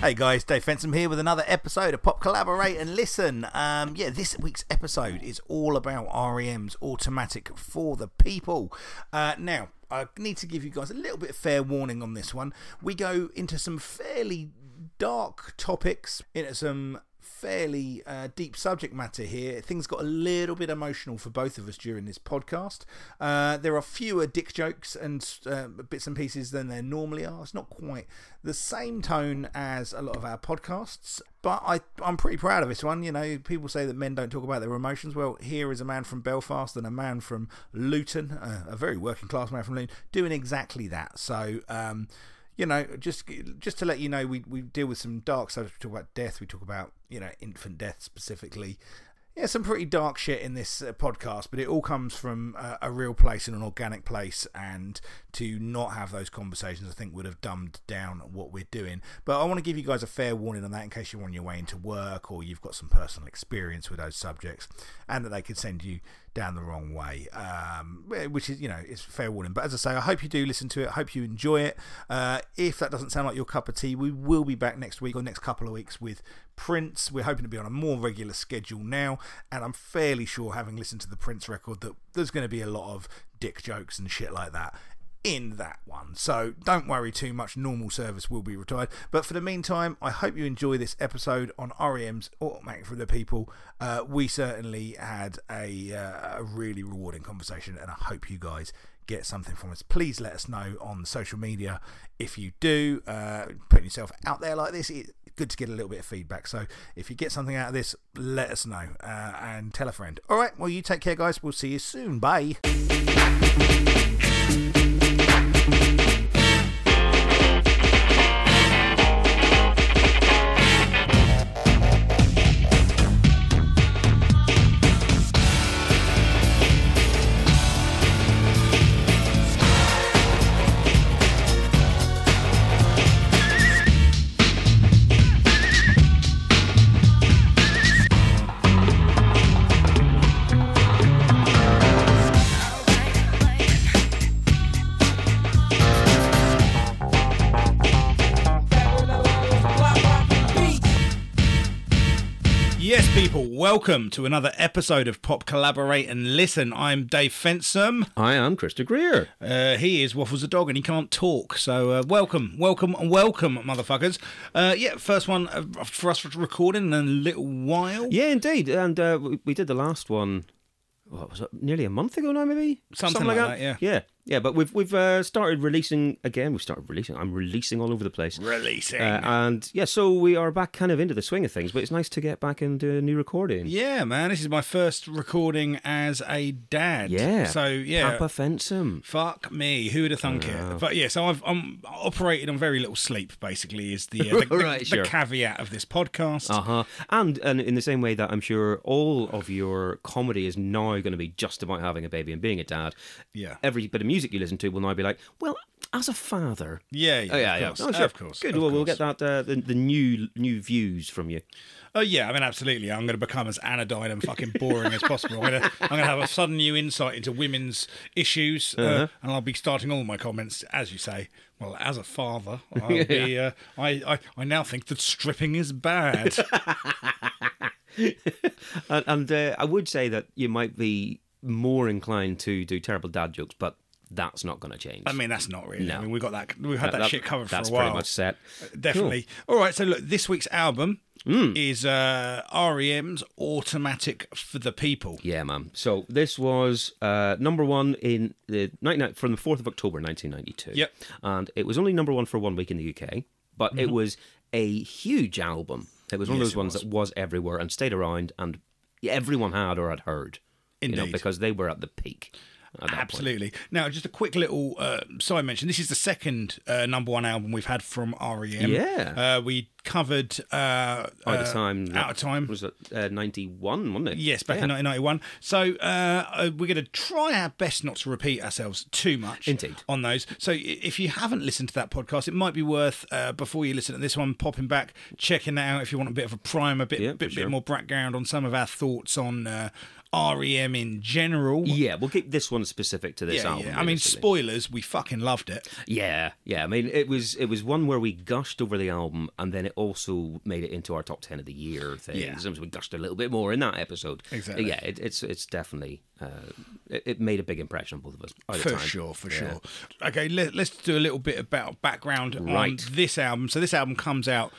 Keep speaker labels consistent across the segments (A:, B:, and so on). A: Hey guys, Dave Fensom here with another episode of Pop Collaborate and Listen. Um, yeah, this week's episode is all about REM's Automatic for the People. Uh, now, I need to give you guys a little bit of fair warning on this one. We go into some fairly dark topics, into some fairly uh, deep subject matter here. Things got a little bit emotional for both of us during this podcast. Uh, there are fewer dick jokes and uh, bits and pieces than there normally are. It's not quite the same tone as a lot of our podcasts, but I, I'm pretty proud of this one. You know, people say that men don't talk about their emotions. Well, here is a man from Belfast and a man from Luton, uh, a very working class man from Luton, doing exactly that. So, um, you know, just just to let you know, we, we deal with some dark subjects. We talk about death. We talk about you know infant death specifically. Yeah, some pretty dark shit in this uh, podcast, but it all comes from uh, a real place and an organic place. And to not have those conversations, I think would have dumbed down what we're doing. But I want to give you guys a fair warning on that in case you're on your way into work or you've got some personal experience with those subjects, and that they could send you down the wrong way, um, which is, you know, it's fair warning. But as I say, I hope you do listen to it. I hope you enjoy it. Uh, if that doesn't sound like your cup of tea, we will be back next week or next couple of weeks with Prince. We're hoping to be on a more regular schedule now. And I'm fairly sure, having listened to the Prince record, that there's going to be a lot of dick jokes and shit like that in that one. So don't worry too much, normal service will be retired. But for the meantime, I hope you enjoy this episode on E REM's Automatic for the People. Uh, we certainly had a, uh, a really rewarding conversation, and I hope you guys get something from us. Please let us know on social media if you do. Uh, putting yourself out there like this, it's good to get a little bit of feedback. So if you get something out of this, let us know uh, and tell a friend. All right, well, you take care, guys. We'll see you soon. Bye. Yes, people, welcome to another episode of Pop Collaborate and Listen. I'm Dave Fensom.
B: I am Krista Greer.
A: Uh, he is Waffles a dog and he can't talk. So, uh, welcome, welcome, welcome, motherfuckers. Uh, yeah, first one uh, for us for recording in a little while.
B: Yeah, indeed. And uh, we- we did the last one. What was it? Nearly a month ago now, maybe
A: Something like that,
B: Yeah, yeah, yeah. But we've we've uh, started releasing again. We've started releasing. I'm releasing all over the place.
A: Releasing.
B: Uh, and yeah, so we are back kind of into the swing of things. But it's nice to get back and do a new recording.
A: yeah, man, this is my first recording as a dad.
B: Yeah.
A: So, yeah.
B: Papa Fensom.
A: Fuck me, who would have thunk
B: Oh.
A: it? But yeah, so I've I'm operated on very little sleep. Basically, is the uh, the, the-
B: Right,
A: the
B: sure.
A: caveat of this podcast.
B: Uh huh. And and in the same way that I'm sure all of your comedy is now going to be just about having a baby and being a dad.
A: Yeah.
B: Every bit of music you listen to will now be like, well, as a father.
A: Yeah, yeah,
B: Oh,
A: of
B: yeah,
A: course.
B: yeah.
A: Uh,
B: sure.
A: of course.
B: Good.
A: of
B: well, we'll
A: course.
B: get that uh, the, the new new views from you.
A: Oh yeah, I mean, absolutely. I'm going to become as anodyne and fucking boring as possible. I'm going to, I'm going to have a sudden new insight into women's issues, uh,
B: Uh-huh.
A: and I'll be starting all my comments, as you say. Well, as a father, I'll be, uh, I, I, I now think that stripping is bad.
B: And, and uh, I would say that you might be more inclined to do terrible dad jokes, but that's not going to change.
A: I mean, that's not really. I
B: No.
A: mean, we've got that, we've had that, shit covered for a
B: That's
A: while.
B: pretty much set.
A: Definitely. All right. So look, this week's album
B: Hmm.
A: is uh, REM's "Automatic for the People."
B: Yeah, man. So this was uh, number one in the 99 from the fourth of October, nineteen ninety two.
A: Yep.
B: and it was only number one for one week in the UK, but it was a huge album. It was one of
A: Mm-hmm. Yes,
B: those
A: it
B: ones that was everywhere and stayed around, and everyone had or had heard. You know,
A: Indeed.
B: because they were at the peak. at that point.
A: Absolutely. Now, just a quick little uh, side mention. This is the second uh, number one album we've had from REM.
B: Yeah.
A: Uh, we covered uh,
B: By the
A: uh,
B: time
A: Out of Time.
B: was it uh, ninety one, wasn't it?
A: Yes, back
B: Yeah.
A: in 1991. So uh, uh, we're going to try our best not to repeat ourselves too much.
B: Indeed.
A: On those. So i- if you haven't listened to that podcast, it might be worth uh, before you listen to this one, popping back, checking that out if you want a bit of a primer, a bit
B: Yeah, for
A: bit,
B: sure.
A: bit more background on some of our thoughts on uh, REM in general.
B: Yeah, we'll keep this one specific to this
A: Yeah,
B: album.
A: yeah. I mean,
B: basically.
A: spoilers. We fucking loved it.
B: Yeah, yeah. I mean, it was it was one where we gushed over the album, and then it also made it into our top ten of the year thing.
A: Yeah.
B: So we gushed a little bit more in that episode.
A: Exactly.
B: Yeah, it, it's it's definitely uh, it, it made a big impression on both of us. at the
A: For
B: time.
A: sure, for
B: Yeah.
A: sure. Okay, let, let's do a little bit about background
B: Right.
A: on this album. So this album comes out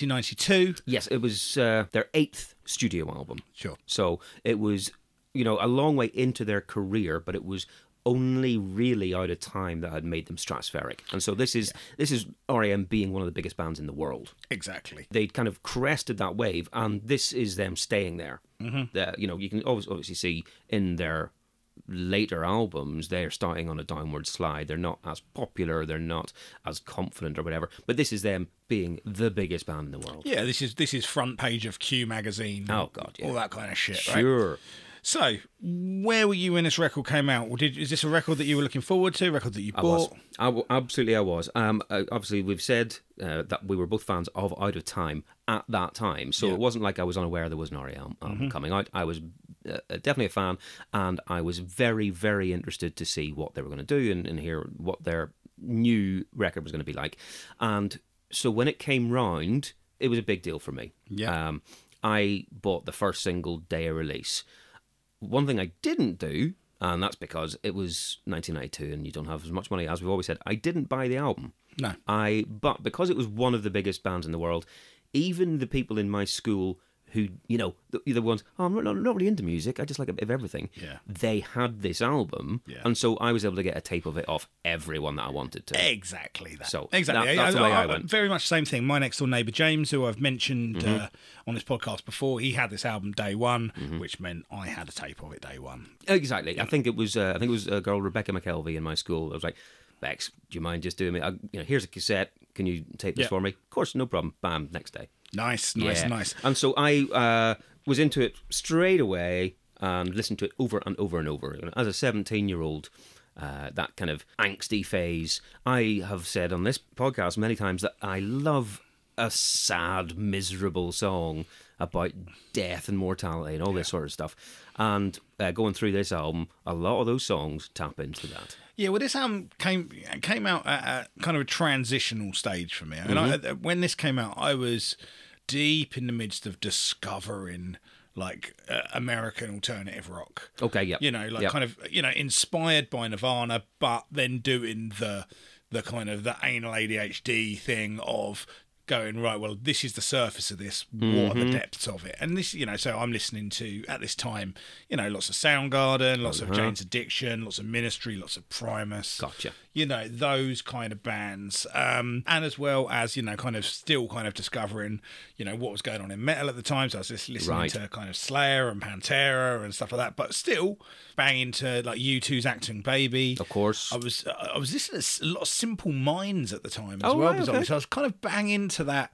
A: 1992.
B: Yes, it was uh, their eighth studio album.
A: Sure.
B: So it was, you know, a long way into their career, but it was only really out of time that had made them stratospheric. And so this is this is REM being one of the biggest bands in the world.
A: Exactly.
B: They'd kind of crested that wave, and this is them staying there. Mm-hmm. you know, you can always obviously see in their later albums they're starting on a downward slide. They're not as popular. They're not as confident or whatever. But this is them being the biggest band in the world.
A: Yeah, this is this is front page of Q magazine.
B: Oh, God, yeah.
A: all that kind of shit. Right?
B: Sure.
A: So, where were you when this record came out? Or did is this a record that you were looking forward to? Record that you
B: I was.
A: bought?
B: I w- absolutely, I was. Um, uh, obviously, we've said uh, that we were both fans of Out of Time at that time, so it wasn't like I was unaware there was an REM album coming out. I was uh, definitely a fan, and I was very, very interested to see what they were going to do and, and hear what their new record was going to be like. And so when it came round, it was a big deal for me.
A: Yeah.
B: Um, I bought the first single day of release one thing I didn't do, and that's because it was 1992 and you don't have as much money as we've always said, I didn't buy the album.
A: No.
B: I but because it was one of the biggest bands in the world, even the people in my school who you know the, the ones oh, I'm not, not really into music, I just like a bit of everything.
A: Yeah.
B: They had this album,
A: Yeah.
B: and so I was able to get a tape of it off everyone that I wanted
A: Eh,
B: to.
A: Exactly that.
B: So,
A: exactly.
B: that- that's the way I went. Mm-hmm.
A: Very much the same thing. My next door neighbour James, who I've mentioned uh, on this podcast before, he had this album day one, which meant I had a tape of it day one.
B: Exactly. I think it was. Uh, I think it was a girl, Rebecca McKelvey, in my school. I was like, Bex, do you mind just doing me? I, you know, here's a cassette. Can you take this
A: Yeah.
B: for me? Of course, no problem. Bam. Next day.
A: Nice, nice,
B: Yeah.
A: nice.
B: And so I uh, was into it straight away and listened to it over and over and over. And as a 17 year old, uh, that kind of angsty phase, I have said on this podcast many times that I love a sad, miserable song about death and mortality and all this sort of stuff. And uh, going through this album, a lot of those songs tap into that.
A: Yeah, well, this album came came out at a kind of a transitional stage for me. And
B: Mm-hmm.
A: I, uh, when this came out, I was deep in the midst of discovering like uh, American alternative rock.
B: Okay, yeah.
A: You know, like
B: yeah.
A: kind of you know inspired by Nirvana, but then doing the the kind of the anal ADHD thing of going right. Well, this is the surface of this. What are the depths of it? And this, you know, so I'm listening to at this time, you know, lots of Soundgarden, lots of Jane's Addiction, lots of Ministry, lots of Primus.
B: Gotcha.
A: You know those kind of bands, um, and as well as you know, kind of still kind of discovering, you know, what was going on in metal at the time. So I was just listening
B: Right.
A: to kind of Slayer and Pantera and stuff like that, but still bang into like U2's Acting Baby.
B: Of course.
A: I was I was listening to s- a lot of Simple Minds at the time as
B: Oh,
A: well.
B: right,
A: bizarrely.
B: okay.
A: So I was kind of bang into that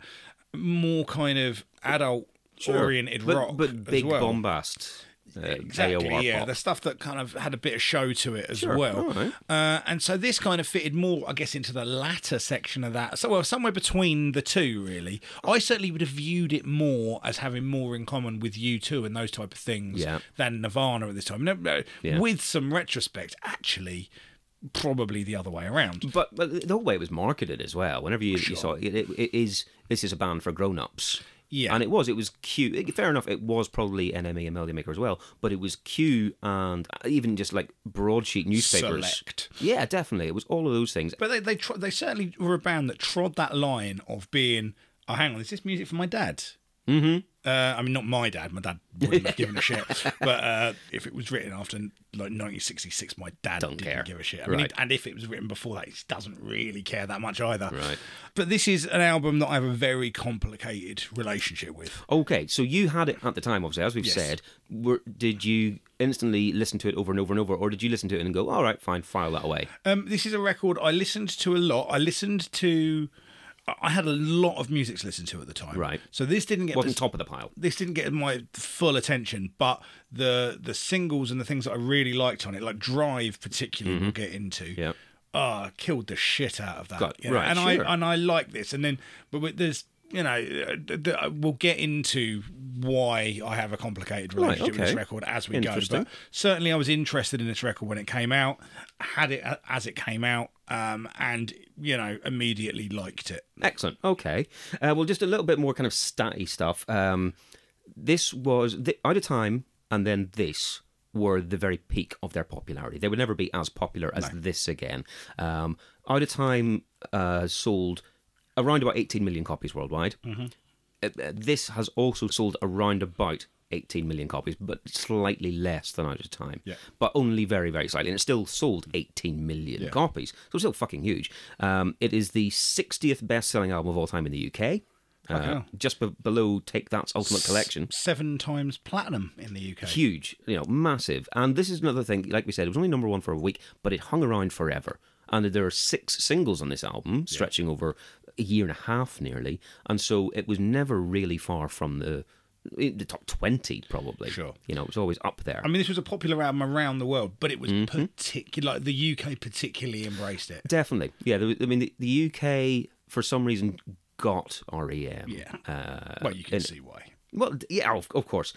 A: more kind of adult oriented
B: but,
A: rock,
B: But big
A: as well.
B: bombast. Uh, AOR
A: Exactly, yeah,
B: pop.
A: the stuff that kind of had a bit of show to it as
B: Sure,
A: well,
B: all right.
A: uh, and so this kind of fitted more, I guess, into the latter section of that. So, well, somewhere between the two, really. I certainly would have viewed it more as having more in common with you two and those type of things
B: Yeah.
A: than Nirvana at this time. No, no,
B: Yeah.
A: With some retrospect, actually, probably the other way around.
B: But, but the whole way it was marketed as well. Whenever you, you saw it, it, it is this is a band for grown-ups.
A: Yeah.
B: and it was it was Q. it- fair enough, it was probably NME and Melody Maker as well, but it was Q and even just like broadsheet newspapers.
A: Select.
B: Yeah, definitely, it was all of those things.
A: But they they tro- they certainly were a band that trod that line of being. Oh, hang on, is this music for my dad? Mm-hmm. Uh, I mean, not my dad. My dad wouldn't have given a shit. But uh, if it was written after like 1966, my dad
B: Don't
A: didn't
B: care.
A: give a shit. I mean,
B: Right.
A: and if it was written before that, he doesn't really care that much either.
B: Right.
A: But this is an album that I have a very complicated relationship with.
B: Okay, so you had it at the time, obviously, as we've
A: Yes.
B: said. Were, did you instantly listen to it over and over and over, or did you listen to it and go, all right, fine, file that away?
A: Um, this is a record I listened to a lot. I listened to. I- I had a lot of music to listen to at the time.
B: Right.
A: So this didn't get
B: Wasn't top of the pile.
A: this didn't get my full attention, but the the singles and the things that I really liked on it, like Drive particularly,
B: Mm-hmm.
A: we'll get into.
B: Yeah.
A: Ah, killed the shit out of that.
B: God,
A: you know,
B: right,
A: and
B: sure.
A: I and I like this, and then but with there's you know uh, th- th- we'll get into why I have a complicated relationship with this
B: okay.
A: record as we go.
B: Interesting.
A: But certainly, I was interested in this record when it came out, had it a- as it came out, um, and you know immediately liked it.
B: Excellent. Okay. Uh, well, just a little bit more kind of statty stuff. Um, this was th- Out of Time and then this were the very peak of their popularity. They would never be as popular as this again. Um, Out of Time uh, sold around about 18 million copies worldwide. Uh, uh, this has also sold around about 18 million copies, but slightly less than Out of Time.
A: Yeah.
B: But only very, very slightly. And it still sold 18 million copies. So it's still fucking huge. Um, it is the 60th best selling album of all time in the UK. Uh,
A: hell.
B: just be- below Take That's Ultimate Collection.
A: Seven times platinum in the UK.
B: Huge, you know, massive. And this is another thing, like we said, it was only number one for a week, but it hung around forever. And there are six singles on this album, stretching over a year and a half nearly. And so it was never really far from the. The top twenty, probably.
A: Sure.
B: You know, it was always up there.
A: I mean, this was a popular album around the world, but it was
B: Mm-hmm.
A: particular. Like the UK particularly embraced it.
B: Definitely, yeah. There was, I mean, the, the UK for some reason got REM.
A: Yeah.
B: Uh,
A: well, you can see why.
B: well, d- yeah, of, of course.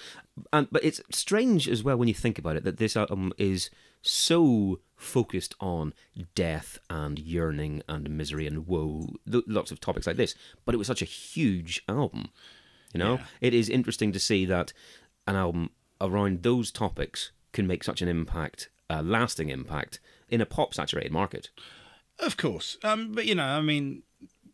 B: And but it's strange as well when you think about it that this album is so focused on death and yearning and misery and woe, th- lots of topics like this. But it was such a huge album. You know, it is interesting to see that an album around those topics can make such an impact, a lasting impact in a pop saturated market.
A: Of course. Um, but you know, I mean,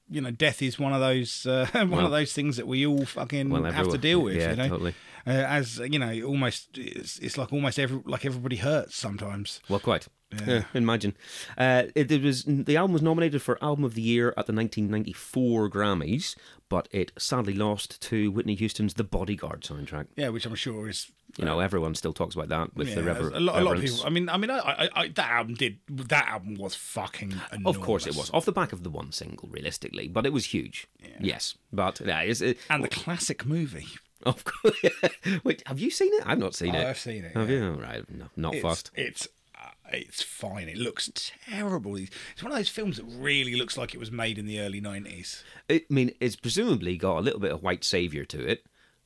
A: you know, death is one of those uh, one of those things that we all fucking
B: Well,
A: have to
B: everyone-
A: deal with.
B: yeah,
A: you know?
B: totally.
A: Uh, as you know, almost it's, it's like almost every like everybody hurts sometimes.
B: Well, quite. Yeah, imagine. Uh, it, it was the album was nominated for album of the year at the 1994 Grammys, but it sadly lost to Whitney Houston's The Bodyguard soundtrack.
A: Yeah, which I'm sure is
B: You know, everyone still talks about that with the
A: yeah,
B: rever-
A: a, lot, a lot of
B: reverence.
A: people. I mean, I mean, I, I, I that album did that album was fucking. Enormous.
B: Of course, it was off the back of the one single, realistically, but it was huge. Yes, but yeah, it's, it,
A: and the classic movie.
B: of course. Wait, have you seen it? I've not seen it.
A: Oh, I've seen it,
B: Have you? All right, no, not
A: It's-
B: fast.
A: It's uh, it's fine. It looks terrible. It's one of those films that really looks like it was made in the early nineties.
B: It, I mean, it's presumably got a little bit of white savior to it,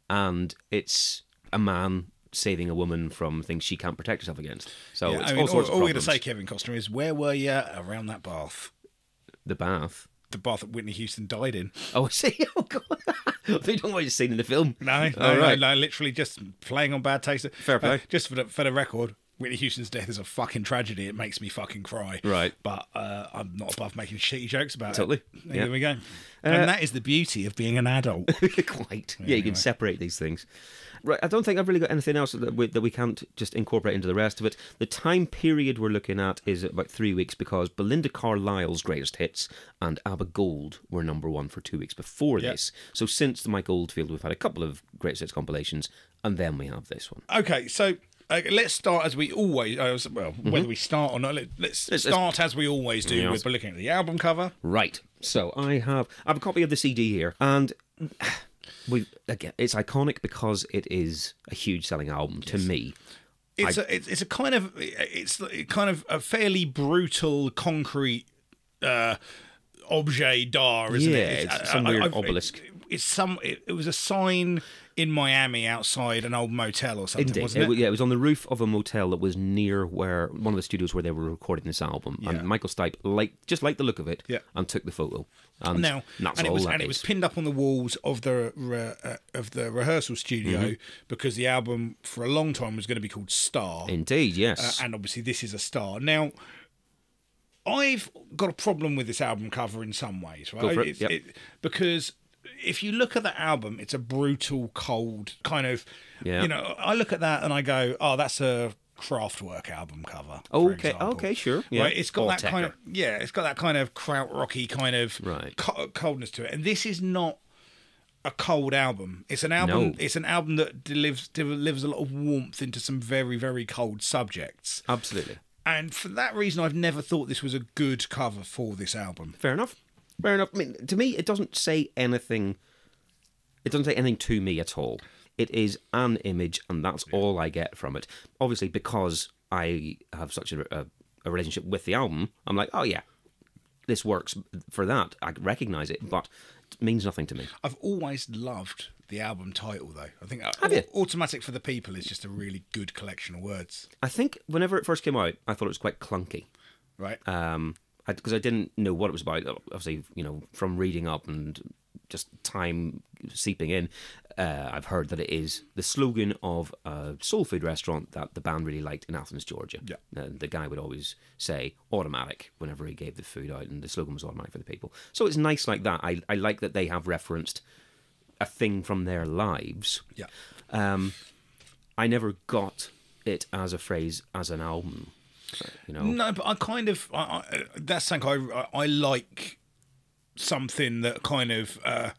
B: and it's a man saving a woman from things she can't protect herself against. So Oh, it's
A: I
B: all
A: mean, all,
B: sorts
A: all
B: of
A: we're gonna
B: problems.
A: say, Kevin Costner, is where were you around that bath?
B: The bath.
A: The bath that Whitney Houston died in.
B: Oh, I see. Oh God, I don't know what you've seen in the film.
A: No, no,
B: All right.
A: no, no, literally just playing on bad taste.
B: Fair play.
A: Uh, just for the, for the record, Whitney Houston's death is a fucking tragedy. It makes me fucking cry.
B: Right.
A: But uh, I'm not above making shitty jokes about
B: Totally.
A: it.
B: Yeah. Uh,
A: There we go. and that is the beauty of being an adult.
B: Quite. Yeah, you can separate these things. Right, I don't think I've really got anything else that we, that we can't just incorporate into the rest of it. The time period we're looking at is about three weeks because Belinda Carlisle's greatest hits and ABBA Gold were number one for two weeks before this. So since the Mike Oldfield, we've had a couple of greatest hits compilations, and then we have this one.
A: Okay, so uh, let's start as we always. Uh, s- well, whether we start or not, let, let's
B: Mm-hmm. Let's- let's-
A: start as we always do with looking at the album cover.
B: Right. So I have I have a copy of the CD here, and we again it's iconic because it is a huge selling album to me.
A: It's a it's, it's a kind of it's a kind of a fairly brutal concrete uh, objet d'art, isn't
B: Yeah,
A: it?
B: it's some weird
A: I've-
B: obelisk.
A: It, it's some. It, it was a sign in Miami outside an old motel or something,
B: Indeed.
A: wasn't
B: It
A: it?
B: wa- yeah, it was on the roof of a motel that was near where one of the studios where they were recording this album.
A: Yeah.
B: And Michael Stipe liked just liked the look of it
A: Yeah.
B: and took the photo. And
A: now
B: that's
A: and it
B: all
A: was
B: that
A: and it was
B: is.
A: pinned up on the walls of the re, uh, of the rehearsal studio
B: Mm-hmm.
A: because the album for a long time was going to be called Star.
B: Indeed,
A: uh,
B: yes.
A: and obviously this is a star. Now, I've got a problem with this album cover in some ways, right?
B: for it,
A: It's-
B: yep.
A: it- because if you look at the album, it's a brutal, cold kind of.
B: Yeah.
A: You know, I look at that and I go, "Oh, that's a Kraftwerk album cover." for
B: Oh, Okay,
A: example.
B: okay, sure, yeah.
A: Right, it's got
B: Or
A: that kind of
B: Tekka.
A: yeah, it's got that kind of krautrocky kind of
B: Right.
A: co- coldness to it, and this is not a cold album. It's an album.
B: No.
A: It's an album that delivers delivers a lot of warmth into some very very cold subjects.
B: Absolutely.
A: And for that reason, I've never thought this was a good cover for this album.
B: Fair enough. Fair enough. I mean, to me, it doesn't say anything. It doesn't say anything to me at all. It is an image, and that's all I get from it. Obviously, because I have such a, a, a relationship with the album, I'm like, oh yeah, this works for that. I recognize it, but it means nothing to me.
A: I've always loved the album title, though. I think uh,
B: you?
A: "Automatic for the People" is just a really good collection of words,
B: I think whenever it first came out, I thought it was quite clunky.
A: right?
B: um because I, didn't know what it was about obviously you know from reading up and just time seeping in uh, i've heard that it is the slogan of a soul food restaurant that the band really liked in athens georgia Uh,
A: Yeah.
B: and the guy would always say automatic whenever he gave the food out and the slogan was automatic for the people so it's nice like that i, I like that they have referenced a thing from their lives
A: yeah,
B: um i never got it as a phrase as an album you know
A: no, but I kind of I, I, that's something I, I I like something that kind of uh,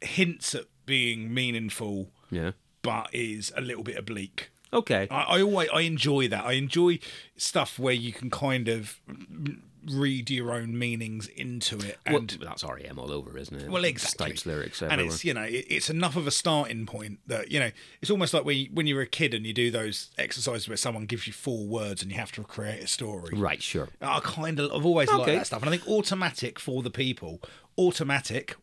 A: hints at being meaningful,
B: yeah
A: but is a little bit oblique.
B: okay
A: I, I always I enjoy that. I enjoy stuff where you can kind of mm, read your own meanings into it
B: Well,
A: and
B: that's REM all over, isn't it?
A: Well, exactly.
B: Stipes lyrics everywhere.
A: and it's you know it, it's enough of a starting point that you know it's almost like when you, when you're a kid and you do those exercises where someone gives you four words and you have to create a story.
B: right, sure.
A: I kind of I've always liked
B: Okay.
A: that stuff, and I think automatic for the people, automatic,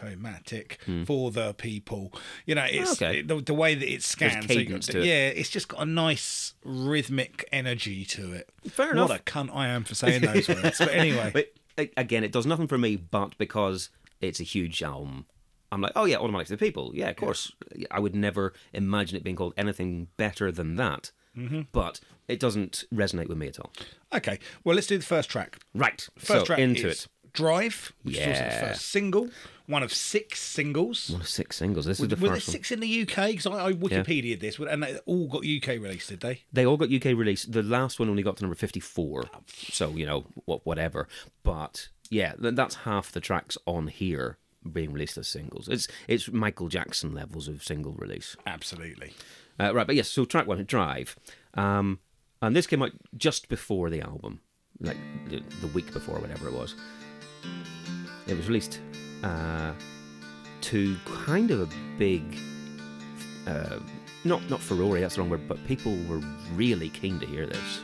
A: automatic for the people. You know, it's
B: Hmm. Okay.
A: it- the, the way that it scans. so you
B: cadence
A: got-
B: to it.
A: yeah, it's just got a nice rhythmic energy to it.
B: Fair
A: What
B: enough.
A: a cunt I am for saying those words. But anyway,
B: But a- again, it does nothing for me, but because it's a huge album, I'm like, oh yeah, automatic to the people. Yeah, of course. I would never imagine it being called anything better than that.
A: Mm-hmm.
B: But it doesn't resonate with me at all.
A: okay, well let's do the first track.
B: Right.
A: First
B: so
A: track
B: into
A: is
B: it.
A: Drive, which was also
B: Yeah.
A: the first single, one of six singles.
B: One of six singles. This is the
A: Were there
B: first one.
A: six in the UK? Because I, I Wikipedia this, and they all got UK released, did they?
B: They all got UK release. The last one only got to number 54. So, you know, what, whatever. But yeah, th- that's half the tracks on here being released as singles. It's it's Michael Jackson levels of single release.
A: Absolutely.
B: Uh, right, but yes, so track one, Drive. Um, and this came out just before the album, like the, the week before, whatever it was. It was released uh, to kind of a big, uh, not not furore, that's the wrong word, but people were really keen to hear this.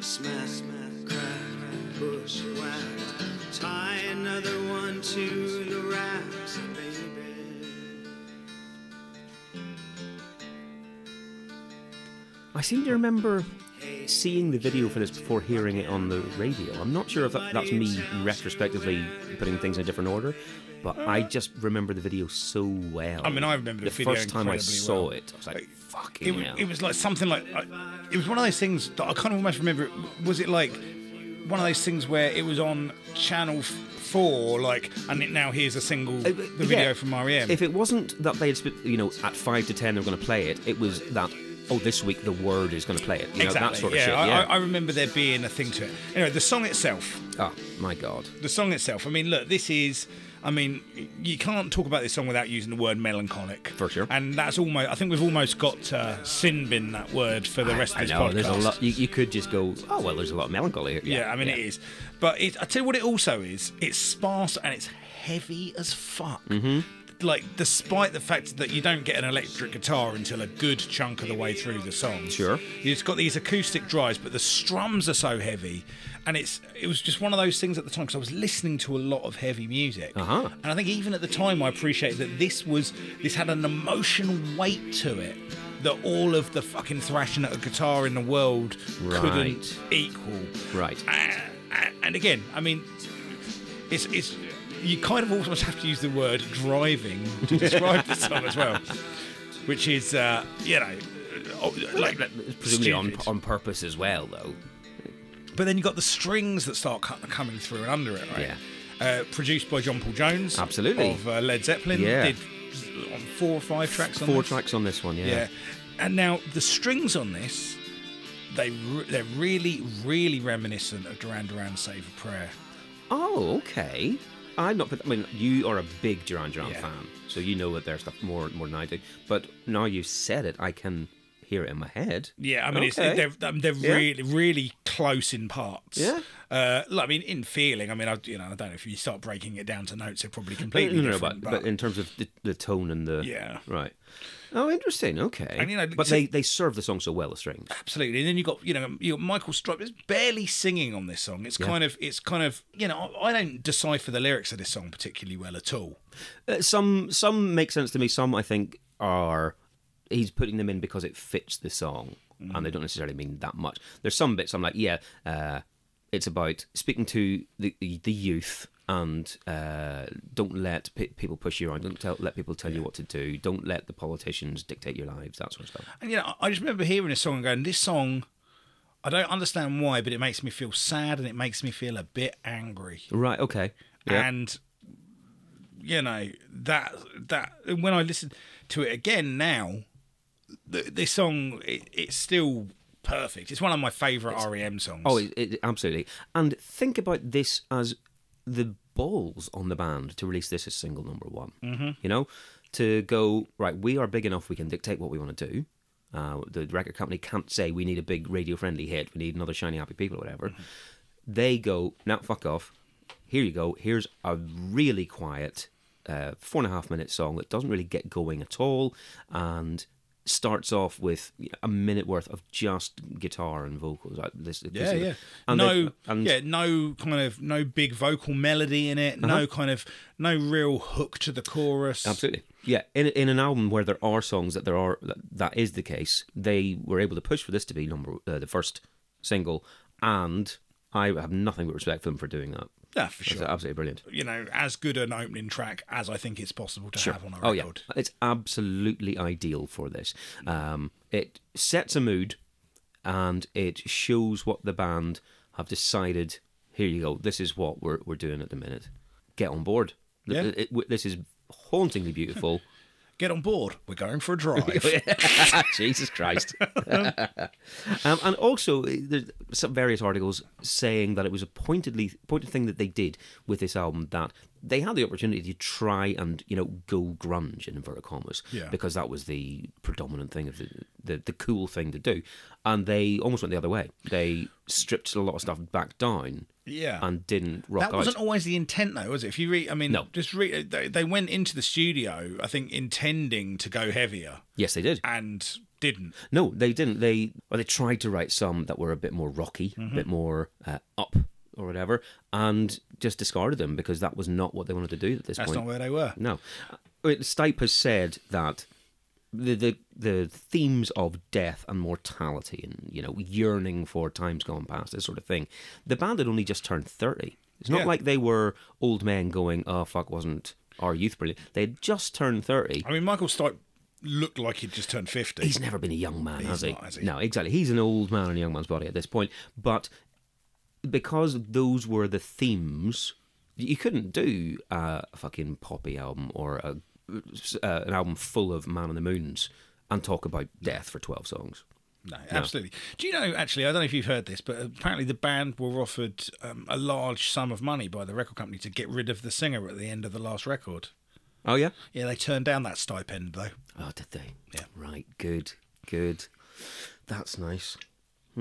C: Smash, smash, crack, bush, whack. Tie another one to the racks, baby.
B: I seem to remember seeing the video for this before hearing it on the radio. I'm not sure if that, that's me retrospectively putting things in a different order, but I just remember the video so well.
A: I mean, I remember the video
B: first time I
A: incredibly
B: saw
A: well.
B: it. I was like,
A: Like,
B: "Fucking
A: It, wa-
B: hell!"
A: it was like something like I, it was one of those things that I can't almost remember. It. Was it like one of those things where it was on Channel F- Four, like, and it now here's a single, the
B: Uh, yeah.
A: video from E REM?
B: If it wasn't that they had, sp- you know, at five to ten they were going to play it, it was that. Oh, this week the word is going to play it. You know,
A: exactly.
B: that sort of
A: yeah,
B: shit.
A: I,
B: yeah.
A: I, I remember there being a thing to it. Anyway, the song itself.
B: oh my god.
A: the song itself. I mean, look, this is. I mean, you can't talk about this song without using the word melancholic.
B: For sure.
A: And that's almost. I think we've almost got to sin bin that word for the rest
B: I
A: of this
B: know.
A: podcast.
B: There's a lot. You, you could just go. Oh well, there's a lot of melancholy here.
A: Yeah,
B: Yeah,
A: I mean
B: yeah.
A: it is. But it, I tell you what, it also is. It's sparse and it's heavy as fuck.
B: Mm-hmm.
A: Like, despite the fact that you don't get an electric guitar until a good chunk of the way through the song,
B: Sure.
A: it's got these acoustic drives, but the strums are so heavy, and it's it was just one of those things at the time because I was listening to a lot of heavy music,
B: Uh-huh.
A: and I think even at the time I appreciated that this was this had an emotional weight to it that all of the fucking thrashing at a guitar in the world couldn't
B: Right.
A: equal.
B: Right.
A: And, and again, I mean, it's it's you kind of almost have to use the word driving to describe the song as well, which is uh, you know. oh, Like
B: Presumably on,
A: stupid.
B: on purpose as well, though.
A: but then you got the strings that start cu- coming through and under it, right?
B: Yeah.
C: uh, produced by John Paul Jones.
B: Absolutely.
C: Of uh, Led Zeppelin.
B: Yeah.
C: Did on four or five tracks on
B: Four
C: this.
B: tracks on this one, yeah.
C: Yeah. And now the strings on this, they re- they're really, really reminiscent of Duran Duran's Save a Prayer.
B: Oh, okay. I'm not. I mean, you are a big Duran Duran
C: Yeah.
B: fan, so you know that their stuff more more than I do. But now you've said it, I can hear it in my head.
C: Yeah, I mean,
B: Okay.
C: it's, they're, um, they're
B: Yeah.
C: really, really close in parts.
B: Yeah.
C: Uh, like, I mean, in feeling, I mean, I, you know, I don't know if you start breaking it down to notes, they're probably completely
B: no, no, no,
C: different.
B: but, but in terms of the, the tone and the
C: Yeah.
B: right. Oh, interesting. Okay.
C: And, you know,
B: but
C: so-
B: they they serve the song so well, the strings.
C: absolutely. And then you got, you know, you got Michael Stipe is barely singing on this song. It's kind of, it's kind of, you know, I I don't decipher the lyrics of this song particularly well at all.
B: Uh, some some make sense to me. Some I think are he's putting them in because it fits the song, and they don't necessarily mean that much. There's some bits I'm like, yeah, uh, it's about speaking to the the, the youth. And uh, don't let pe people push you around. Don't tell, let people tell you what to do. Don't let the politicians dictate your lives. That sort of stuff.
C: And you know, I just remember hearing this song and going, "This song, I don't understand why, but it makes me feel sad and it makes me feel a bit angry."
B: Right. Okay. Yeah.
C: And you know that that when I listen to it again now, th- this song it, it's still perfect. It's one of my favorite REM songs.
B: Oh, it, it, absolutely. And think about this as the balls on the band to release this as single number one. Mm-hmm. You know, to go right. We are big enough. We can dictate what we want to do. Uh, the record company can't say we need a big radio-friendly hit. We need another shiny happy people or whatever. They go now. Fuck off. Here you go. Here's a really quiet uh, four and a half minute song that doesn't really get going at all, and starts off with a minute worth of just guitar and vocals. Like this,
C: yeah,
B: this-
C: yeah.
B: And
C: no,
B: they- and
C: yeah, no kind of no big vocal melody in it.
B: Uh-huh.
C: No kind of no real hook to the chorus.
B: absolutely, yeah. In in an album where there are songs that there are that, that is the case, they were able to push for this to be number uh, the first single, and I have nothing but respect for them for doing that.
C: Yeah, Ah, for
B: It's
C: sure.
B: absolutely brilliant.
C: you know, as good an opening track as I think it's possible to have on a record.
B: Oh yeah, it's absolutely ideal for this. Um, it sets a mood, and it shows what the band have decided. Here you go. This is what we're we're doing at the minute. Get on board. Th-
C: Yeah.
B: it- it- w- this is hauntingly beautiful.
C: Get on board. We're going for a drive.
B: Jesus Christ. um, and also, eh, there's some various articles saying that it was a pointedly pointed thing that they did with this album that they had the opportunity to try and you know go grunge in inverted commas
C: Yeah.
B: because that was the predominant thing of the, the the cool thing to do, and they almost went the other way. They stripped a lot of stuff back down.
C: Yeah.
B: And didn't rock
C: that
B: out.
C: wasn't always the intent, though, was it? If you read, I mean,
B: No.
C: just read. They, they went into the studio, I think, intending to go heavier
B: yes, they did.
C: and didn't.
B: No, they didn't. They well, they tried to write some that were a bit more rocky, a
C: Mm-hmm.
B: bit more uh, up or whatever, and just discarded them because that was not what they wanted to do at this
C: That's
B: point.
C: not where they were.
B: No, Uh, Stipe has said that the, the the themes of death and mortality and you know yearning for times gone past, this sort of thing. The band had only just turned thirty. It's not
C: Yeah.
B: like they were old men going, "Oh fuck, wasn't our youth brilliant?" They had just turned thirty.
C: I mean, Michael Stipe looked like he'd just turned 50.
B: He's never been a young man, has, he?
C: not, has he?
B: No, exactly. He's an old man in a young man's body at this point. But because those were the themes, you couldn't do uh, a fucking poppy album or a, uh, an album full of Man on the Moons and talk about death for 12 songs.
C: No, absolutely. Do you know, actually, I don't know if you've heard this, but apparently the band were offered um, a large sum of money by the record company to get rid of the singer at the end of the last record.
B: Oh, yeah?
C: Yeah, they turned down that stipend, though.
B: Oh, did they?
C: Yeah.
B: Right, good, good. That's nice.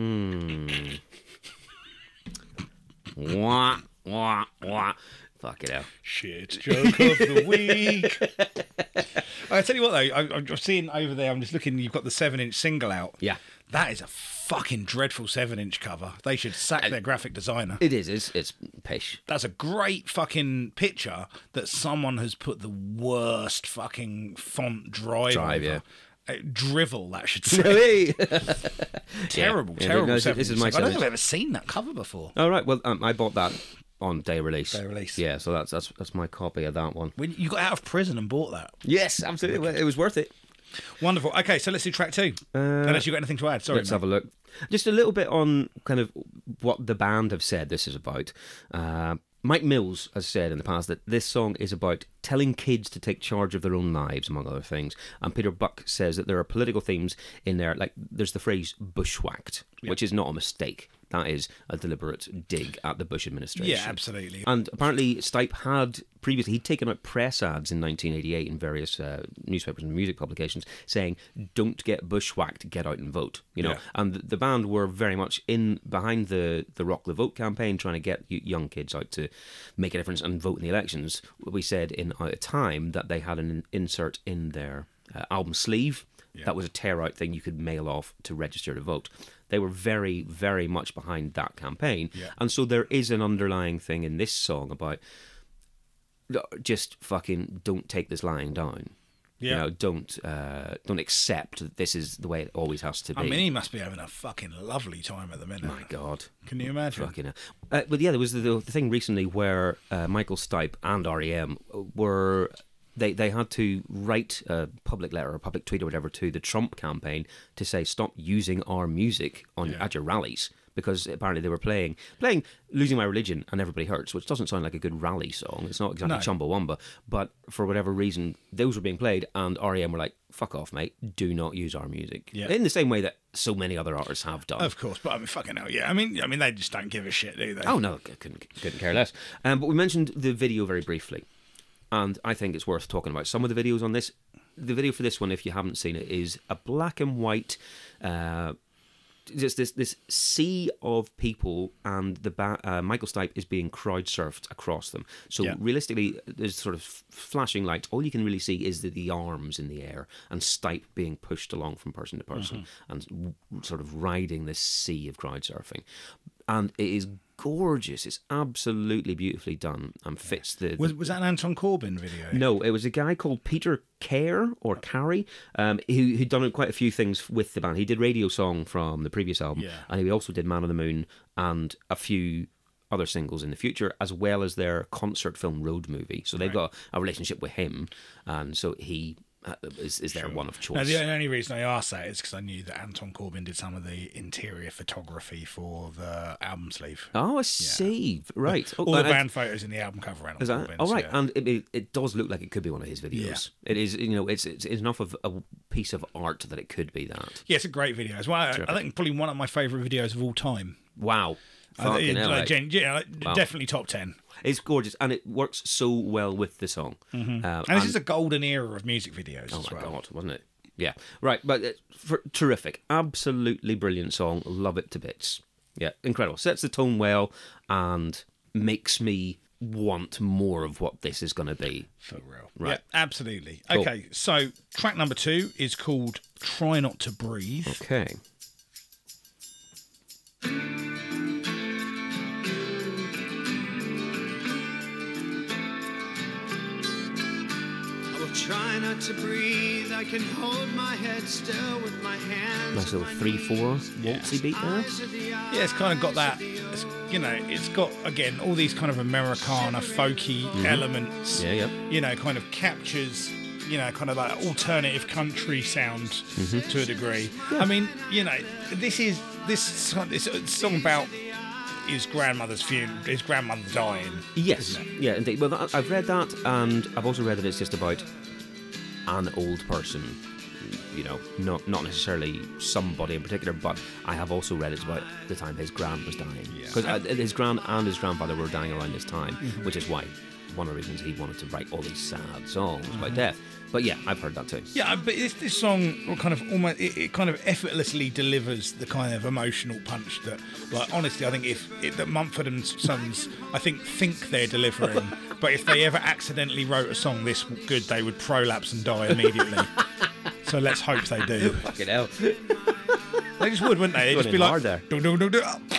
B: Hmm. wah, wah, wah. Fuck it out.
C: Shit joke of the week. I tell you what, though, I, I'm seeing over there. I'm just looking. You've got the seven-inch single out.
B: Yeah.
C: that is a fucking dreadful seven-inch cover. They should sack their graphic designer.
B: It is, it's, it's pish.
C: That's a great fucking picture that someone has put the worst fucking font drive.
B: Drive,
C: over. Uh, drivel, that should say.
B: Hey!
C: terrible,
B: Yeah,
C: terrible.
B: no, this is-
C: seven-inch
B: this is my
C: single. I don't think I've
B: seven-inch.
C: ever seen that cover before.
B: All right. Well, um, I bought that on day release.
C: Day release.
B: Yeah. So that's that's that's my copy of that one.
C: When you got out of prison and bought that,
B: Yes, absolutely. Well, It was worth it.
C: wonderful. Okay, so let's do track two. Unless you got anything to add, sorry.
B: Uh, Let's
C: mate.
B: have a look. Just a little bit on kind of what the band have said this is about. Uh, Mike Mills has said in the past that this song is about telling kids to take charge of their own lives, among other things. And Peter Buck says that there are political themes in there, like there's the phrase bushwhacked, which is not a mistake. That is a deliberate dig at the Bush administration.
C: Yeah, absolutely.
B: And apparently, Stipe had previously he'd taken out press ads in 1988 in various uh, newspapers and music publications saying, "Don't get bushwhacked, get out and vote." You know,
C: Yeah.
B: and th- the band were very much in behind the the Rock the Vote campaign, trying to get y- young kids out to make a difference and vote in the elections. We said in our time that they had an insert in their uh, album sleeve. That was a tear out thing you could mail off to register to vote. They were very, very much behind that campaign. And so there is an underlying thing in this song about just fucking don't take this lying down. You
C: Yeah.
B: know, don't uh, don't accept that this is the way it always has to be.
C: I mean, he must be having a fucking lovely time at the minute.
B: My God.
C: Can you imagine?
B: Fucking hell. Uh, but yeah, there was the, the thing recently where uh, Michael Stipe and REM were. They, they had to write a public letter or public tweet or whatever to the Trump campaign to say stop using our music on at your rallies because apparently they were playing playing losing my religion and everybody hurts which doesn't sound like a good rally song it's not exactly chumbawamba but for whatever reason those were being played and REM were like fuck off mate do not use our music
C: Yeah.
B: in the same way that so many other artists have done
C: Of course, but I mean, fucking hell, yeah. I mean, I mean, they just don't give a shit, do they?
B: Oh no, I couldn't, couldn't care less. Um, but we mentioned the video very briefly, and I think it's worth talking about some of the videos on this. The video for this one, if you haven't seen it, is a black and white, uh, just this this sea of people, and the ba- uh, Michael Stipe is being crowd surfed across them. So
C: Yeah.
B: realistically, there's sort of f- flashing lights. All you can really see is the, the arms in the air and Stipe being pushed along from person to person and w- sort of riding this sea of crowd surfing. And it is gorgeous. It's absolutely beautifully done and fits the. the-
C: Was, was that an Anton Corbin video?
B: no, it was a guy called Peter Kerr or Carey, um, who who'd done quite a few things with the band. He did Radio Song from the previous album,
C: Yeah.
B: and he also did Man on the Moon and a few other singles in the future, as well as their concert film Road Movie. So they've got a relationship with him, and so he uh, is, is their one of
C: Now,
B: choice.
C: Uh, the only reason I asked that is because I knew that Anton Corbin did some of the interior photography for the album sleeve.
B: Oh, I see. Right. Oh,
C: All the
B: and-
C: band photos in the album cover. Anton
B: Is that
C: Corbin's,
B: all right?
C: yeah.
B: And it, it, it does look like it could be one of his videos. It is, you know, it's, it's it's enough of a piece of art that it could be that.
C: Yeah, it's a great video. It's one, I I think probably one of my favourite videos of all time.
B: Wow.
C: I think
B: Fucking
C: it's
B: hell,
C: like
B: like-
C: gen- yeah, like, definitely top ten.
B: It's gorgeous and it works so well with the song. Uh,
C: And this is a golden era of music videos
B: oh
C: as
B: my
C: well.
B: god, wasn't it? Yeah, right. But uh, for, terrific, absolutely brilliant song. Love it to bits. Yeah, incredible. Sets the tone well and makes me want more of what this is going to be.
C: For real.
B: Right.
C: Yeah, absolutely. Okay, so track number two is called Try Not to Breathe.
B: Okay.
D: I will try not to breathe. I can hold my head still with my hands.
B: Nice
D: on
B: little
D: my
B: three four
D: knees.
B: waltzy beat there.
D: Eyes are the
C: Yeah, it's kind of got that,
D: eyes of the
C: it's, you know, it's got, again, all these kind of Americana, folky elements.
B: Yeah, yeah.
C: You know, kind of captures, you know, kind of that alternative country sound to a degree. I mean, you know, this is, this, song- this song about his grandmother's funeral, his grandmother dying.
B: Yes, yeah, indeed. Well, that, I've read that, and I've also read that it's just about an old person. You know, not not necessarily somebody in particular, but I have also read it's about the time his grand was dying, because his grand and his grandfather were dying around this time, which is why one of the reasons he wanted to write all these sad songs about death. But yeah, I've heard that too.
C: Yeah, but this, this song kind of almost it, it kind of effortlessly delivers the kind of emotional punch that, like, honestly, I think if it, that Mumford and Sons, I think think they're delivering, but if they ever accidentally wrote a song this good, they would prolapse and die immediately. so let's hope they do.
B: Fucking hell.
C: They just would, wouldn't they?
B: Going
C: They'd just
B: in
C: be like,
B: hard there. Um,
C: "Dun, dun, dun, dun."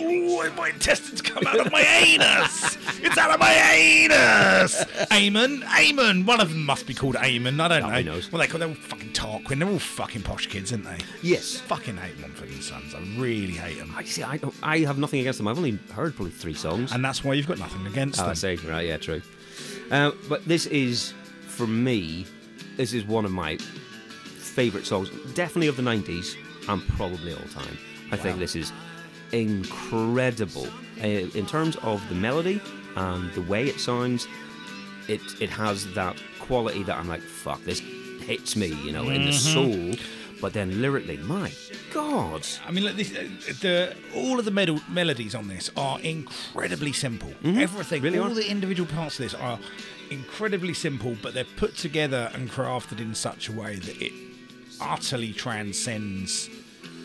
C: Ooh, my intestines come out of my anus! It's out of my anus! Amen, Amen. One of them must be called Amen. I don't
B: Nobody
C: know.
B: knows.
C: Well, they call they're all fucking Tarquin. They're all fucking posh kids, aren't they?
B: Yes.
C: Fucking hate Mumford and Sons. I really hate them.
B: I see. I don't. I have nothing against them. I've only heard probably three songs.
C: And that's why you've got nothing against
B: Oh, I
C: them.
B: see. Right, yeah, true. Uh, but this is, for me, this is one of my favourite songs, definitely of the 90s and probably all time. I think this is incredible. uh, in terms of the melody and the way it sounds, it it has that quality that I'm like, fuck, this hits me, you know, in the
C: Mm-hmm.
B: soul. But then lyrically, my God,
C: I mean, look, this, uh, the all of the medal, melodies on this are incredibly simple. Everything,
B: Mm-hmm. really
C: all
B: are.
C: the individual parts of this are incredibly simple, but they're put together and crafted in such a way that it utterly transcends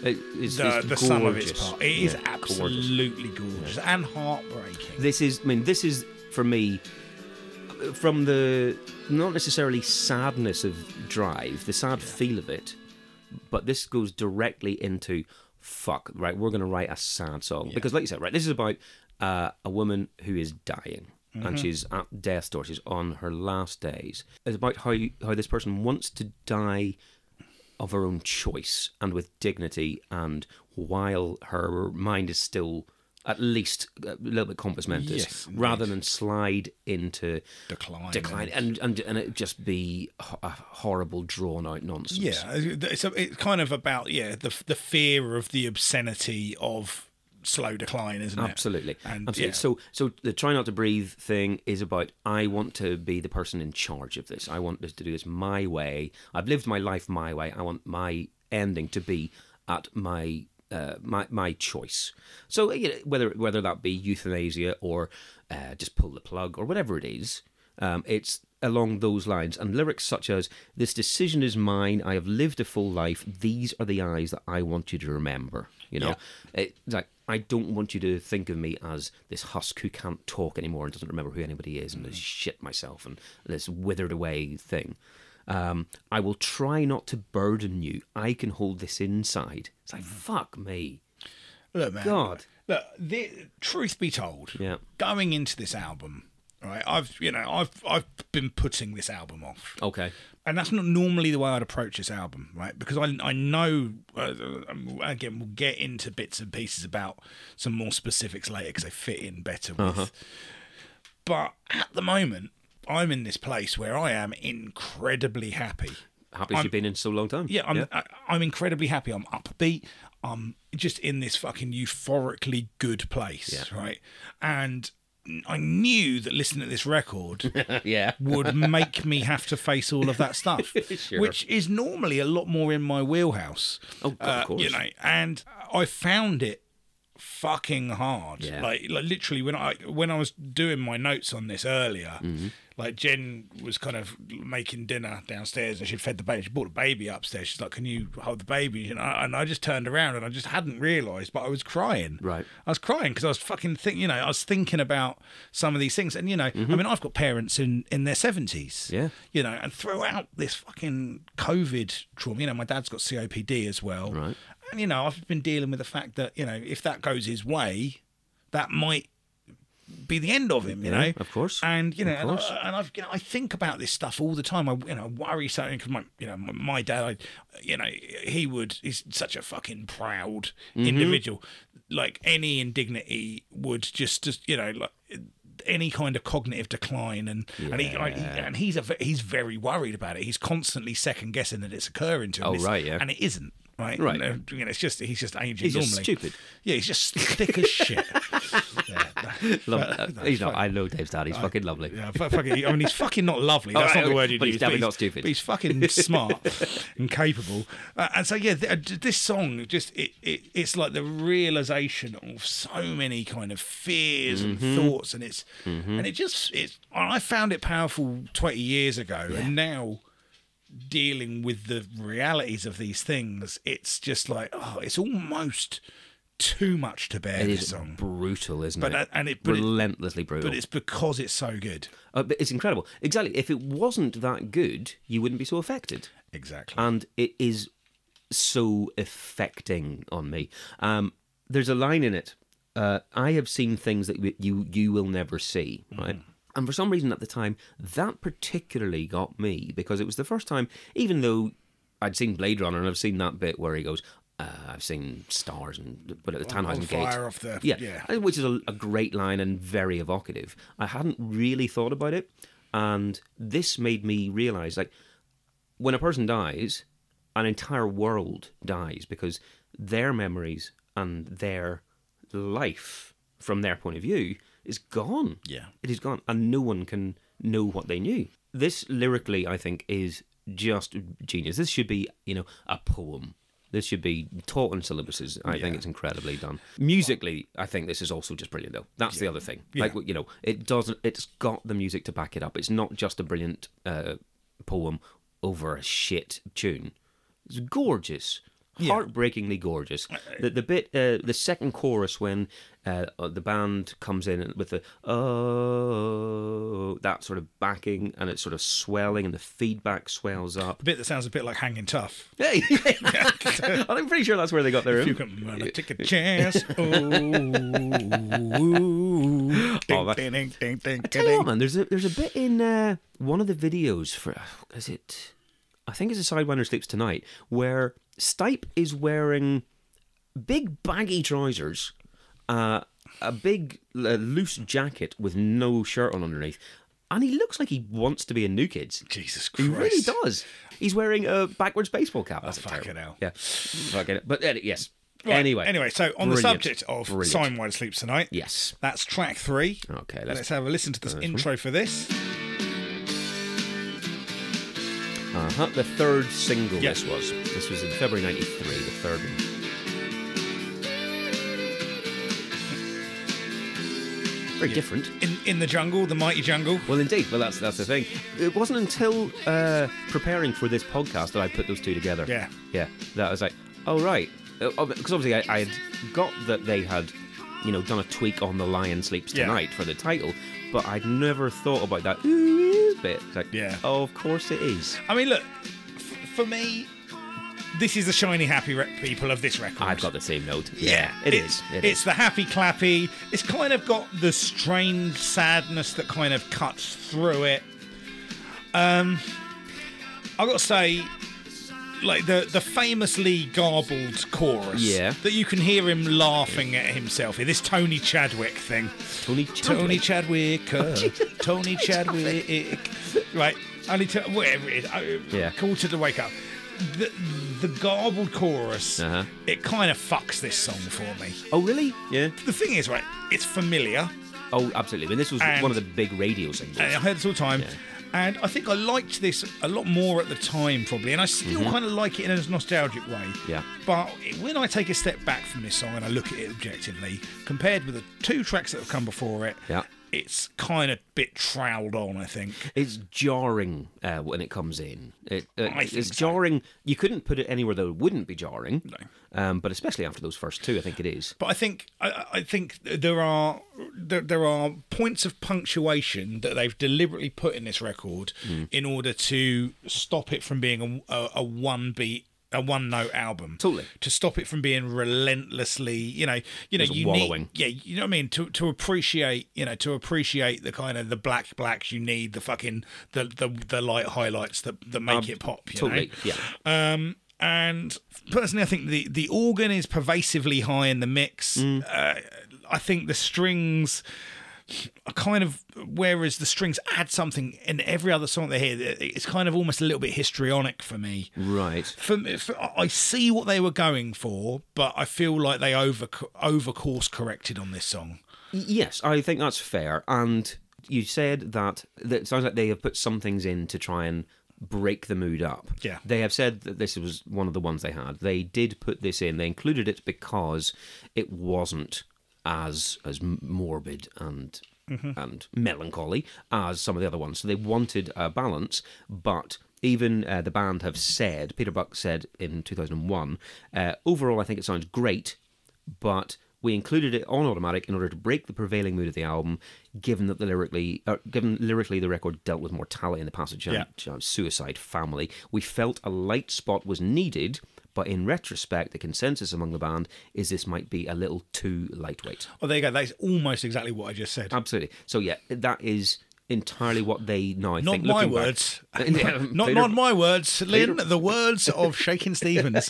B: it, it's,
C: the,
B: it's gorgeous.
C: the sum of its part. It is
B: Yeah, gorgeous.
C: absolutely gorgeous and heartbreaking.
B: This is, I mean, this is for me from the not necessarily sadness of drive, the sad feel of it, but this goes directly into fuck. Right, we're going to write a sad song because, like you said, right, this is about uh, a woman who is dying.
C: Mm-hmm.
B: And she's at death's door. She's on her last days. It's about how how this person wants to die of her own choice and with dignity, and while her mind is still at least a little bit compass mentis,
C: Yes, indeed.
B: rather than slide into
C: Decline.
B: decline and and, and it just be ho- a horrible drawn out nonsense.
C: Yeah, it's, a- it's kind of about yeah the the fear of the obscenity of slow decline, isn't it?
B: Absolutely.
C: And,
B: Absolutely.
C: yeah.
B: So so the try not to breathe thing is about I want to be the person in charge of this. I want this to do this my way. I've lived my life my way. I want my ending to be at my uh, my my choice. So you know, whether whether that be euthanasia or uh, just pull the plug or whatever it is, um, it's along those lines and lyrics such as "This decision is mine. I have lived a full life. These are the eyes that I want you to remember." You know, it's like I don't want you to think of me as this husk who can't talk anymore and doesn't remember who anybody is and
C: Mm.
B: is shit myself and this withered away thing. Um, I will try not to burden you. I can hold this inside. It's
C: Mm.
B: like fuck me.
C: Look, man.
B: God.
C: Look, the, truth be told,
B: Yeah.
C: going into this album, right? I've you know I've I've been putting this album off,
B: Okay.
C: and that's not normally the way I'd approach this album, right? Because I I know uh, um, again we'll get into bits and pieces about some more specifics later because they fit in better with.
B: Uh-huh.
C: But at the moment, I'm in this place where I am incredibly happy.
B: Happy as you've been in so long time.
C: Yeah, I'm I, I'm incredibly happy. I'm upbeat. I'm just in this fucking euphorically good place, right? And I knew that listening to this record
B: yeah.
C: would make me have to face all of that stuff, which is normally a lot more in my wheelhouse. uh,
B: Oh, God, of
C: you
B: course.
C: know, and I found it fucking hard.
B: Yeah.
C: Like, like literally when I when I was doing my notes on this earlier,
B: Mm-hmm.
C: like Jen was kind of making dinner downstairs and she fed the baby. She brought the baby upstairs. She's like, "Can you hold the baby?" And I, and I just turned around and I just hadn't realised, but I was crying.
B: Right.
C: I was crying because I was fucking think, you know, I was thinking about some of these things, and you know, I mean, I've got parents in in their seventies,
B: Mm-hmm. Yeah.
C: you know, and throughout this fucking COVID trauma, you know, my dad's got COPD as well,
B: Right.
C: and you know, I've been dealing with the fact that you know, if that goes his way, that might be the end of him, you
B: Yeah,
C: know,
B: of course.
C: and you know,
B: Of
C: and,
B: course.
C: I, and I've you know, I think about this stuff all the time. I you know, I worry something because my you know, my, my dad, I, you know, he would he's such a fucking proud
B: Mm-hmm.
C: individual. Like any indignity would just just you know like any kind of cognitive decline and and he, I, he and he's a ve- he's very worried about it. He's constantly second guessing that it's occurring to him.
B: Oh,
C: It's-
B: right, yeah.
C: and it isn't. Right,
B: Right.
C: And, uh, you know, it's just he's just aging.
B: He's just
C: normally.
B: stupid.
C: Yeah, he's just thick as shit. Yeah.
B: Love, uh, he's not. I know Dave's dad. He's fucking lovely.
C: Yeah, fu- fucking, I mean, he's fucking not lovely.
B: right,
C: That's not the
B: okay,
C: word you'd
B: but
C: use.
B: he's definitely not stupid.
C: But he's fucking smart and capable. Uh, and so, yeah, th- uh, d- this song just it, it it's like the realization of so many kind of fears
B: Mm-hmm.
C: and thoughts, and it's and it just it's. I found it powerful twenty years ago, and now dealing with the realities of these things, it's just like oh, it's almost too much to bear.
B: It
C: This
B: is
C: song.
B: brutal, isn't
C: But
B: it?
C: that- and it- but it-
B: relentlessly brutal.
C: But it's because it's so good.
B: Uh, but it's incredible. Exactly. If it wasn't that good, you wouldn't be so affected.
C: Exactly.
B: And it is so affecting on me. Um, there's a line in it. Uh, I have seen things that you- you you will never see,
C: Mm-hmm.
B: right? And for some reason at the time, that particularly got me because it was the first time, even though I'd seen Blade Runner and I've seen that bit where he goes, uh, I've seen stars and but at the Tannhausen Gate,
C: Oh, fire off the-
B: yeah,
C: yeah.
B: uh, which is a, a great line and very evocative. I hadn't really thought about it, and this made me realize like when a person dies, an entire world dies because their memories and their life from their point of view is gone.
C: Yeah.
B: It is gone. And no one can know what they knew. This lyrically, I think, is just genius. This should be, you know, a poem. This should be taught in syllabuses. I think it's incredibly done. Musically, I think this is also just brilliant, though. That's the other thing. Like, you know, it doesn't, it's got the music to back it up. It's not just a brilliant uh, poem over a shit tune. It's gorgeous, heartbreakingly gorgeous. The, the bit, uh, the second chorus when uh, the band comes in with the oh that sort of backing and it's sort of swelling and the feedback swells up.
C: The bit that sounds a bit like hanging tough.
B: Hey, I'm pretty sure that's where they got their.
C: You
B: own.
C: can run a ticket chance. Oh, ding,
B: that-
C: ding, ding, ding, ding,
B: Tell you what,
C: ding.
B: man. There's a there's a bit in uh, one of the videos for uh, is it? I think it's a Sidewinder sleeps tonight where Stipe is wearing big baggy trousers, uh, a big uh, loose jacket with no shirt on underneath, and he looks like he wants to be a New Kids.
C: Jesus
B: He
C: Christ.
B: really does. He's wearing a backwards baseball cap. That's
C: fucking hell.
B: Yeah, fucking. But uh, yes.
C: Right,
B: Anyway.
C: Anyway, so on the
B: Brilliant.
C: subject of
B: Brilliant.
C: Sign Wide Sleeps Tonight.
B: Yes.
C: That's track three.
B: Okay,
C: Let's,
B: let's-
C: have a listen to this intro for this.
B: Uh huh. The third single.
C: Yeah.
B: This was. This was in February '93. The third one. Very different.
C: In in the jungle, the mighty jungle.
B: Well, indeed. Well, that's that's the thing. It wasn't until uh, preparing for this podcast that I put those two together.
C: Yeah.
B: Yeah. That I was like, oh right, because obviously I, I had got that they had, you know, done a tweak on the Lion Sleeps
C: Yeah.
B: Tonight for the title, but I'd never thought about that ooh bit. It's like,
C: Yeah.
B: Oh, of course it is.
C: I mean, look, f- for me, this is the shiny happy re- people of this record.
B: I've got the same note. Yeah, it is.
C: It's,
B: It
C: it's
B: is.
C: the happy clappy. It's kind of got the strained sadness that kind of cuts through it. Um, I got to say, like the the famously garbled chorus.
B: Yeah.
C: That you can hear him laughing at himself. in This Tony Chadwick thing.
B: Tony
C: Tony
B: Chadwick.
C: Chadwick. uh, Tony Chadwick. Right. Only to whatever it is. I,
B: Yeah.
C: Call to the wake up. The, the garbled chorus.
B: Uh-huh.
C: It kind of fucks this song for me.
B: Oh, really? Yeah.
C: The thing is, right? It's familiar.
B: Oh, absolutely. I mean, this was
C: And-
B: one of the big radio singles.
C: And I uh, heard this all the time.
B: Yeah.
C: And I think I liked this a lot more at the time, probably. And I still kind of like it in a nostalgic way.
B: Mm-hmm. Yeah.
C: But when I take a step back from this song and I look at it objectively, compared with the two tracks that have come before it,
B: Yeah.
C: it's kind of bit troweled on, I think.
B: it's jarring uh, when it comes in. It, uh,
C: I think
B: it's
C: so.
B: jarring. You couldn't put it anywhere that it wouldn't be jarring. No. Um, but especially after those first two, I think it is.
C: But I think I, I think there are there, there are points of punctuation that they've deliberately put in this record
B: Hmm.
C: in order to stop it from being a, a, a one beat a one note album.
B: Totally.
C: To stop it from being relentlessly, you know, you know,
B: Just
C: you
B: wallowing.
C: need, yeah, you know what I mean. To to appreciate, you know, to appreciate the kind of the black blacks, you need the fucking the the, the light highlights that that make
B: Um,
C: it pop. You
B: Totally.
C: know?
B: Yeah.
C: Um, and personally, I think the, the organ is pervasively high in the mix.
B: Mm.
C: Uh, I think the strings are kind of, whereas the strings add something in every other song they hear, it's kind of almost a little bit histrionic for me.
B: Right.
C: For, me- for I see what they were going for, but I feel like they over over course corrected on this song.
B: Y- Yes, I think that's fair. And you said that, that it sounds like they have put some things in to try and break the mood up.
C: Yeah.
B: They have said that this was one of the ones they had. They did put this in. They included it because it wasn't as as m- morbid and and melancholy as some of the other ones. So they wanted a balance, but even uh, the band have said, Peter Buck said in 2001, uh, overall I think it sounds great, but we included it on automatic in order to break the prevailing mood of the album, given that the lyrically, uh, given lyrically the record dealt with mortality in the passage of
C: Yeah.
B: uh, suicide family. We felt a light spot was needed, but in retrospect, the consensus among the band is this might be a little too lightweight.
C: Oh, there you go. That's almost exactly what I just said.
B: Absolutely. So yeah, that is entirely what they now
C: Not
B: think.
C: my
B: looking back-
C: words.
B: Yeah,
C: not
B: Peter-
C: not my words, Lynn. The words of Shaking Stevens.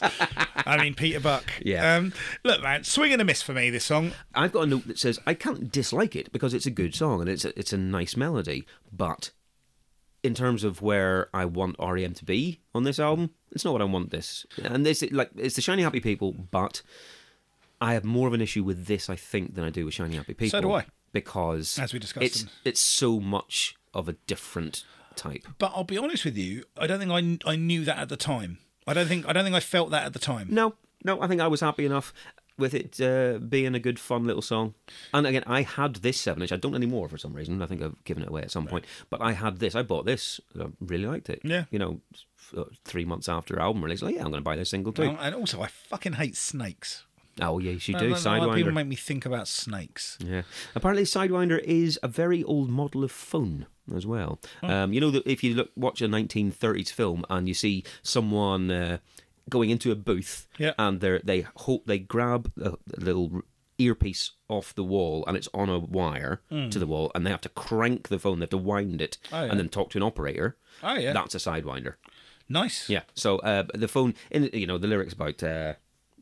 C: I mean Peter Buck.
B: Yeah.
C: Um, look, man, swing and a miss for me. This song.
B: I've got a note that says I can't dislike it because it's a good song and it's a, it's a nice melody, but in terms of where I want REM to be on this album, it's not what I want this. And this like it's the shiny happy people, but I have more of an issue with this, I think, than I do with Shiny Happy People.
C: So do I.
B: Because
C: As we discussed
B: it's
C: in-
B: it's so much of a different type.
C: But I'll be honest with you, I don't think I I knew that at the time. I don't think I don't think I felt that at the time.
B: No, no, I think I was happy enough with it uh, being a good, fun little song. And again, I had this seven inch. I don't anymore for some reason. I think I've given it away at some point. But I had this. I bought this. I really liked it.
C: Yeah.
B: You know, f- uh, three months after album release, like, yeah, I'm going to buy this single too.
C: Well, and also, I fucking hate snakes.
B: Oh yes, you
C: No,
B: do.
C: no, no, People
B: Sidewinder.
C: make me think about snakes.
B: Yeah. Apparently, Sidewinder is a very old model of phone as well.
C: Hmm.
B: Um, you know that if you look watch a 1930s film and you see someone uh, going into a booth,
C: Yeah.
B: and they they hope they grab a little earpiece off the wall and it's on a wire to the wall and they have to crank the phone they have to wind it
C: Hmm. Oh, yeah.
B: and then talk to an operator
C: Oh, yeah.
B: that's a sidewinder
C: Nice.
B: yeah. So uh, the phone, in you know, the lyrics about uh,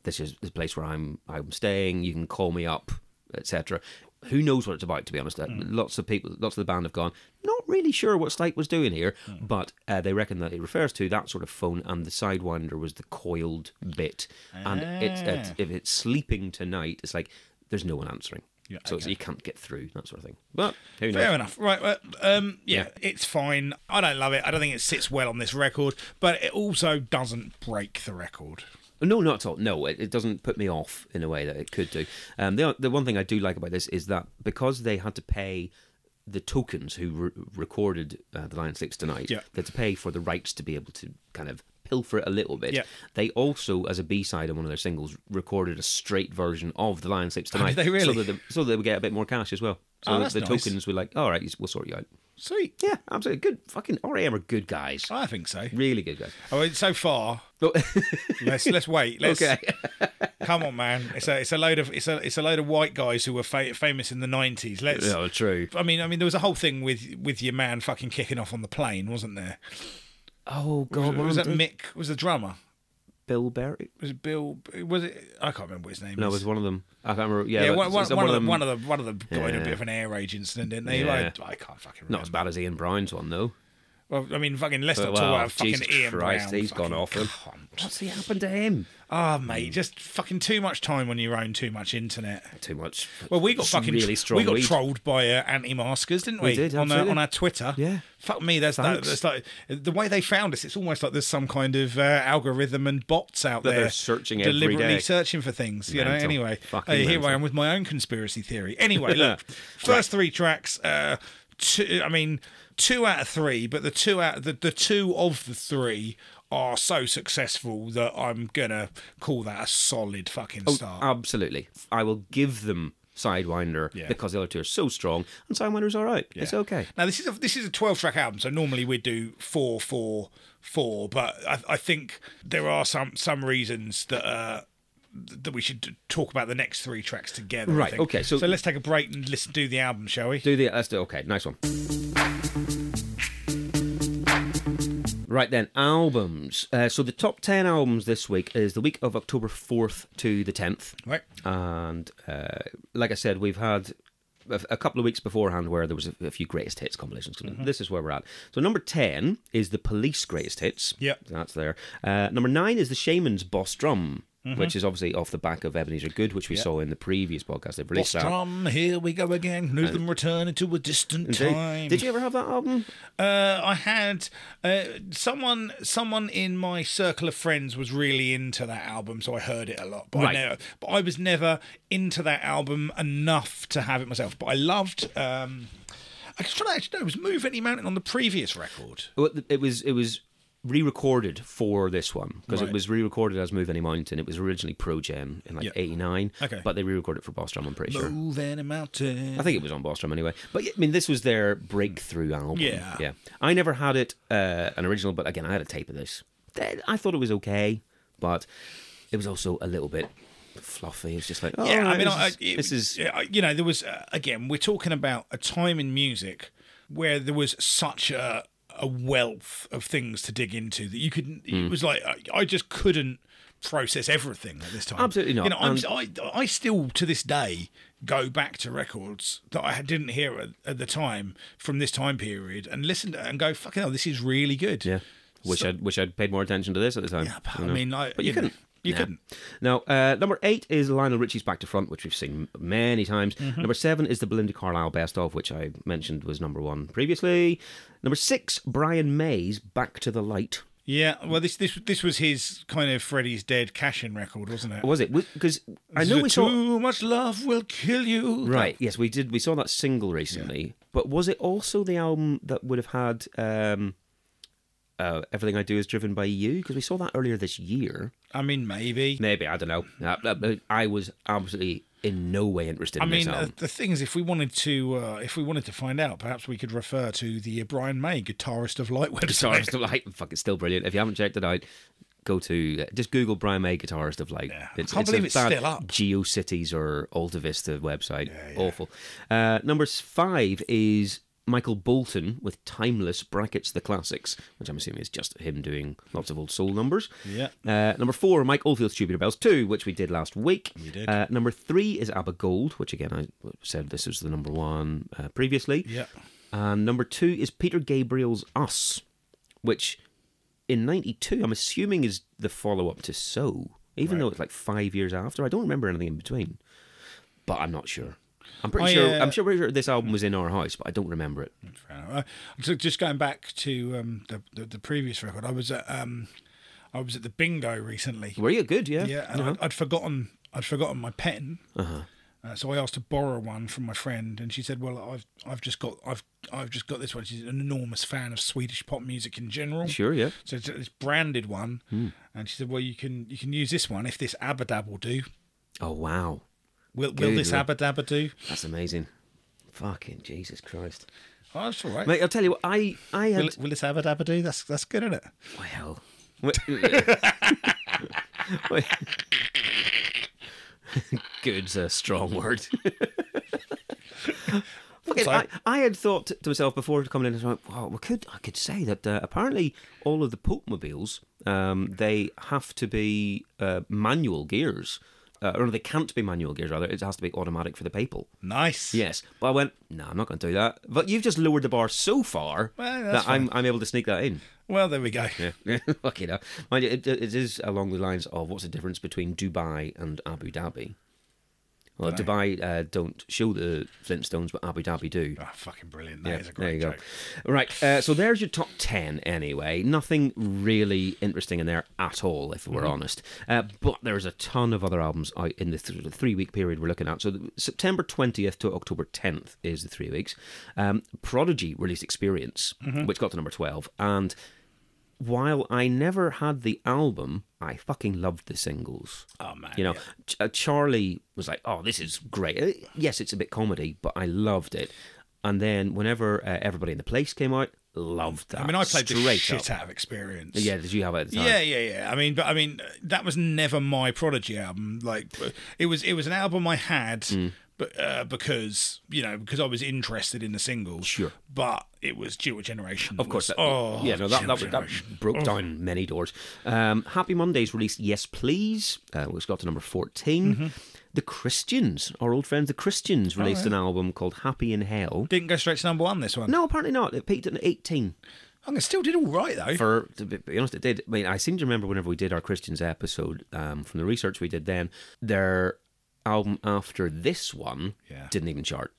B: this is the place where I'm I'm staying. You can call me up, etc. Who knows what it's about? To be honest, Uh,
C: Hmm.
B: lots of people, lots of the band have gone. Not really sure what Slate was doing here,
C: Hmm.
B: but uh, they reckon that it refers to that sort of phone, and the Sidewinder was the coiled bit, and it's,
C: Ah.
B: it's if it's sleeping tonight, it's like there's no one answering,
C: Yeah,
B: so it's, you can't get through that sort of thing. But who knows?
C: Fair enough. Right. Well, um, yeah,
B: Yeah.
C: it's fine. I don't love it. I don't think it sits well on this record, but it also doesn't break the record.
B: No, not at all. No, it, it doesn't put me off in a way that it could do. Um, the, the one thing I do like about this is that because they had to pay the tokens who re- recorded uh, The Lion Sleeps Tonight,
C: Yeah.
B: they had to pay for the rights to be able to kind of pilfer it a little bit.
C: Yeah.
B: They also, as a B-side on one of their singles, recorded a straight version of The Lion Sleeps Tonight.
C: did they
B: So
C: really?
B: that, the, so they would get a bit more cash as well. So
C: Oh,
B: the-
C: that's
B: the
C: nice.
B: tokens were like, all right, we'll sort you out.
C: Sweet. Oh.
B: Yeah, absolutely. Good. Fucking R.E.M. are good guys.
C: I think so.
B: Really good guys.
C: I mean, so far,
B: Oh,
C: let's let's wait. Let's,
B: okay.
C: Come on, man. It's a it's a load of it's a it's a load of white guys who were fa- famous in the nineties. Let's.
B: no, true.
C: I mean, I mean, there was a whole thing with with your man fucking kicking off on the plane, wasn't there?
B: Oh, God. what
C: was
B: am
C: that
B: I doing?
C: Mick? Was the drummer?
B: Bill Berry?
C: Was it Bill? Was it? I can't remember what his name.
B: No, it
C: is.
B: was one of them. I can't remember. Yeah,
C: yeah,
B: but
C: one,
B: it's-
C: one,
B: it's
C: one of the, one of the one of the guy had a
B: Yeah.
C: bit of an air raid incident, didn't they?
B: Yeah.
C: I, I can't fucking remember.
B: Not as bad as Ian Brown's one though.
C: Well, I mean, fucking let's not
B: But,
C: talk
B: well,
C: about fucking
B: Jesus
C: Ian
B: Christ,
C: Brown.
B: he's
C: fucking
B: gone off him. Mm.
C: cunt.
B: What's he happened to him?
C: Ah, mate, just fucking too much time on your own, too much internet.
B: Too much.
C: Well, we got
B: Some
C: fucking
B: really strong.
C: we got
B: weed.
C: trolled by uh, anti-maskers, didn't we?
B: did,
C: on, our,
B: absolutely.
C: on our Twitter.
B: Yeah.
C: Fuck me, there's that,
B: Thanks.
C: that's like the way they found us. It's almost like there's some kind of uh, algorithm and bots out
B: That
C: there
B: they're searching every
C: deliberately
B: day.
C: searching for things. You know.
B: Mental.
C: Anyway,
B: Fucking
C: uh, here
B: mental.
C: I am with my own conspiracy theory. Anyway, look, first three tracks. Uh, two, I mean, two out of three, but the two out the, the two of the three. Are so successful that I'm gonna call that a solid fucking
B: Oh,
C: start.
B: Absolutely. I will give them Sidewinder
C: Yeah.
B: because the other two are so strong, and Sidewinder's all right. It's okay.
C: Now this is a this is a twelve track album, so normally we do four, four, four. But I, I think there are some some reasons that uh, that we should talk about the next three tracks together. I
B: Right,
C: think.
B: okay, so-
C: so let's take a break and listen do the album, shall we?
B: Do the let's do okay. Nice one. Right then, albums. Uh, so the top ten albums this week is the week of October fourth to the tenth.
C: Right.
B: and uh, like I said, we've had a, a couple of weeks beforehand where there was a, a few greatest hits compilations.
C: Mm-hmm.
B: This is where we're at. So number ten is the Police greatest hits.
C: Yep.
B: that's there. Uh, number nine is the Shaman's Boss Drum.
C: Mm-hmm.
B: Which is obviously off the back of Ebenezer Good, which we saw in the previous podcast. They've released that.
C: From here we go again. Move
B: Uh,
C: them returning to a distant
B: Did-
C: time.
B: Did you ever have that album?
C: Uh, I had uh, someone someone in my circle of friends was really into that album, so I heard it a lot. But I
B: Right.
C: never, but I was never into that album enough to have it myself. But I loved. Um, I was trying to actually know, it was Move Any Mountain on the previous record.
B: Well, It was it was re-recorded for this one because
C: Right.
B: it was re-recorded as Move Any Mountain. It was originally Pro Gen in like
C: Yeah.
B: '89,
C: Okay.
B: but they re-recorded it for Boss Drum. I'm pretty sure.
C: Move Any Mountain.
B: I think it was on Boss Drum anyway. But yeah, I mean, this was their breakthrough album.
C: Yeah.
B: yeah. I never had it uh, an original, but again, I had a tape of this. Th- I thought it was okay, but it was also a little bit fluffy. It's just like, oh,
C: yeah, I mean,
B: this,
C: I,
B: is,
C: it-
B: this is
C: yeah, I- you know, there was uh, again, we're talking about a time in music where there was such a a wealth of things to dig into that you couldn't.
B: Hmm.
C: It was like I, I just couldn't process everything at this time.
B: Absolutely not.
C: You know, I'm,
B: And-
C: I I still to this day go back to records that I didn't hear at, at the time from this time period and listen to it and go, fucking hell, this is really good.
B: yeah. Wish I'd wish I'd paid more attention to this at the time.
C: Yeah, but
B: you
C: I
B: know.
C: mean, I,
B: but you
C: you know,
B: couldn't.
C: You
B: Nah.
C: couldn't.
B: Now, uh, number eight is Lionel Richie's Back to Front, which we've seen many times.
C: Mm-hmm.
B: Number seven is the Belinda Carlisle Best of, which I mentioned was number one previously. Number six, Brian May's Back to the Light.
C: Yeah, well, this this this was his kind of Freddy's Dead cash-in record, wasn't it?
B: Was it? Because I know
C: The
B: we saw.
C: too much love will kill you.
B: Right, yes, we did. We saw that single recently. But was it also the album that would have had um, uh, Everything I Do Is Driven by You? Because we saw that earlier this year.
C: I mean, maybe.
B: Maybe, I don't know. Uh, uh, I was absolutely in no way interested
C: I
B: in
C: mean,
B: this
C: uh,
B: album.
C: the thing is, if we wanted to, uh, if we wanted to find out, perhaps we could refer to the uh, Brian May guitarist of light website.
B: Guitarist of Light. Fuck, it's still brilliant. If you haven't checked it out, go to uh, just Google Brian May Guitarist of Light. It's,
C: can't believe
B: a
C: it's
B: bad
C: still up.
B: GeoCities or AltaVista website. Awful. Uh, number five is Michael Bolton with Timeless brackets the classics, which I'm assuming is just him doing lots of old soul numbers.
C: Yeah.
B: Uh, number four, Mike Oldfield's Tubular Bells 2, which we did last week. We
C: did.
B: Uh, number three is ABBA Gold, which again I said this was the number one uh, previously.
C: Yeah.
B: And Um, number two is Peter Gabriel's Us, which in 92, I'm assuming is the follow up to So, even though it's like five years after. I don't remember anything in between, but I'm not sure. I'm pretty
C: I,
B: sure.
C: uh,
B: I'm sure, pretty sure this album was in our house, but I don't remember it.
C: Fair enough. Uh, so just going back to um, the, the the previous record, I was at um, I was at the bingo recently.
B: Were you good? Yeah.
C: Yeah, uh, and I'd, I'd forgotten I'd forgotten my pen.
B: Uh-huh.
C: Uh, so I asked to borrow one from my friend, and she said, "Well, I've I've just got I've I've just got this one." She's an enormous fan of Swedish pop music in general.
B: Sure. Yeah.
C: So it's this branded one,
B: Hmm.
C: and she said, "Well, you can you can use this one if this Abba Dab will do.
B: Oh wow,
C: Will will
B: Good
C: this
B: lord.
C: Abba Dabba do?"
B: that's amazing. Fucking Jesus Christ,
C: Oh, that's all right.
B: mate! I'll tell you what. I I had
C: Will, will this Abba Dabba do? That's that's good, isn't it?
B: Well. Wait. Good's a strong word. Fucking, I,
C: Sorry.
B: I had thought to myself before coming in, I was like, wow, we could, I could say that uh, apparently all of the Pope mobiles, um, they have to be uh, manual gears. Uh, or they can't be manual gears, rather. It has to be automatic for the papal.
C: Nice.
B: Yes, but I went. No, I'm not going to do that. But you've just lowered the bar so far
C: Well, that's
B: that I'm, I'm able to sneak that in.
C: Well, there we go.
B: Yeah, fuck it up. Mind you, it, it is along the lines of what's the difference between Dubai and Abu Dhabi? Well, Dubai uh, don't show the Flintstones, but Abu Dhabi do.
C: Ah, fucking brilliant. That is a
B: there you
C: great joke.
B: go. Right, uh, so there's your top 10 anyway. Nothing really interesting in there at all, if
C: Mm-hmm.
B: we're honest. Uh, but there's a ton of other albums out in the, th- the three week period we're looking at. So the, September 20th to October 10th is the three weeks. Um, Prodigy released Experience,
C: Mm-hmm.
B: which got to number 12. And while I never had the album, I fucking loved the singles.
C: Oh man.
B: You know, Ch- uh, Charlie was like, "Oh, this is great." Uh, Yes, it's a bit comedy, but I loved it. And then whenever uh, everybody in the place came out, loved that.
C: I mean, I played
B: straight
C: the
B: up.
C: shit out of Experience.
B: Yeah, did you have it? At the time?
C: Yeah, yeah, yeah. I mean, but I mean, that was never my Prodigy album. Like, it was it was an album I had,
B: Hmm.
C: but uh, because you know because I was interested in the singles.
B: Sure.
C: But it was Dual Generation.
B: Of course, that,
C: oh,
B: yeah, no, that,
C: Dual
B: that, that
C: Generation. Oh.
B: broke down many doors. Um, Happy Mondays released Yes Please, uh, which got to number 14.
C: Mm-hmm.
B: The Christians, our old friends, The
C: Oh,
B: Christians released an album called Happy in Hell.
C: didn't go straight to number one. This one.
B: No, apparently not. It peaked at 18.
C: I mean, it still did all right though.
B: for to be be honest, it did. I mean, I seem to remember whenever we did our Christians episode um, from the research we did then, their album after this one
C: Yeah.
B: didn't even chart.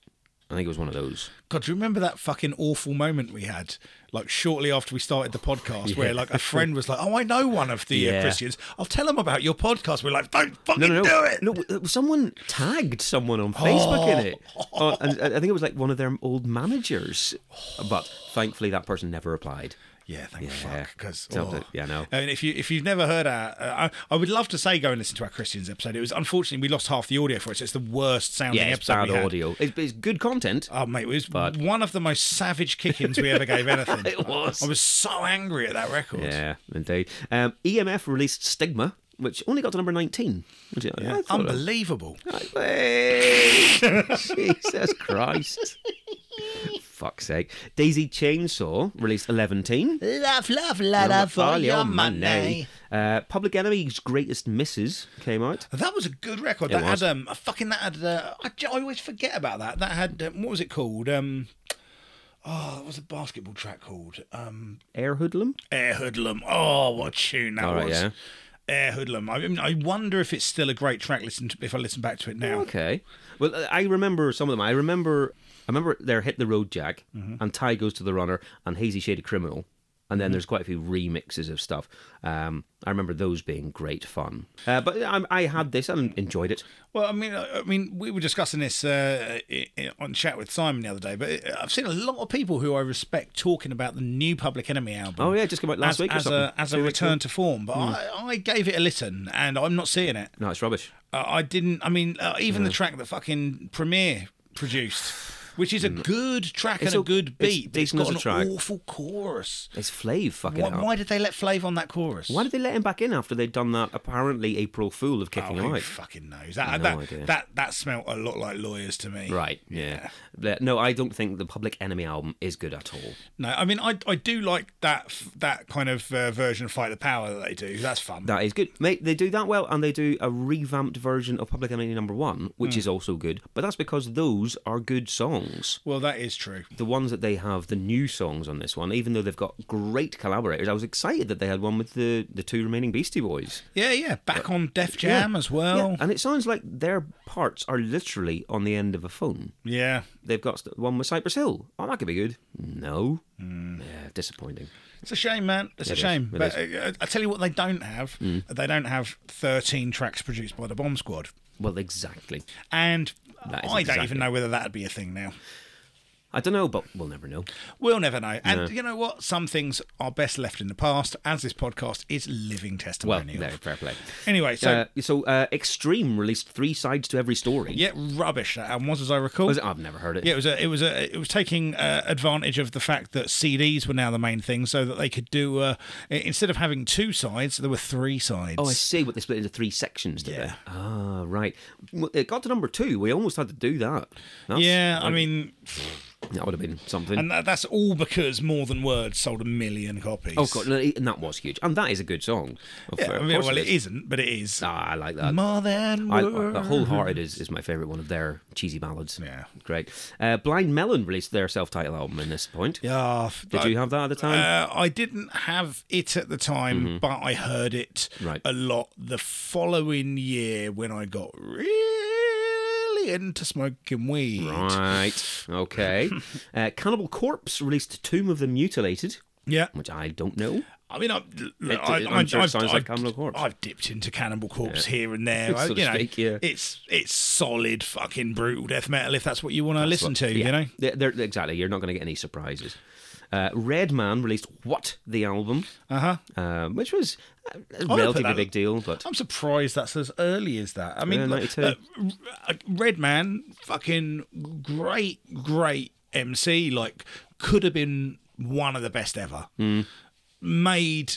B: I think it was one of those.
C: God, do you remember that fucking awful moment we had, like shortly after we started the podcast, where like a friend was like, "Oh, I know one of the
B: Yeah.
C: uh, Christians. I'll tell them about your podcast." We're like, "Don't fucking
B: No, no, no,
C: do it."
B: no. w- Someone tagged someone on Facebook in it, oh, and I think it was like one of their old managers. But thankfully, that person never replied.
C: Yeah, thank
B: Yeah.
C: fuck. Because
B: Don't do- yeah, no.
C: I mean, if you if you've never heard our, uh, I, I would love to say go and listen to our Christians episode. It was unfortunately we lost half the audio for it, so it's the worst sounding
B: Yeah, it's
C: episode.
B: bad
C: we had.
B: audio. It's, it's good content.
C: Oh mate, it was one of the most savage kick-ins we ever gave anything.
B: It was.
C: I, was so angry at that record.
B: Yeah, indeed. Um, EMF released Stigma, which only got to number nineteen. Which I- I thought-
C: Unbelievable.
B: Like, "Hey, Jesus Christ. Fuck's sake. Daisy Chainsaw released 11 teen.
C: Love, love, love
B: Uh, Public Enemy's Greatest Misses came out.
C: That was a good record. that
B: was.
C: had um, a fucking that had. Uh, I, j- I always forget about that. That had um, what was it called? Um, oh, what was the basketball track called? Um,
B: Air Hoodlum.
C: Air Hoodlum. Oh, what a tune that
B: All right,
C: was.
B: yeah.
C: Air Hoodlum. I mean, I wonder if it's still a great track. Listen, to, if I listen back to it now.
B: Okay. Well, uh, I remember some of them. I remember, I remember there hit the road, Jack,
C: Mm-hmm.
B: and Ty goes to the runner, and Hazy Shade of Criminal, and then there's quite a few remixes of stuff. Um, I remember those being great fun. Uh, but I, I had this and enjoyed it.
C: Well, I mean, I I mean, we were discussing this uh, i- i- on chat with Simon the other day, but uh, I've seen a lot of people who I respect talking about the new Public Enemy album.
B: Oh yeah, just came out last
C: as,
B: week or
C: as a
B: something.
C: as a
B: Two weeks Hmm.
C: return to form, but I, I gave it a listen, and I'm not seeing it.
B: No, it's rubbish.
C: Uh, I didn't. I mean, uh, even
B: Hmm.
C: the track that fucking Premiere produced, which is a good track
B: Hmm. It's
C: and a
B: o-
C: good
B: it's
C: beat, but it's
B: decent as
C: got
B: a
C: an
B: track.
C: awful chorus.
B: It's Flav fucking
C: Why,
B: out.
C: why did they let Flav on that chorus?
B: Why did they let him back in after they'd done that apparently April Fool of
C: Oh,
B: kicking him
C: who
B: out?
C: fucking knows? That,
B: No
C: that,
B: idea.
C: that that smelt a lot like lawyers to me.
B: Right, yeah. But No, I don't think the Public Enemy album is good at all.
C: No, I mean, I I do like that f- that kind of uh, version of Fight the Power that they do. That's fun.
B: That is good. Mate, they do that well, and they do a revamped version of Public Enemy number one, which is also good, but that's because those are good songs.
C: well, that is true.
B: The ones that they have, the new songs on this one, even though they've got great collaborators, I was excited that they had one with the, the two remaining Beastie Boys.
C: Yeah, yeah. Back on Def Jam as well.
B: Yeah, and it sounds like their parts are literally on the end of a phone.
C: yeah.
B: They've got st- one with Cypress Hill. Oh, that could be good. No.
C: Mm.
B: Yeah, disappointing.
C: It's a shame, man. It's a
B: It is. Mm.
C: shame.
B: It
C: But uh, I tell you what, they don't have. They don't have 13 tracks produced by the Bomb Squad,
B: Well, exactly.
C: and
B: That is
C: I don't
B: exactly-
C: even know whether that'd be a thing now.
B: I don't know, but we'll never know.
C: We'll never know. And you know what? Some things are best left in the past, as this podcast is living
B: Well,
C: testimony.
B: there, fair play.
C: Anyway, so
B: uh, so uh, Extreme released three sides to every story.
C: yeah, rubbish that album was, as I recall.
B: Was it- I've never heard it.
C: Yeah, it was a, it was a, it was taking uh, advantage of the fact that CDs were now the main thing, so that they could do uh, i- instead of having two sides, there were three sides.
B: Oh, I see. What they split into three sections. Did
C: Yeah.
B: They? Ah, right. Well, It got to number two. We almost had to do that. That's-
C: yeah, I mean,
B: that would have been something.
C: and that, that's all because More Than Words sold a million copies.
B: oh god, no, and that was huge. And that is a good song. Of- of
C: yeah, I mean,
B: course
C: well, it
B: is.
C: isn't, but it is.
B: Ah, I like that.
C: More Than
B: I,
C: Words.
B: uh, Wholehearted is, is my favourite one of their cheesy ballads.
C: Yeah.
B: Great. Uh, Blind Melon released their self titled album in this point.
C: yeah, f-
B: Did you have that at the time?
C: Uh, I didn't have it at the time, but I heard it
B: Mm-hmm. Right.
C: a lot the following year when I got really into smoking weed.
B: Right. Okay. uh, Cannibal Corpse released Tomb of the Mutilated,
C: Yeah.
B: which I don't know.
C: I mean, I, look,
B: It-
C: I,
B: it-
C: I,
B: I'm sure it
C: I've,
B: sounds
C: I've,
B: like Cannibal Corpse.
C: I've dipped into Cannibal Corpse here and there.
B: So
C: I-
B: to
C: you know,
B: speak, yeah.
C: it's it's solid fucking brutal death metal if that's what you want to listen to. You know,
B: They're, they're- exactly. You're not going to get any surprises. Uh, Red Man released What the album,
C: uh huh.
B: um, which was a
C: put
B: relatively
C: that-
B: big deal, but
C: I'm surprised that's as early as that. I mean,
B: Yeah,
C: like,
B: 92.
C: uh, R- Red Man, fucking great, great MC. Like, could have been one of the best ever.
B: Hmm.
C: Made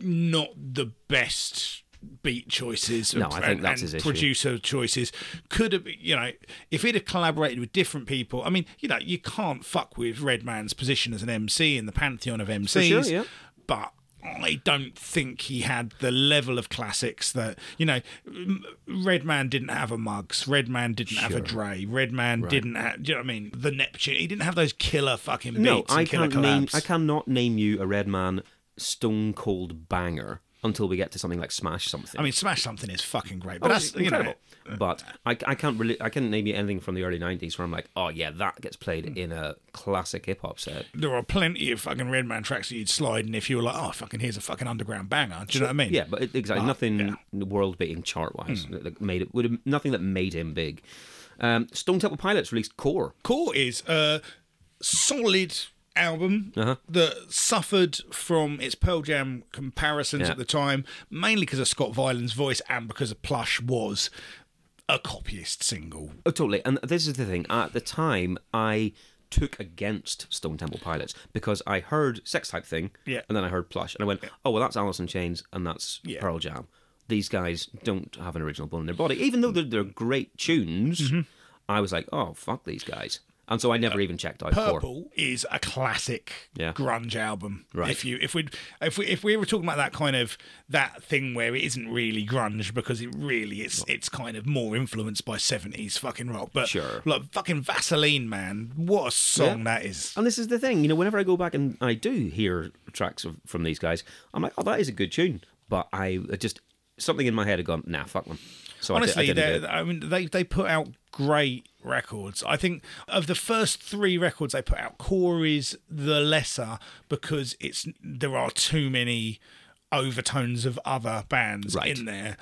C: not the best beat choices
B: No, I think that's
C: and
B: his issue.
C: producer choices could have been- you know if he'd have collaborated with different people i mean you know you can't fuck with redman's position as an mc in the pantheon of mcs
B: sure, yeah.
C: but I don't think he had the level of classics that you know. m- Redman didn't have a Mugs. Redman didn't have a Dre. Redman didn't have. Do you know what I mean? The Neptune. He didn't have those killer fucking beats.
B: no, I
C: and killer
B: can't name.
C: collabs.
B: I cannot name you a Red Man Stone Cold banger until we get to something like Smash something.
C: I mean, Smash Something is fucking great, but
B: Oh,
C: that's
B: it's
C: you know. uh,
B: incredible. But I, I can't really I can't name you anything from the early '90s where I'm like, oh yeah, that gets
C: Hmm.
B: played in a classic hip hop set.
C: There are plenty of fucking Redman tracks that you'd slide, and if you were like, "Oh, fucking, here's a fucking underground banger," do you know what I mean?
B: Yeah, but it, exactly nothing
C: yeah. Hmm.
B: world beating chart wise that, that made it would have, nothing that made him big. Um, Stone Temple Pilots released Core.
C: Core is a solid album
B: Uh-huh.
C: that suffered from its Pearl Jam comparisons
B: Yeah.
C: at the time, mainly because of Scott Weiland's voice and because of Plush was a copyist single.
B: Oh, totally. And this is the thing. At the time, I took against Stone Temple Pilots because I heard Sex Type Thing,
C: Yeah.
B: and then I heard Plush, and I went, oh well, that's Alice in Chains, and that's
C: Yeah.
B: Pearl Jam. These guys don't have an original bone in their body, even though they're, they're great tunes.
C: Mm-hmm.
B: I was like, oh fuck these guys, and so I never even checked out Core.
C: Purple is a classic
B: Yeah.
C: grunge album.
B: Right.
C: If you if we if we if we were talking about that kind of that thing where it isn't really grunge because it really it's it's kind of more influenced by seventies fucking rock. But
B: Sure.
C: like fucking Vaseline man, what a song
B: Yeah.
C: that is.
B: And this is the thing, you know, whenever I go back and I do hear tracks of, from these guys, I'm like, oh, that is a good tune. But I I just something in my head had gone, nah, fuck them. So
C: Honestly,
B: I, did, I
C: they're-
B: didn't do it.
C: I mean, they they put out great records. I think of the first three records they put out, Corey's the lesser because it's there are too many overtones of other bands
B: Right.
C: in there.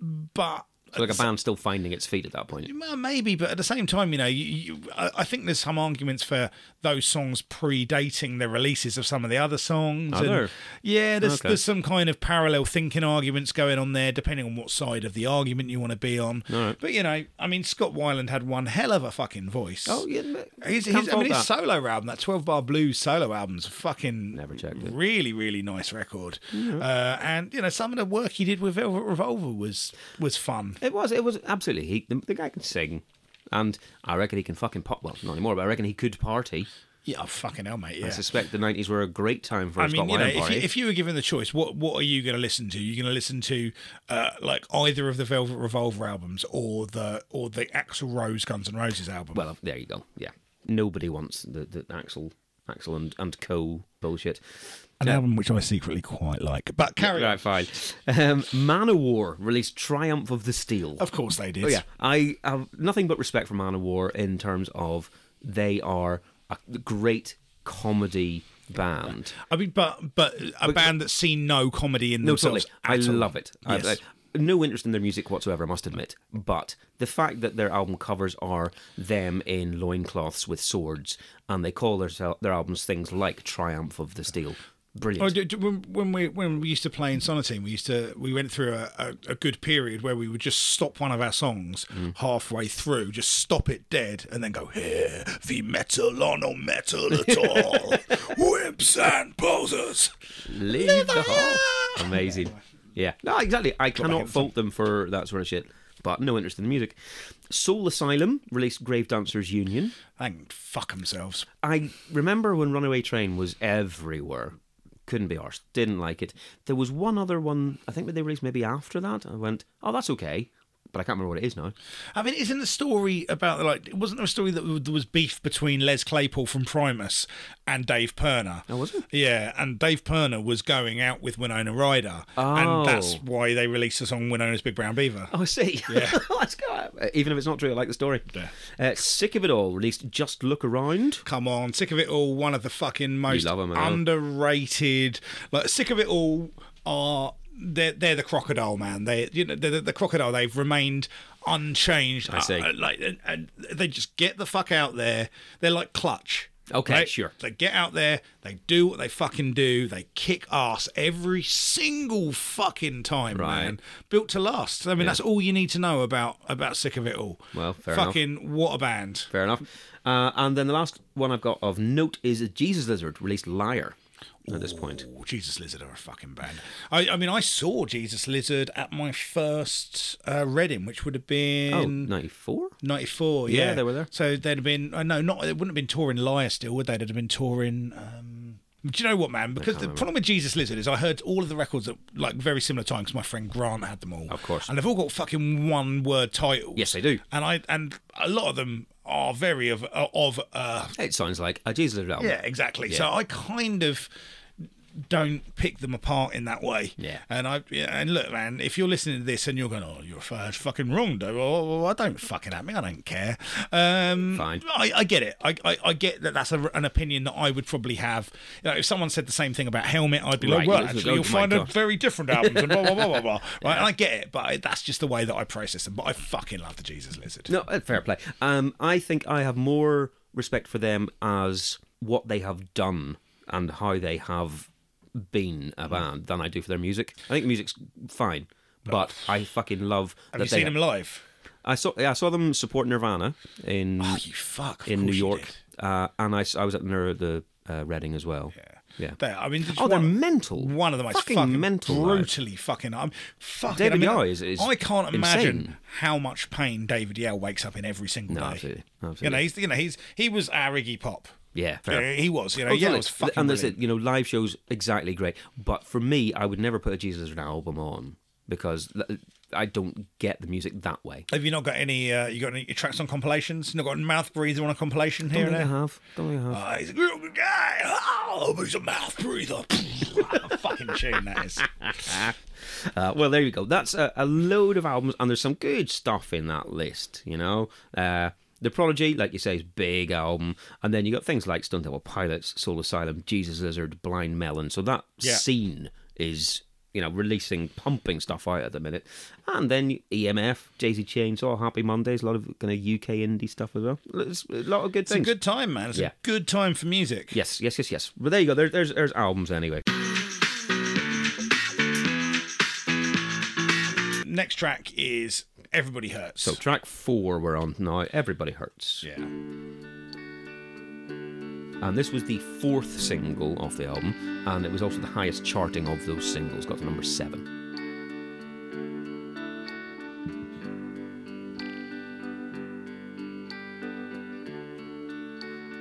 C: But
B: So like a band still finding its feet at that point.
C: Well, Maybe, but at the same time, you know, you, you, I I think there's some arguments for those songs predating the releases of some of the other songs.
B: Are
C: and-
B: there?
C: Yeah, there's,
B: Okay.
C: there's some kind of parallel thinking arguments going on there, depending on what side of the argument you want to be on. But you know, I mean, Scott Weiland had one hell of a fucking voice.
B: Oh yeah, mate.
C: His,
B: Can't
C: his, I
B: fault
C: mean, his
B: that.
C: solo album, that 12 Bar Blues solo album's a fucking
B: Never checked it.
C: really, really nice record. Uh, and, you know, some of the work he did with Velvet Revolver was was fun.
B: It was. It was absolutely. He, the, the guy can sing, and I reckon he can fucking pop. Well, not anymore, but I reckon he could party.
C: Yeah, oh, fucking hell, mate. Yeah.
B: I suspect the nineties were a great time for a
C: I mean,
B: Scott
C: you know,
B: Weiland
C: if
B: party.
C: you, if you were given the choice, what what are you going to listen to? You're going to listen to uh, like either of the Velvet Revolver albums or the or the Axl Rose Guns N' Roses album.
B: well, there you go. Yeah, nobody wants the, the Axel, Axel and, and Co bullshit.
C: an album which I secretly quite like. But carry on.
B: Right, fine. Um, Manowar released Triumph of the Steel.
C: Of course they did.
B: Oh, yeah. I have nothing but respect for Manowar in terms of they are a great comedy band.
C: I mean, but but a band that's seen no comedy in
B: No, totally.
C: themselves.
B: I
C: at all.
B: love it. I-
C: Yes.
B: I- no interest in their music whatsoever, I must admit. But the fact that their album covers are them in loincloths with swords, and they call their their albums things like "Triumph of the Steel,"
C: Oh,
B: brilliant.
C: do, do, when, when we when we used to play in Sonatine, we used to we went through a, a, a good period where we would just stop one of our songs halfway through, just stop it dead, and then go here the metal or no metal at all, wimps and posers.
B: Leave the hall. Amazing. Yeah. No, exactly. I cannot fault them for that sort of shit. But no interest in the music. Soul Asylum released Grave Dancers Union.
C: Thank fuck themselves.
B: I remember when Runaway Train was everywhere. Couldn't be arsed. Didn't like it. There was one other one, I think that they released maybe after that. I went, oh, that's okay. But I can't remember what it is now.
C: I mean, isn't the story about like it wasn't there a story that w- there was beef between Les Claypool from Primus and Dave Perna?
B: Oh, was it?
C: Yeah, and Dave Perna was going out with Winona Ryder,
B: Oh.
C: and that's why they released the song "Winona's Big Brown Beaver."
B: Oh, I see. Yeah. Let's go. Uh, Even if it's not true, I like the story.
C: Yeah.
B: Uh, Sick of It All released Just Look Around.
C: Come on, Sick of It All, one of the fucking most
B: love 'em, I know.
C: underrated. Like Sick of It All are they're they're the crocodile man. They you know they're the- the crocodile. They've remained unchanged. I
B: see.
C: like and, and they just get the fuck out there. They're like clutch.
B: Okay, sure.
C: They get out there, they do what they fucking do, they kick ass every single fucking time,
B: Right.
C: man. Built to last. I mean, that's all you need to know about about Sick of It All.
B: Well, fair enough.
C: fucking what a band.
B: Fair enough. Uh, and then the last one I've got of note is Jesus Lizard released Liar at this point.
C: Ooh, Jesus Lizard are a fucking band. I, I mean, I saw Jesus Lizard at my first uh, Reading, which would have
B: Oh,
C: been
B: 94?
C: '94.
B: Yeah,
C: Yeah.
B: they were there.
C: So they'd have been. Uh, no, not. They wouldn't have been touring Liar still, would they? They'd have been touring. Um, do you know what, man? Because the problem with Jesus Lizard is I heard all of the records at like very similar time because my friend Grant had them all.
B: Of course.
C: And they've all got fucking one word titles.
B: Yes, they do.
C: And I and a lot of them are very of of uh,
B: It sounds like a Jesus Lizard album.
C: yeah, exactly. So
B: Yeah.
C: I kind of don't pick them apart in that way.
B: Yeah.
C: And I yeah, and look, man, if you're listening to this and you're going, oh, you're f- fucking wrong, though. Oh, I don't fucking at me. I don't care. Um,
B: Fine.
C: I, I get it. I, I, I get that that's a, an opinion that I would probably have. You know, if someone said the same thing about Helmet, I'd be
B: Right,
C: like, well,
B: you'll-
C: actually,
B: oh
C: you'll
B: my
C: find a
B: God.
C: very different albums and blah blah blah blah blah. Right. And I get it, but I, that's just the way that I process them. But I fucking love the Jesus Lizard.
B: No, uh, fair play. Um, I think I have more respect for them as what they have done and how they have been
C: Mm.
B: a band than I do for their music. I think the music's fine, but I fucking love
C: have
B: that
C: you
B: they.
C: seen them live?
B: I saw yeah, I saw them support Nirvana in
C: Oh, you fuck. of
B: in New
C: course you
B: York,
C: did.
B: uh, and I, s- I was at Nir- the uh, Reading as well. Yeah.
C: They- I mean,
B: Oh, they're
C: one-
B: mental.
C: One of the most
B: fucking,
C: fucking,
B: mental. like.
C: brutally fucking. I'm fucking.
B: David
C: I mean,
B: Yao is- is
C: I can't imagine
B: insane.
C: how much pain David Yao wakes up in every single
B: No,
C: day.
B: absolutely,
C: You know,
B: absolutely.
C: he's you know he's he was our Iggy Pop.
B: Yeah,
C: You
B: fair.
C: know, he was. You know,
B: Oh,
C: yeah,
B: totally.
C: it was fucking.
B: and that's
C: brilliant.
B: it. You know, live shows exactly great. But for me, I would never put a Jesus Lizard album on because th- I don't get the music that way.
C: Have you not got any? Uh, you got any tracks on compilations? Not got a mouth breather on a compilation here
B: Don't
C: and
B: think I
C: there. Ah,
B: have. Don't think I have.
C: Uh, he's a good guy. Oh, he's a mouth breather. fucking tune that is.
B: Uh, well, there you go. That's a, a load of albums, and there's some good stuff in that list. You know, uh, the Prodigy, like you say, is big album, and then you got things like Stone Temple Pilots, Soul Asylum, Jesus Lizard, Blind Melon. So that
C: Yeah.
B: scene is you know releasing, pumping stuff out at the minute, and then E EMF, Jay Z Chainsaw, Happy Mondays, a lot of kind of UK indie stuff as well. It's a lot of good
C: It's a
B: things.
C: good time, man. It's
B: Yeah.
C: a good time for music.
B: Yes, yes, yes, yes. But there you go. There, there's there's albums anyway.
C: Next track is Everybody Hurts.
B: So track four we're on now. Everybody hurts.
C: yeah.
B: and this was the fourth single off the album, and it was also the highest charting of those singles, got to number seven.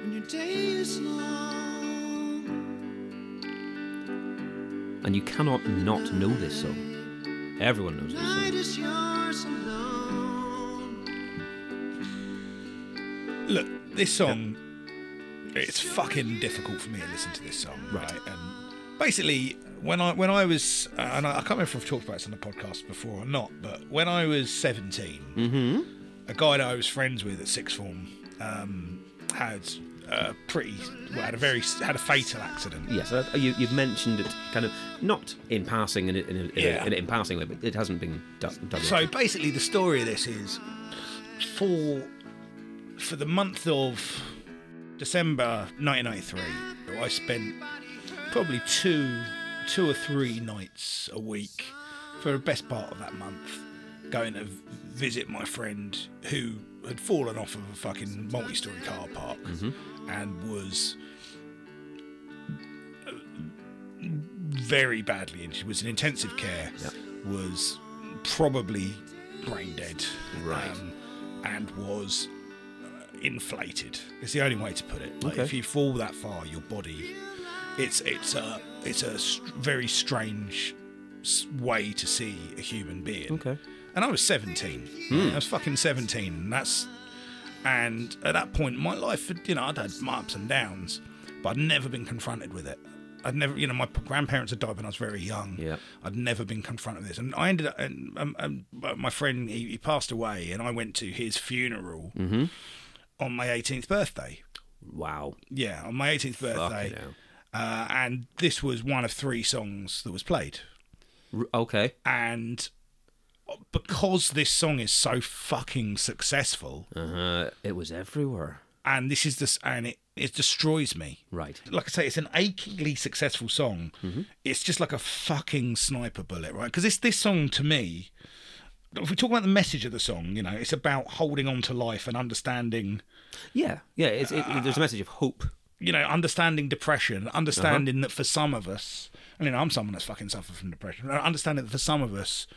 D: When your day is long,
B: And you cannot not know this song. Everyone knows this
D: night
B: song.
D: is yours alone.
C: Look, this song, it's fucking difficult for me to listen to this song, right? And basically, when I when I was, uh, and I, I can't remember if I've talked about this on the podcast before or not, but when I was 17 a guy that I was friends with at sixth form um, had a pretty, well, had a very had a fatal accident.
B: Yes, uh, you, you've mentioned it kind of not in passing in a, in a, in a-
C: Yeah.
B: in, a, in passing way, but it hasn't been done. done yet.
C: So basically, the story of this is for for the month of December 1993, I spent probably two two or three nights a week for the best part of that month going to visit my friend who had fallen off of a fucking multi-story car park and was very badly injured, was in intensive care, was probably brain dead,
B: Right.
C: um, and was uh, inflated. It's the only way to put it. Like
B: Okay.
C: If you fall that far, your body, it's it's a it's a s- very strange s- way to see a human being.
B: Okay.
C: And I was 17.
B: Hmm.
C: I was fucking 17. And that's and at that point, in my life, had- you know, I'd had my ups and downs, but I'd never been confronted with it. I'd never, you know, my p- grandparents had died when I was very young.
B: Yeah.
C: I'd never been confronted with this, and I ended up, and um, um, my friend he, he passed away, and I went to his funeral
B: Mm-hmm.
C: on my 18th birthday.
B: wow,
C: Yeah, on my 18th
B: fucking
C: birthday,
B: hell.
C: uh, and this was one of three songs that was played
B: R- Okay,
C: and because this song is so fucking successful
B: uh, it was everywhere.
C: and this is this and it, it destroys me
B: Right.
C: like i say it's an achingly successful song it's just like a fucking sniper bullet right because this this song to me if we talk about the message of the song you know it's about holding on to life and understanding
B: Yeah, yeah. It's, it, there's a message of hope.
C: you know, understanding depression, understanding
B: Uh-huh.
C: that for some of us, and you know, I'm someone that's fucking suffered from depression. I understand that for some of us,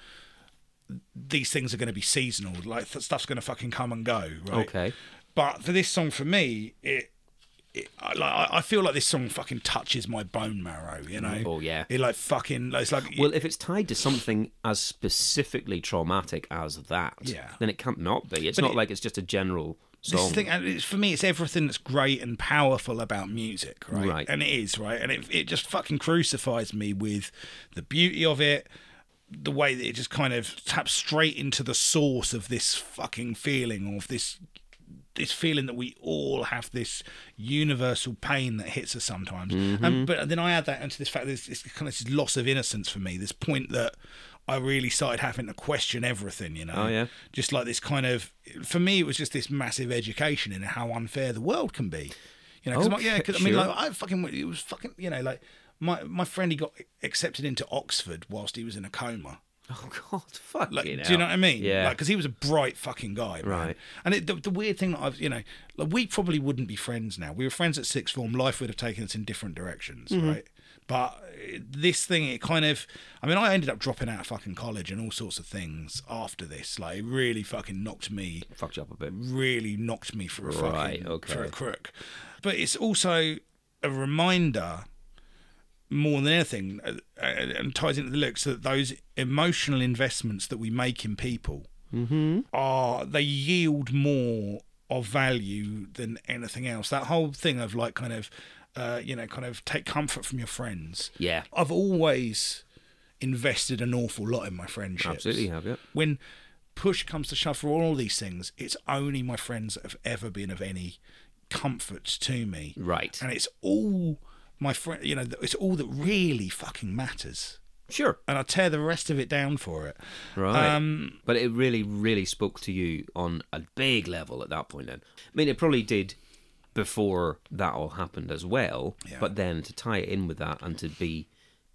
C: these things are going to be seasonal. Like th- stuff's going to fucking come and go, right?
B: Okay.
C: But for this song, for me, it. it I, like, I- I feel like this song fucking touches my bone marrow, you know.
B: Oh, yeah.
C: It like fucking. It's like
B: Well, if it's tied to something as specifically traumatic as that,
C: Yeah.
B: then it can't not be. It's
C: But
B: not
C: it-
B: like it's just a general
C: this
B: song.
C: thing and it's, for me it's everything that's great and powerful about music right,
B: Right.
C: and it is right and it, it just fucking crucifies me with the beauty of it the way that it just kind of taps straight into the source of this fucking feeling of this this feeling that we all have this universal pain that hits us sometimes
B: Mm-hmm.
C: and but then i add that into this fact that it's, it's kind of this loss of innocence for me this point that i really started having to question everything you know
B: Oh, yeah.
C: just like this kind of for me it was just this massive education in how unfair the world can be you know 'cause my- yeah
B: Okay,
C: 'cause i mean
B: sure.
C: like i fucking it was fucking you know like my my friend he got accepted into oxford whilst he was in a coma
B: Oh God, fuck
C: like, do you know what I mean?
B: Yeah.
C: because he was a bright fucking guy, man.
B: Right.
C: And it, the, the weird thing that I've, you know, like we probably wouldn't be friends now. We were friends at sixth form. Life would have taken us in different directions,
B: Mm-hmm.
C: right? But uh, this thing, it kind of, I mean, I ended up dropping out of fucking college and all sorts of things after this. Like, it really fucking knocked me
B: Fucked you up a bit.
C: really knocked me for a
B: Right,
C: fucking
B: okay.
C: for a crook. But it's also a reminder, more than anything, uh, uh, and ties into the lyrics that those emotional investments that we make in people
B: Mm-hmm.
C: are they yield more of value than anything else. That whole thing of like kind of uh, you know, kind of take comfort from your friends.
B: Yeah.
C: I've always invested an awful lot in my friendships.
B: Absolutely have, yeah.
C: When push comes to shove for all these things, it's only my friends that have ever been of any comfort to me.
B: Right.
C: And it's all my friend, you know, it's all that really fucking matters.
B: Sure.
C: And I tear the rest of it down for it.
B: Right.
C: Um,
B: but it really, really spoke to you on a big level at that point then. I mean, it probably did before that all happened as well. But then to tie it in with that and to be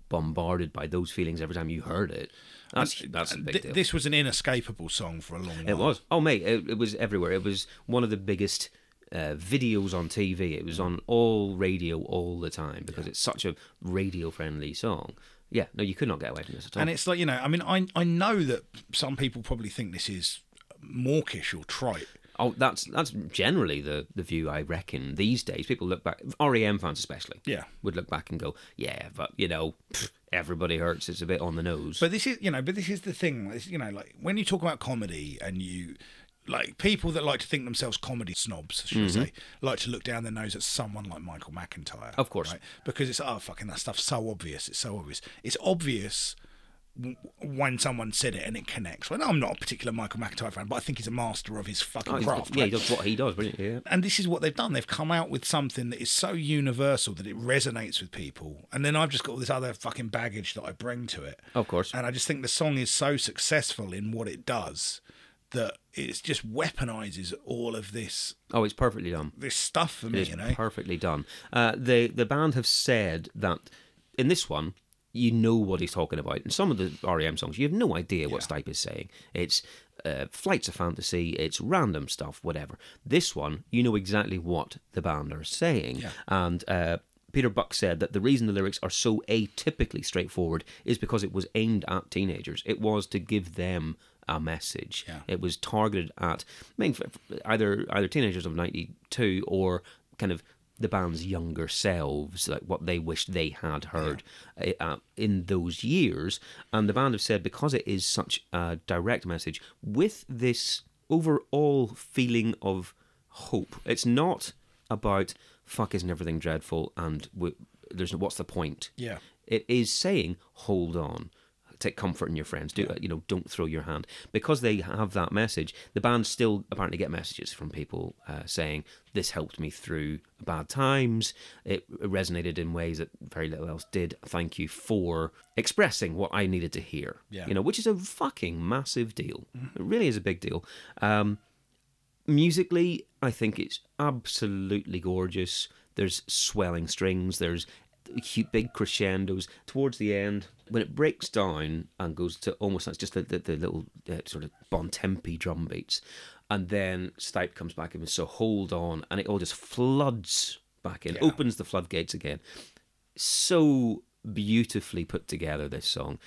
B: bombarded by those feelings every time you heard it, that's, that's a big
C: Th-
B: deal.
C: This was an inescapable song for a long while.
B: It was. Oh, mate, it, it was everywhere. It was one of the biggest uh, videos on TV. It was on all radio all the time because it's such a radio friendly song. Yeah, no, you could not get away from this at all.
C: And it's like, you know, I mean, I, I know that some people probably think this is mawkish or trite.
B: oh, that's that's generally the, the view I reckon these days. People look back, REM fans especially,
C: Yeah.
B: would look back and go, yeah, but you know, pfft, everybody hurts. It's a bit on the nose.
C: But this is, you know, but this is the thing, like, you know, like when you talk about comedy and you, like people that like to think themselves comedy snobs, should
B: Mm-hmm.
C: I say, like to look down their nose at someone like Michael McIntyre.
B: Of course.
C: Because it's, oh, fucking that stuff's so obvious. It's so obvious. It's obvious w- when someone said it and it connects. Well, I'm not a particular Michael McIntyre fan, but I think he's a master of his fucking
B: Oh, he's-
C: craft.
B: yeah, he
C: right?
B: does what he does, brilliant. Yeah.
C: and this is what they've done. They've come out with something that is so universal that it resonates with people. And then I've just got all this other fucking baggage that I bring to it.
B: Of course.
C: And I just think the song is so successful in what it does that it just weaponizes all of this
B: Oh, it's perfectly done.
C: this stuff for me,
B: It is
C: you know.
B: perfectly done. Uh, the the band have said that in this one, you know what he's talking about. In some of the REM songs, you have no idea what Stipe is saying. It's uh, flights of fantasy, it's random stuff, whatever. This one, you know exactly what the band are saying, and. Uh, Peter Buck said that the reason the lyrics are so atypically straightforward is because it was aimed at teenagers. It was to give them a message. It was targeted at I mean, f- f- either either teenagers of '92 or kind of the band's younger selves, like what they wished they had heard uh, uh, in those years. And the band have said because it is such a direct message with this overall feeling of hope. It's not about fuck isn't everything dreadful and w- there's no, what's the point.
C: Yeah.
B: It is saying, hold on, take comfort in your friends. Do you know? Don't throw your hand because they have that message. The band still apparently get messages from people uh, saying this helped me through bad times. It resonated in ways that very little else did. Thank you for expressing what I needed to hear.
C: Yeah.
B: You know, which is a fucking massive deal. It really is a big deal. Um, musically, I think it's absolutely gorgeous. There's swelling strings. There's hu- big crescendos towards the end when it breaks down and goes to almost that's just the, the, the little uh, sort of bon tempi drum beats, and then Stipe comes back and so hold on, and it all just floods back in, opens the floodgates again. So beautifully put together this song.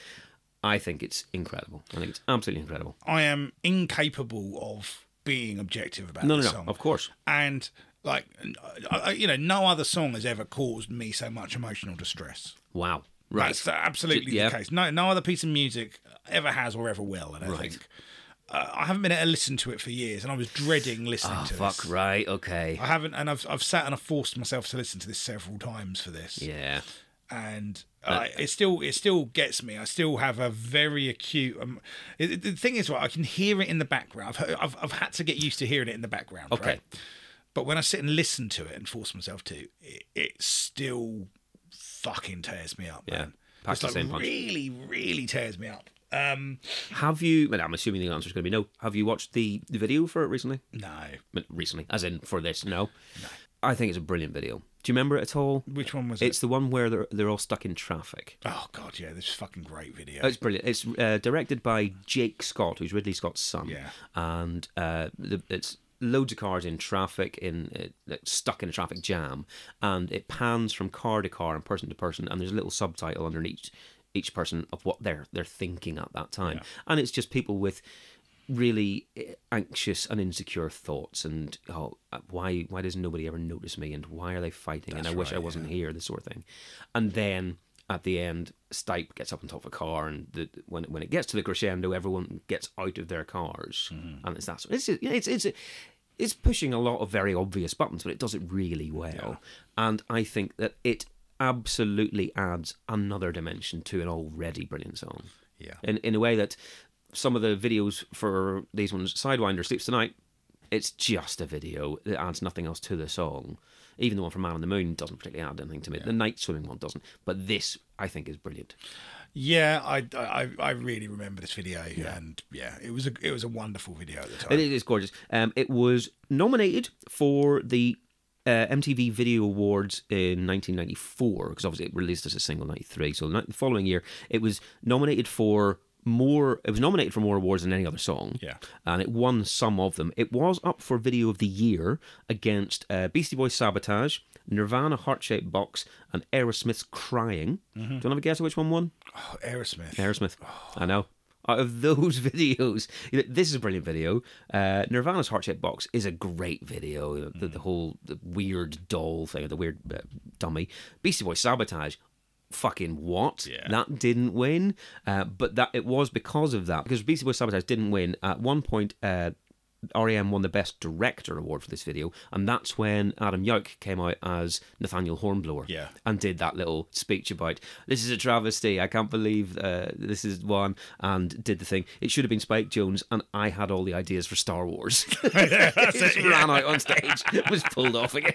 B: I think it's incredible. I think it's absolutely incredible.
C: I am incapable of being objective about
B: No, no,
C: this
B: no.
C: song.
B: Of course.
C: And like I- I- you know, no other song has ever caused me so much emotional distress.
B: Wow. Right.
C: That's absolutely
B: Yeah.
C: the case. No, no other piece of music ever has or ever will. I don't think. Uh, I haven't been able to listen to it for years, and I was dreading listening
B: Oh,
C: to
B: fuck,
C: this.
B: right, okay.
C: I haven't, and I've I've sat and I've forced myself to listen to this several times for this,
B: Yeah.
C: and uh, it still it still gets me. I still have a very acute. Um, it, it- the thing is, right, I can hear it in the background. I've, heard, I've I've had to get used to hearing it in the background.
B: Okay.
C: right? but when I sit and listen to it and force myself to, it, it still fucking tears me up.
B: Yeah.
C: man.
B: Packs
C: It's
B: the
C: like
B: same punch.
C: really, really tears me up. Um,
B: Have you, well, I'm assuming the answer is going to be no. Have you watched the, the video for it recently?
C: no,
B: But Recently, as in for this, no. I think it's a brilliant video. Do you remember it at all?
C: which one was
B: It's
C: it?
B: the one where they're, they're all stuck in traffic.
C: Oh god, yeah, this is fucking great video.
B: It's brilliant. It's uh, directed by Jake Scott, who's Ridley Scott's son.
C: Yeah.
B: And uh, the, it's loads of cars in traffic, in uh, like, stuck in a traffic jam, and it pans from car to car and person to person, and there's a little subtitle underneath each person of what they're they're thinking at that time, and it's just people with really eh, anxious and insecure thoughts and oh uh, why why does nobody ever notice me and why are they fighting and i wish i wasn't here this sort of thing and then at the end stipe gets up on top of a car and the, when when it gets to the crescendo everyone gets out of their cars and it's that sort- it's, just- you know, it's it's it's pushing a lot of very obvious buttons, but it does it really well. And I think that it absolutely adds another dimension to an already brilliant song.
A: Yeah.
B: In in a way that some of the videos for these ones, Sidewinder Sleeps Tonight, it's just a video that adds nothing else to the song. Even the one from Man on the Moon doesn't particularly add anything to me. The night swimming one doesn't. But this I think is brilliant.
C: Yeah, I, I I really remember this video, and yeah, it was a it was a wonderful video at the time.
B: It is gorgeous. Um, it was nominated for the uh, MTV Video Awards in 1994 because obviously it released as a single in '93. So the ni- the following year, it was nominated for more. It was nominated for more awards than any other song.
C: Yeah.
B: and it won some of them. It was up for Video of the Year against uh, Beastie Boys' "Sabotage." Nirvana Heart Shaped Box and Aerosmith's Crying. Do you want to have a guess at which one won?
C: Oh, Aerosmith.
B: Aerosmith. I know. Out of those videos, you know, this is a brilliant video. Uh, Nirvana's Heart Shaped Box is a great video. You know, the, the whole the weird doll thing, the weird uh, dummy. Beastie Boys Sabotage. Fucking what?
C: Yeah.
B: That didn't win, uh, but that it was because of that. Because Beastie Boys Sabotage didn't win. At one point, uh, REM won the Best Director award for this video, and that's when Adam Yauch came out as Nathaniel Hornblower
C: Yeah.
B: and did that little speech about this is a travesty. I can't believe uh, this is one, and did the thing. It should have been Spike Jones, and I had all the ideas for Star Wars. it just ran out on stage, was pulled off again.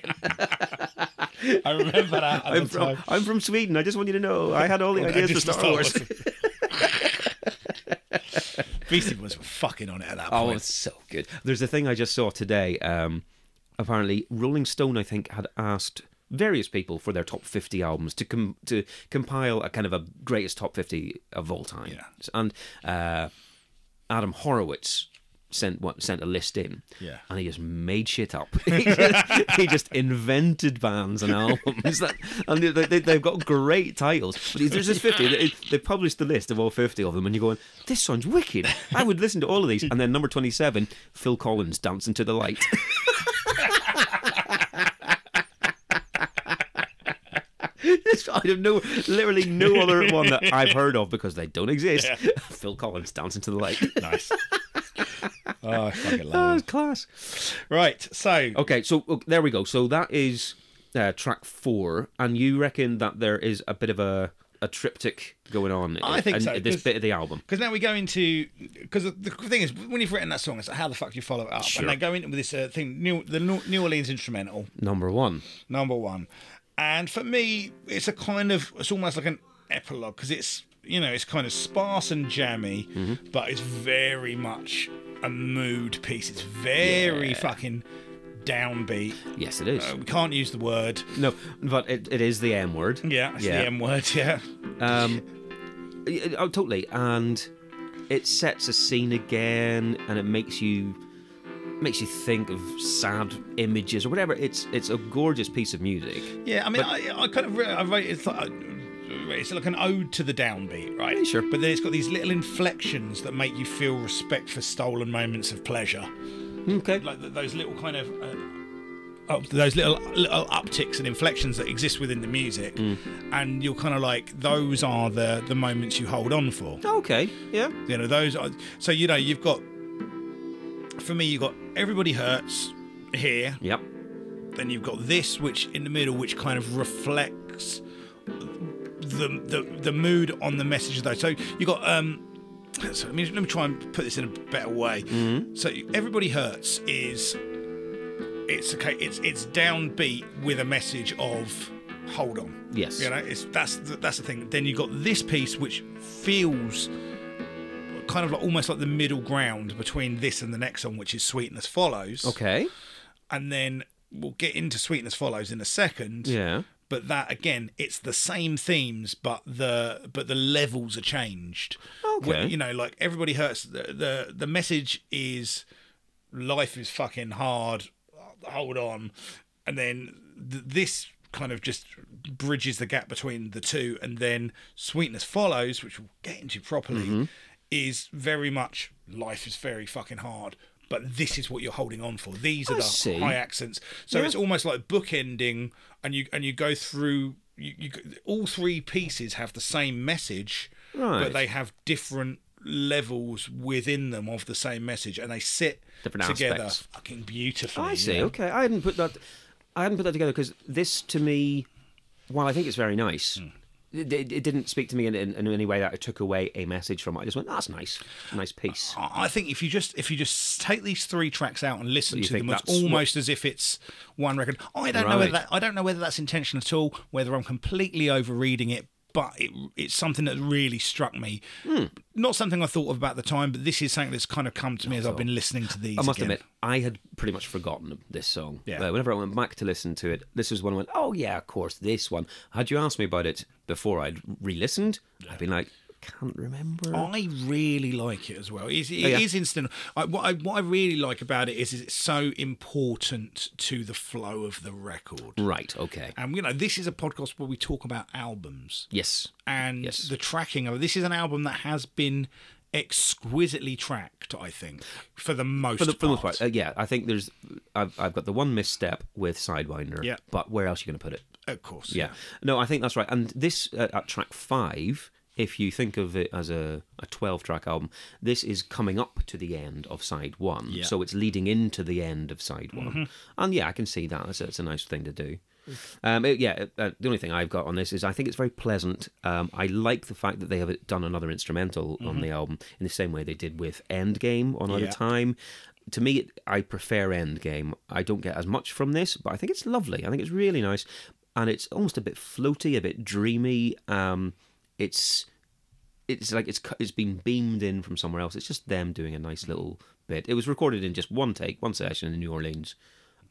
C: I remember that. At
B: I'm
C: the
B: from,
C: time.
B: I'm from Sweden. I just want you to know I had all the ideas for
C: Just
B: Star, Wars.
C: Beastie Boys were fucking on it at that
B: Oh,
C: point.
B: it's so good. There's a thing I just saw today. Um, apparently, Rolling Stone, I think, had asked various people for their top 50 albums to com- to compile a kind of a greatest top 50 of all time.
C: Yeah.
B: And uh, Adam Horowitz sent what sent a list in.
C: Yeah.
B: And he just made shit up. he, just, he just invented bands and albums. That, and they, they, they've got great titles. But there's just 50. They, they published the list of all 50 of them, and you're going, this sounds wicked. I would listen to all of these. And then number 27, Phil Collins, Dancing to the Light. It's out of no, literally no other one that I've heard of because they don't exist. Phil Collins dancing to the light.
C: nice. oh, I fucking
B: That
C: love
B: was
C: it.
B: class.
C: Right, so
B: Okay, so ok, there we go. So that is uh, track four, and you reckon that there is a bit of a, a triptych going on
C: I
B: in-
C: think
B: in
C: so,
B: this
C: 'cause-
B: bit of the album.
C: Because now we go into because the the thing is when you've written that song, it's like how the fuck do you follow it up?
B: Sure.
C: And they go into this uh, thing, New, the New New Orleans instrumental
B: Number one.
C: number one, and for me, it's a kind of it's almost like an epilogue because it's you know it's kind of sparse and jammy, but it's very much a mood piece. It's very fucking downbeat.
B: Yes, it is.
C: Uh, we can't use the word.
B: no, but it, it is the M word.
C: Yeah, it's the M word. Yeah,
B: Um, y- oh, totally. And it sets a scene again, and it makes you makes you think of sad images or whatever. It's it's a gorgeous piece of music.
C: Yeah, I mean, I, I kind of re- I rate it's like. uh, It's like an ode to the downbeat, right?
B: Yeah, sure.
C: But then it's got these little inflections that make you feel respect for stolen moments of pleasure,
B: Okay.
C: like th- those little kind of uh, oh, those little little upticks and inflections that exist within the music, and you're kind of like those are the the moments you hold on for.
B: Okay. Yeah.
C: You know, those are so you know you've got for me you've got everybody hurts here,
B: Yep.
C: then you've got this which in the middle which kind of reflects the the, the mood on the message though so you got um so let me, let me try and put this in a better way
B: Mm-hmm.
C: so everybody hurts is it's okay it's it's downbeat with a message of hold on
B: Yes.
C: you know it's that's the, that's the thing then you've got this piece which feels kind of like almost like the middle ground between this and the next song which is sweetness follows
B: Okay.
C: and then we'll get into sweetness follows in a second
B: Yeah.
C: but that again it's the same themes but the but the levels are changed
B: Okay.
C: When- you know like everybody hurts the, the the message is life is fucking hard hold on and then th- this kind of just bridges the gap between the two and then sweetness follows which we'll get into properly
B: Mm-hmm.
C: is very much life is very fucking hard but this is what you're holding on for these are
B: I
C: the
B: see.
C: high accents so it's almost like bookending and you and you go through you, you all three pieces have the same message
B: Right.
C: but they have different levels within them of the same message, and they sit
B: Different
C: together
B: aspects.
C: fucking beautifully.
B: I see.
C: yeah.
B: Okay, I hadn't put that. I hadn't put that together because this, to me, while I think it's very nice,
C: Hmm.
B: it, it, it didn't speak to me in, in, in any way that it took away a message from it. I just went, "That's nice, nice piece."
C: I I think if you just if you just take these three tracks out and listen
B: you
C: to them,
B: think
C: it's
B: that's what-
C: almost as if it's one record. I don't know
B: Right.
C: whether that, I don't know whether that's intentional at all, whether I'm completely overreading it, but it, it's something that really struck me.
B: Hmm.
C: Not something I thought of about the time, but this is something that's kind of come to me as I've been listening to these.
B: I must
C: again.
B: admit, I had pretty much forgotten this song.
C: Yeah.
B: Uh, whenever I went back to listen to it, this was one I went, oh, yeah, of course, this one. Had you asked me about it before I'd re listened, I'd been like, can't remember.
C: I really like it as well. It's, it
B: Oh, yeah.
C: is instant. I, what, I, what I really like about it is, is it's so important to the flow of the record.
B: Right, okay.
C: And you know, this is a podcast where we talk about albums.
B: Yes.
C: and
B: Yes.
C: the tracking of this is an album that has been exquisitely tracked i think for the most
B: For the,
C: part.
B: for the most part, uh, yeah, I think there's. I've, I've got the one misstep with Sidewinder.
C: Yeah.
B: But where else are you going to put it?
C: of course
B: Yeah. No, I think that's right. And this, uh, at track five, if you think of it as a, a 12 track album, this is coming up to the end of side one. So it's leading into the end of side one. And yeah, I can see that. It's, it's a nice thing to do. Um, it- yeah, it- uh, the only thing I've got on this is I think it's very pleasant. Um, I like the fact that they have uh, done another instrumental on the album in the same way they did with Endgame on Out
C: Yeah.
B: of Time. To me, it- I prefer Endgame. I don't get as much from this, but I think it's lovely. I think it's really nice, and it's almost a bit floaty, a bit dreamy. Um, it's it's like it's cu- it's been beamed in from somewhere else. It's just them doing a nice little bit. It was recorded in just one take, one session in New Orleans,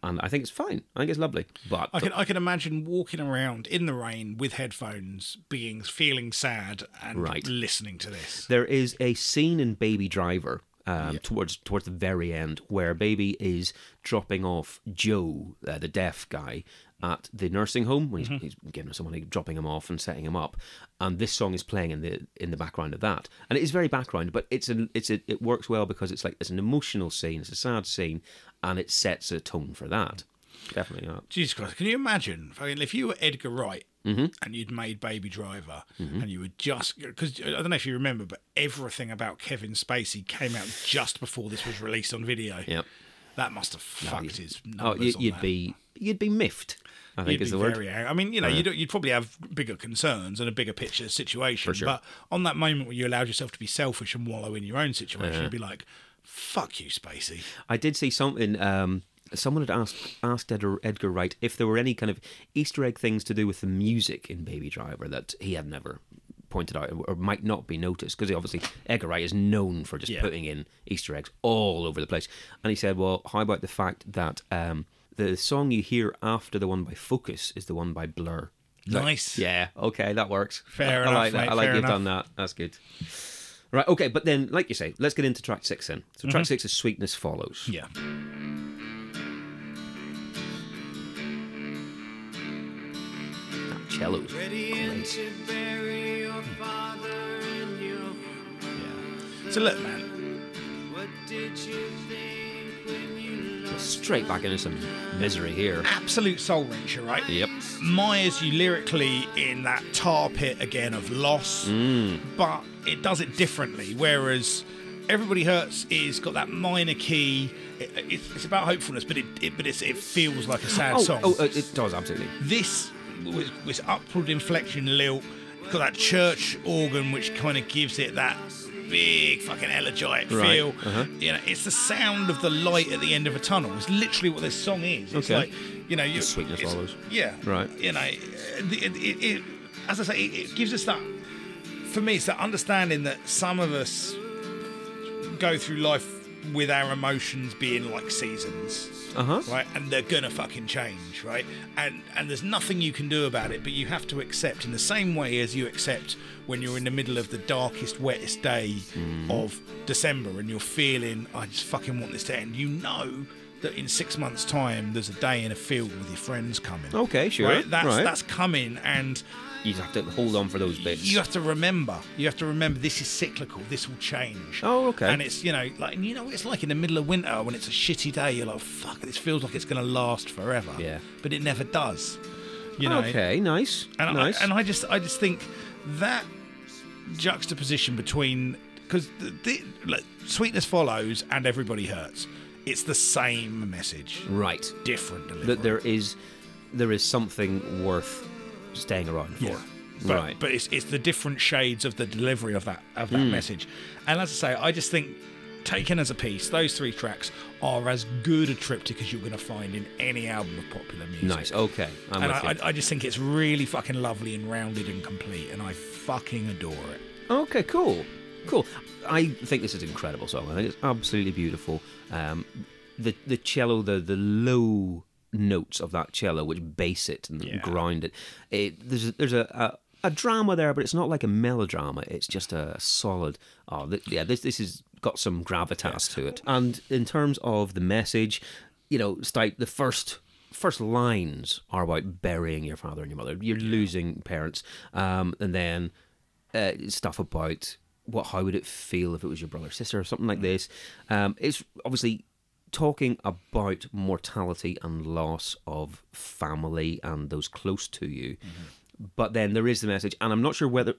B: and I think it's fine. I think it's lovely. But
C: I can I can imagine walking around in the rain with headphones, being feeling sad and
B: Right.
C: listening to this.
B: There is a scene in Baby Driver um, towards towards the very end where Baby is dropping off Joe, uh, the deaf guy, at the nursing home when he's,
C: Mm-hmm.
B: he's giving someone dropping him off and setting him up, and this song is playing in the in the background of that, and it is very background, but it's an it's a, it works well because it's like it's an emotional scene, it's a sad scene, and it sets a tone for that. Definitely not.
C: Jesus Christ! Can you imagine? Fucking, if you were Edgar Wright
B: Mm-hmm.
C: and you'd made Baby Driver and you were just because I don't know if you remember, but everything about Kevin Spacey came out just before this was released on video.
B: Yep.
C: That must have fucked his
B: Oh,
C: numbers.
B: you,
C: on
B: you'd
C: that.
B: be you'd be miffed. I think
C: You'd
B: is
C: be
B: the word.
C: very ang- I mean, you know, you'd, you'd probably have bigger concerns and a bigger picture situation. But on that moment where you allowed yourself to be selfish and wallow in your own situation,
B: Uh-huh.
C: you'd be like, fuck you, Spacey.
B: I did see something. Um, someone had asked asked Edgar, Edgar Wright if there were any kind of Easter egg things to do with the music in Baby Driver that he had never pointed out or might not be noticed because obviously Edgar Wright is known for just putting in Easter eggs all over the place. And he said, "Well, how about the fact that um, the song you hear after the one by Focus is the one by Blur?"
C: Nice.
B: Yeah. Okay, that works.
C: Fair
B: I,
C: enough,
B: I like that.
C: mate,
B: I like
C: fair
B: you've
C: enough.
B: done that. That's good. Right. Okay, but then, like you say, let's get into track six then. So
C: Mm-hmm.
B: track six is "Sweetness Follows."
C: Yeah.
B: That cello.
D: Ready and to bury your father in your home.
C: So look, man,
D: What did you think when you lost?
B: Straight back into some misery here.
C: absolute soul wrencher, right?
B: Yep.
C: Mires you lyrically in that tar pit again of loss,
B: Mm.
C: but it does it differently. Whereas Everybody Hurts is got that minor key. It, it's, it's about hopefulness, but it, it but it's, it feels like a sad
B: Oh,
C: song.
B: oh uh, it does absolutely.
C: this was, was upward inflection lilt got that church organ which kind of gives it that big fucking elegiac
B: Right, uh-huh.
C: feel you know it's the sound of the light at the end of a tunnel it's literally what this song is it's
B: Okay.
C: like you know you,
B: sweetness
C: it's-
B: follows.
C: yeah
B: Right.
C: you know it, it, it, it- as I say it, it gives us that for me it's that understanding that some of us go through life with our emotions being like seasons
B: Uh-huh.
C: right and they're gonna fucking change right and and there's nothing you can do about it but you have to accept in the same way as you accept when you're in the middle of the darkest wettest day
B: Mm.
C: of december and you're feeling i just fucking want this to end you know that in six months time there's a day in a field with your friends coming
B: Okay, sure,
C: right that's
B: right.
C: that's coming and
B: You just have to hold on for those bits.
C: you have to remember. You have to remember this is cyclical. This will change.
B: Oh, okay.
C: And it's you know like and you know what it's like in the middle of winter when it's a shitty day. You're like fuck. This feels like it's gonna last forever.
B: Yeah.
C: But it never does. You know.
B: okay, nice,
C: And
B: nice.
C: I, and I just I just think that juxtaposition between because the, the, look, sweetness follows and everybody hurts. It's the same message,
B: Right.
C: different delivery.
B: That there is there is something worth staying around for.
C: Yeah. But,
B: right. Hmm.
C: but it's, it's the different shades of the delivery of that of that message. And as I say, I just think taken as a piece, those three tracks are as good a triptych as you're going to find in any album of popular music.
B: nice. Okay. I'm
C: and
B: with
C: I,
B: you.
C: I, I just think it's really fucking lovely and rounded and complete, and I fucking adore it.
B: Okay, cool. Cool. I think this is an incredible song. I think it's absolutely beautiful. Um, the the cello, the the low notes of that cello, which bass it and grind it. it there's a, there's a, a a drama there, but it's not like a melodrama. It's just a solid. Oh, th- yeah. This this has got some gravitas to it. And in terms of the message, you know, Stipe, the first first lines are about burying your father and your mother. You're losing parents, um, and then uh, stuff about what how would it feel if it was your brother or sister or something like this. Um, it's obviously talking about mortality and loss of family and those close to you. But then there is the message, and I'm not sure whether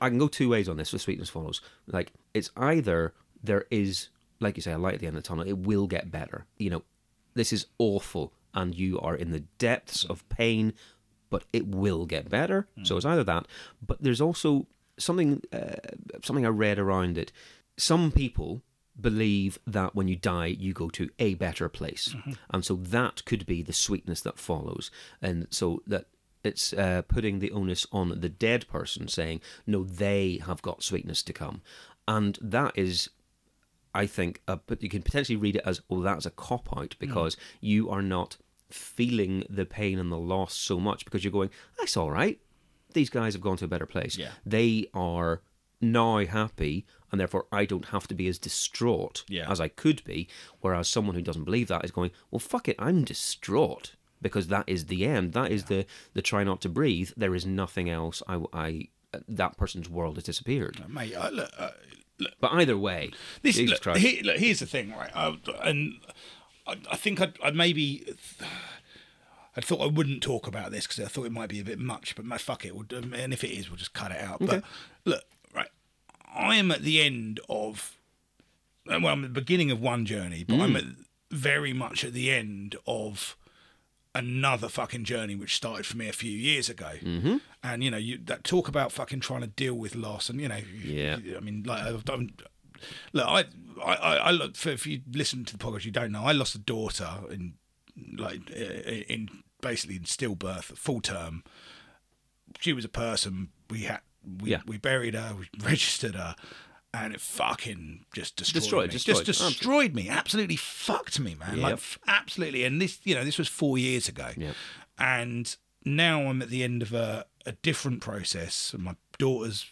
B: I can go two ways on this with Sweetness Follows. Like, it's either there is, like you say, a light at the end of the tunnel, it will get better. You know, this is awful, and you are in the depths of pain, but it will get better. So it's either that, but there's also something, uh, something I read around it. Some people believe that when you die, you go to a better place. And so that could be the sweetness that follows. And so that it's uh, putting the onus on the dead person, saying, no, they have got sweetness to come. And that is, I think, uh, but you can potentially read it as, oh, that's a cop out because you are not feeling the pain and the loss so much because you're going, that's all right. These guys have gone to a better place.
C: Yeah.
B: They are now happy, and therefore I don't have to be as distraught
C: Yeah.
B: as I could be. Whereas someone who doesn't believe that is going, well, fuck it, I'm distraught because that is the end. That is the the try not to breathe. There is nothing else. I, I that person's world has disappeared.
C: Mate, I, look, uh,
B: But either way,
C: This
B: Jesus
C: look,
B: Christ.
C: he- look, here's the thing, right? I, and I, I think I'd, I'd maybe. I thought I wouldn't talk about this because I thought it might be a bit much, but my fuck it, we'll, do- and if it is, we'll just cut it out. But look, right, I am at the end of, uh, well, I'm at the beginning of one journey, but I'm at, very much at the end of another fucking journey which started for me a few years ago. Mm-hmm. And you know, you that talk about fucking trying to deal with loss, and you know,
B: Yeah.
C: I mean, like I've done. Look, I, I, I, I look. For, if you listen to the podcast, you don't know. I lost a daughter in, like, i- i- in basically in stillbirth, full term. She was a person. We had, we,
B: Yeah.
C: we buried her. We registered her, and it fucking just destroyed,
B: Destroyed,
C: me.
B: destroyed,
C: Just destroyed me. Absolutely fucked me, man. Like
B: Yep.
C: f- absolutely. And this, you know, this was four years ago,
B: Yep.
C: and now I'm at the end of a, a different process. My daughter's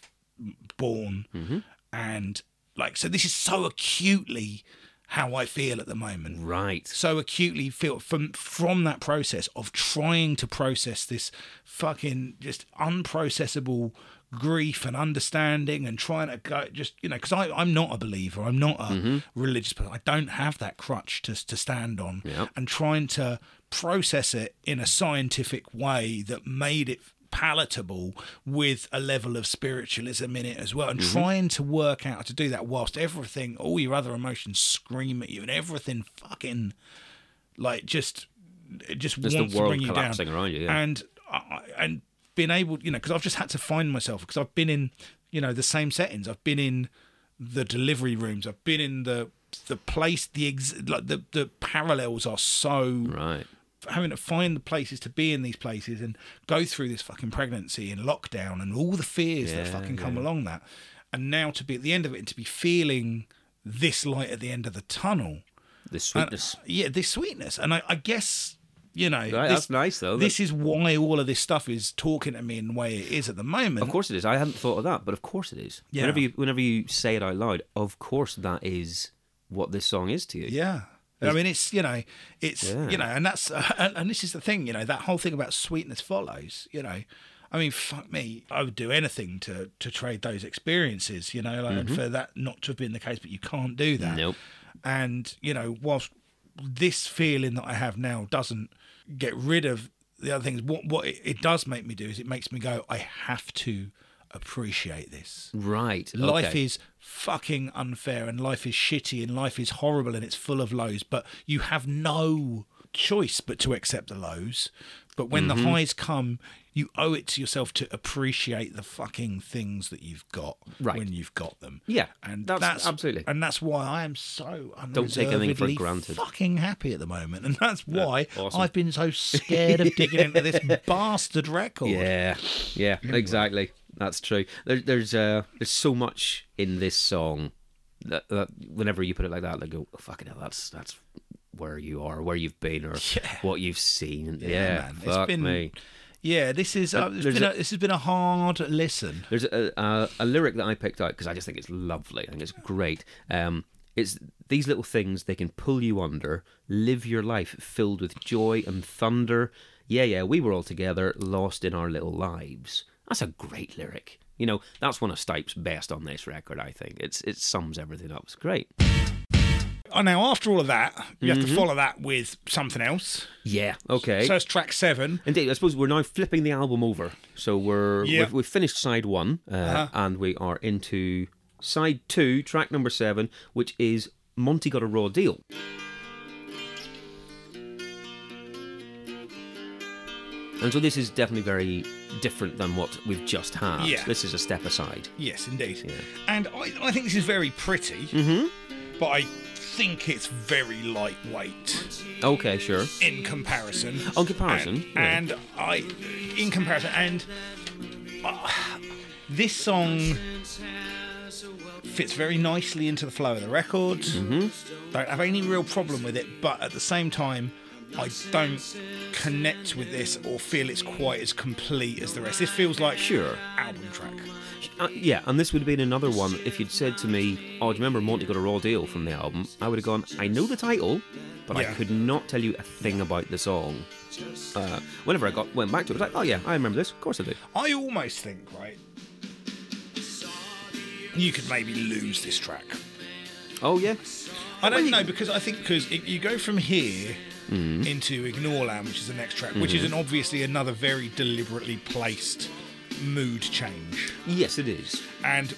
C: born,
B: Mm-hmm.
C: and like so, this is so acutely how I feel at the moment
B: right.
C: so acutely feel from from that process of trying to process this fucking just unprocessable grief and understanding and trying to go just you know because I'm not a believer I'm not a religious person I don't have that crutch to, to stand on
B: Yep.
C: and trying to process it in a scientific way that made it palatable with a level of spiritualism in it as well and trying to work out how to do that whilst everything all your other emotions scream at you and everything fucking like just it just
B: Just the
C: wants
B: world
C: to bring you
B: collapsing
C: down
B: around you, yeah.
C: and I, and being able you know because I've just had to find myself because I've been in you know the same settings I've been in the delivery rooms I've been in the the place the ex, like the the parallels are so
B: Right.
C: having to find the places to be in these places and go through this fucking pregnancy and lockdown and all the fears that
B: Yeah,
C: fucking come along that and now to be at the end of it and to be feeling this light at the end of the tunnel
B: The
C: and-
B: sweetness.
C: yeah, this sweetness. And I, I guess, you know,
B: Right,
C: this,
B: that's nice, though.
C: This is why all of this stuff is talking to me in the way it is at the moment.
B: Of course it is. I hadn't thought of that, but of course it is.
C: Yeah.
B: Whenever you whenever you say it out loud, of course that is what this song is to you.
C: Yeah. I mean, it's you know, it's
B: Yeah.
C: you know, and that's uh, and, and this is the thing, you know, that whole thing about sweetness follows. You know, I mean, fuck me, I would do anything to to trade those experiences. You know, like, and for that not to have been the case, but you can't do that.
B: Mm-hmm. Nope.
C: And you know, whilst this feeling that I have now doesn't get rid of the other things, what what it, it does make me do is it makes me go, I have to appreciate this.
B: Right.
C: Life
B: okay.
C: is fucking unfair and life is shitty and life is horrible and it's full of lows, but you have no choice but to accept the lows. But when
B: Mm-hmm.
C: the highs come, you owe it to yourself to appreciate the fucking things that you've got
B: Right.
C: when you've got them.
B: Yeah,
C: and that's,
B: that's- absolutely.
C: and that's why I am so
B: Don't take anything for
C: unreservedly
B: granted.
C: Fucking happy at the moment, and that's why
B: awesome.
C: I've been so scared of digging into this bastard record.
B: Yeah, yeah, exactly. That's true. There, there's uh, there's so much in this song that, that whenever you put it like that, they go, oh, "Fucking hell, that's that's where you are, where you've been, or
C: Yeah.
B: what you've seen." Yeah,
C: man, it's
B: fuck
C: been-
B: me.
C: Yeah, this is uh, it's
B: there's
C: been
B: a-
C: a, this has been a hard listen.
B: There's a, a, a lyric that I picked out because I just think it's lovely. I think it's great. Um, it's these little things they can pull you under. Live your life filled with joy and thunder. Yeah, yeah, we were all together, lost in our little lives. That's a great lyric. You know, that's one of Stipe's best on this record. I think it's it sums everything up. It's great.
C: Oh, now after all of that, you have
B: Mm-hmm.
C: to follow that with something else.
B: Yeah. Okay.
C: So it's track seven.
B: Indeed, I suppose we're now flipping the album over. So we're
C: Yeah. Uh-huh.
B: we've, we've finished side one, uh, and we are into side two, track number seven, which is Monty got a raw deal. And so this is definitely very different than what we've just had.
C: Yeah.
B: This is a step aside.
C: Yes, indeed. And I, I think this is very pretty,
B: Mm-hmm.
C: but I think it's very lightweight
B: Okay, sure.
C: in comparison.
B: On comparison,
C: and,
B: yeah.
C: and I, in comparison, and uh, this song fits very nicely into the flow of the record.
B: Mm-hmm.
C: Don't have any real problem with it, but at the same time, I don't connect with this or feel it's quite as complete as the rest. This feels like
B: Sure.
C: album track.
B: Uh, yeah, and this would have been another one if you'd said to me, "Oh, do you remember Monty got a raw deal from the album?" I would have gone, "I know the title, but
C: Yeah.
B: I could not tell you a thing about the song." Uh, whenever I got went back to it, I was like, "Oh yeah, I remember this. Of course I do."
C: I almost think, right, you could maybe lose this track.
B: Oh yeah,
C: I
B: Well,
C: don't
B: you- Mm.
C: know because I think because you go from here into Ignore Land, which is the next track,
B: Mm-hmm.
C: which is an obviously another very deliberately placed mood change.
B: yes it is.
C: And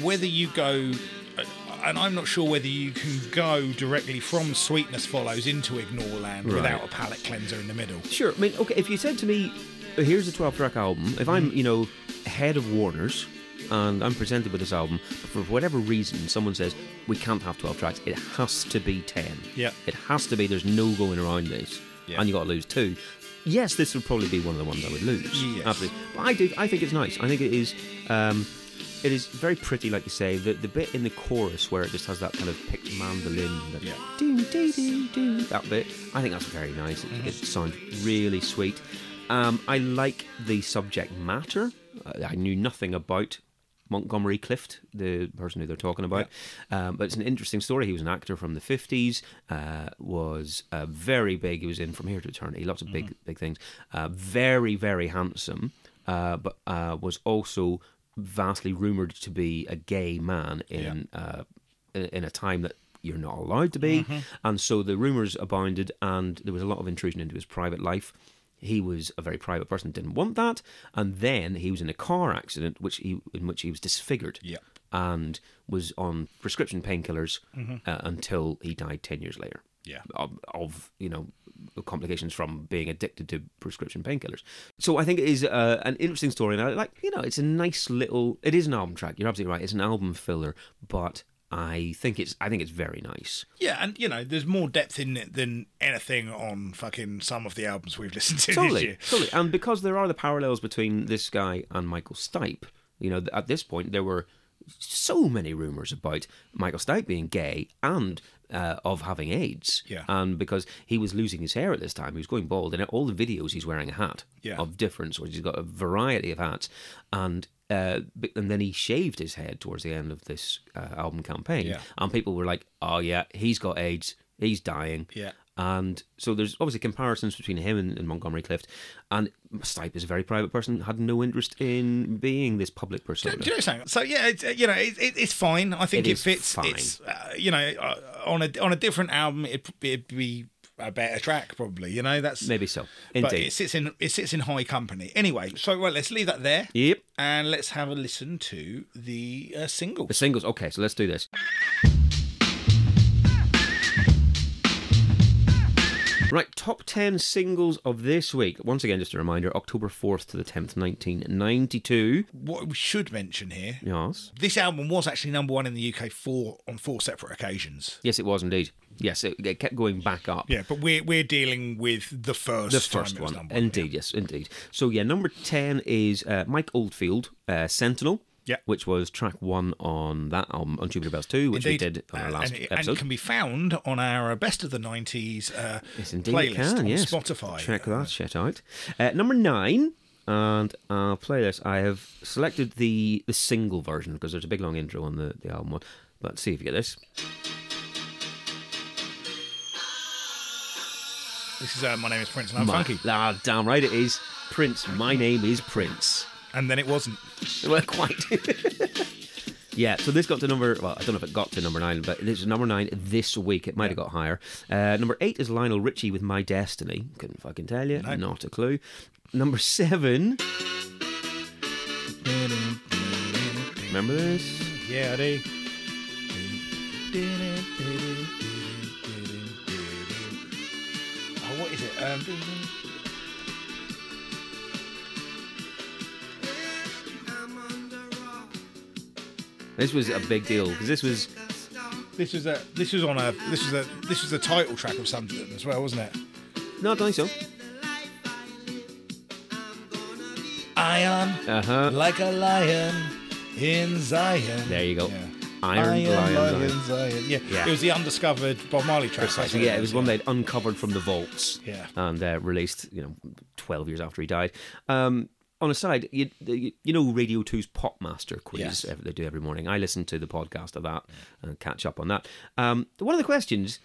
C: whether you go, uh, and I'm not sure whether you can go directly from Sweetness Follows into Ignore Land
B: Right.
C: without a palate cleanser in the middle.
B: Sure. I mean, okay, if you said to me, "Oh, "Here's a 12-track album," if
C: Mm-hmm.
B: I'm you know head of Warner's and I'm presented with this album, but for whatever reason, someone says we can't have 12 tracks. It has to be 10.
C: Yeah.
B: It has to be. There's no going around this.
C: Yeah.
B: And you got to lose two. Yes, this would probably be one of the ones I would lose.
C: Yes.
B: Absolutely. But I do. I think it's nice. I think it is. Um, it is very pretty, like you say. The the bit in the chorus where it just has that kind of picked mandolin, that
C: Yeah.
B: ding, ding, ding, ding, that bit. I think that's very nice. It, it sounds really sweet. Um, I like the subject matter. Uh, I, I knew nothing about Montgomery Clift, the person who they're talking about, um, but it's an interesting story. He was an actor from the fifties. Uh, was uh, very big. He was in From Here to Eternity. Lots of big, big things. Uh, very, very handsome. Uh, but uh, was also vastly rumored to be a gay man in uh, in in a time that you're not allowed to be.
C: Mm-hmm.
B: And so the rumors abounded, and there was a lot of intrusion into his private life. He was a very private person, didn't want that. And then he was in a car accident, which he in which he was disfigured.
C: Yeah.
B: And was on prescription painkillers uh, until he died ten years later
C: Mm-hmm. Yeah.
B: of, of you know complications from being addicted to prescription painkillers. So I think it is uh, an interesting story, and I like you know it's a nice little. It is an album track. You're absolutely right. It's an album filler, but I think it's I think it's very nice.
C: Yeah, and you know, there's more depth in it than anything on fucking some of the albums we've listened to this
B: Totally,
C: year.
B: totally. And because there are the parallels between this guy and Michael Stipe, you know, th- at this point there were so many rumors about Michael Stipe being gay and uh, of having AIDS.
C: Yeah.
B: And because he was losing his hair at this time, he was going bald, and in all the videos he's wearing a hat
C: Yeah.
B: of different sorts. He's got a variety of hats, and. Uh, b- and then he shaved his head towards the end of this uh, album campaign,
C: Yeah.
B: and people were like, "Oh yeah, he's got AIDS, he's dying."
C: Yeah.
B: And so there's obviously comparisons between him and, and Montgomery Clift. And Stipe is a very private person, had no interest in being this public persona.
C: Do you know something? So yeah, it's, uh, you know, it, it, it's fine. I think
B: It
C: it,
B: is
C: fits.
B: fine.
C: It's uh, you know, uh, on a on a different album, it, it'd be a better track, probably. You know, that's
B: Maybe so.
C: But it
B: Indeed.
C: sits in it sits in high company. Anyway, so right, let's leave that there.
B: Yep.
C: And let's have a listen to the uh, single.
B: The singles. Okay, so let's do this. Right, top 10 singles of this week. Once again, just a reminder October 4th to the 10th, 1992.
C: What we should mention here.
B: Yes.
C: This album was actually number one in the UK four on four separate occasions.
B: Yes, it was indeed. Yes, it, it kept going back up.
C: Yeah, but we're we're dealing with the first
B: The first
C: time it was
B: one.
C: number one.
B: Indeed, yes, indeed. So, yeah, number 10 is uh, Mike Oldfield, uh, Sentinel.
C: Yeah.
B: Which was track one on that album, on Jupiter Bells 2, which we
C: Indeed.
B: did on our
C: Uh,
B: last
C: and, it- and
B: episode.
C: it can be found on our best of the 90s uh,
B: Yes, indeed,
C: playlist
B: it can,
C: on
B: yes.
C: Spotify. Uh-huh.
B: Check that shit out. Uh, number nine, and I'll play this. I have selected the, the single version because there's a big long intro on the, the album one. Let's see if you get this.
C: This is uh, My Name is Prince and I'm
B: My-
C: Funky.
B: Ah, damn right it is. Prince. My name is Prince.
C: And then it wasn't.
B: Well, quite. yeah, so this got to number, well, I don't know if it got to number nine, but it's number nine this week. It might have got higher. Uh, number eight is Lionel Richie with My Destiny. Couldn't fucking tell you. Not a clue. Number seven. Remember this?
C: Yeah, they. Oh, what is it? Um,
B: This was a big deal because this was
C: this was a this was on a this was a this was the title track of something as well, wasn't it?
B: no, I don't think
C: Ion
B: so. Uh huh.
C: like a lion in Zion.
B: There you go.
C: Yeah.
B: Iron,
C: Lion,
B: Lion. Lion.
C: Zion. Yeah.
B: Yeah.
C: it was the undiscovered Bob Marley track.
B: Precisely. Yeah, it was one they'd uncovered from the vaults.
C: Yeah.
B: And uh, released, you know, 12 years after he died. Um, on a side, you, you you know Radio 2's Pop Master quiz
C: Yes.
B: ev- they do every morning. I listen to the podcast of that and catch up on that. Um, one of the questions,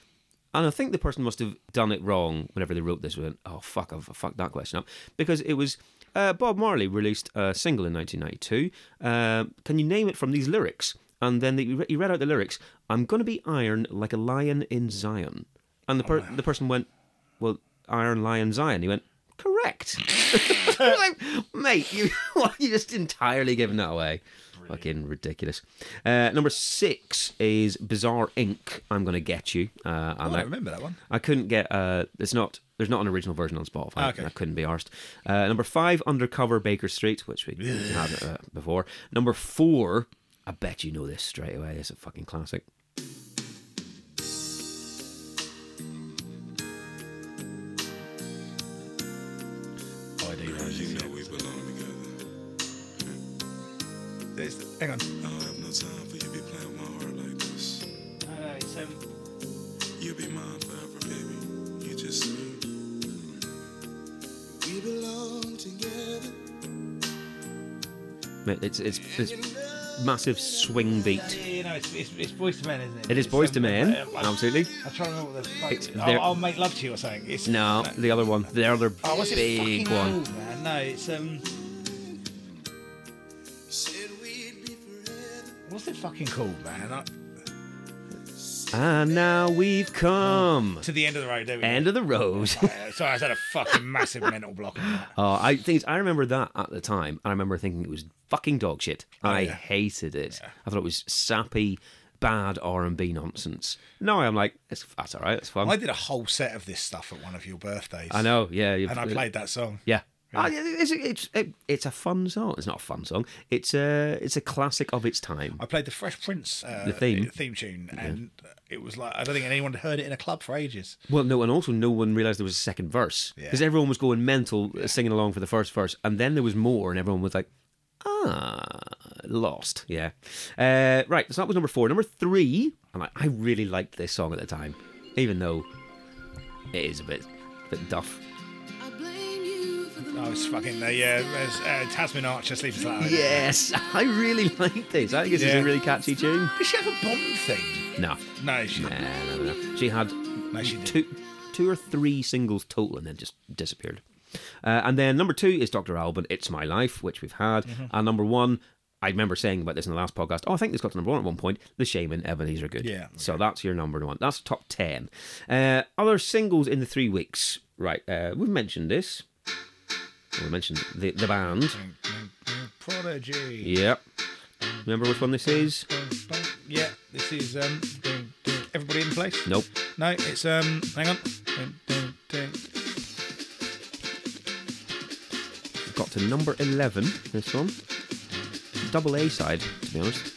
B: and I think the person must have done it wrong whenever they wrote this, went, oh, fuck, I've fucked that question up. Because it was uh, Bob Marley released a single in 1992. Uh, can you name it from these lyrics? And then they, he read out the lyrics I'm going to be iron like a lion in Zion. And the, per- the person went, well, Iron Lion Zion. He went, correct. I was like, mate, you, you just entirely given that away. Fucking ridiculous. Uh, number six is Bizarre Inc. I'm going to get you. Uh, and
C: I
B: I,
C: remember that one.
B: I couldn't get, uh, it's not, there's not an original version on Spotify.
C: Ah, Okay.
B: I couldn't be arsed. Uh, number five, Undercover Baker Street, which we had uh, before. Number four, I bet you know this straight away. It's a fucking classic.
C: There's- hang on. Uh,
E: I don't have no time for you be playing with my heart like this.
C: um,
E: You'll be mine forever, baby. You just me. We belong together.
B: Mate, It's, it's, it's massive swing beat.
C: You know, it's, it's, it's um, Boys to Men, isn't it?
B: It is Boys to Men, absolutely.
C: I'm trying to remember what the fuck.
B: It's
C: It's,
B: their-
C: I'll, I'll oh, make love to you or something. It's,
B: No, the other one, the other
C: Oh, what's it
B: big
C: fucking
B: one.
C: called, man? No, it's um.
E: Said we'd be forever.
C: What's it fucking called, man? Uh, I,
B: And now we've come.
C: to the end of the road. There we go.
B: End of the road.
C: Uh, sorry, I just had a fucking massive mental block. On that.
B: Oh, I things I remember that at the time. I remember thinking it was fucking dog shit. I
C: yeah.
B: hated it. I thought it was sappy, bad R and B nonsense. No, I'm like, it's, that's all right. It's fun.
C: I
B: I,
C: did a whole set of this stuff at one of your birthdays.
B: know. Yeah, you-
C: and I played that song.
B: Yeah. Ah, yeah, it's, it's, it's a fun song. It's not a fun song. It's a it's a classic of its time.
C: I played the Fresh Prince uh,
B: The theme.
C: tune, and it was like I don't think anyone had heard it in a club for ages.
B: Well, no, and also no one realised there was a second verse because
C: Yeah.
B: everyone was going mental uh, singing along for the first verse, and then there was more, and everyone was like, ah, lost. Yeah. Uh, right, so that was number four. Number three, and I, I really liked this song at the time, even though it is a bit, bit duff.
C: I was fucking uh, yeah, there's, uh, Tasman Archer, Sleeping Slowly.
B: Yes, I really like this. I think this is
C: Yeah.
B: a really catchy tune.
C: Does she have a Bond theme?
B: No,
C: No, she.
B: nah, no, no, no. Uh, She had
C: she didn't.
B: two, two or three singles total, and then just
C: Mm-hmm.
B: disappeared. Uh, and then number two is Dr. Alban, "It's My Life," which we've had, and number one. I remember saying about this in the last podcast. Oh, I think this got to number one at one point. The Shaman Ebenezer Good.
C: Yeah.
B: So that's your number one. That's top ten. Uh, other singles in the three weeks. Right. Uh, we've mentioned this. We mentioned the the band.
C: Mm. Prodigy.
B: Yep. Remember which one this is?
C: Yeah, this is um, everybody in place.
B: Nope.
C: No, it's um. Hang on.
B: Got to number eleven. This one. Double A side, to be honest.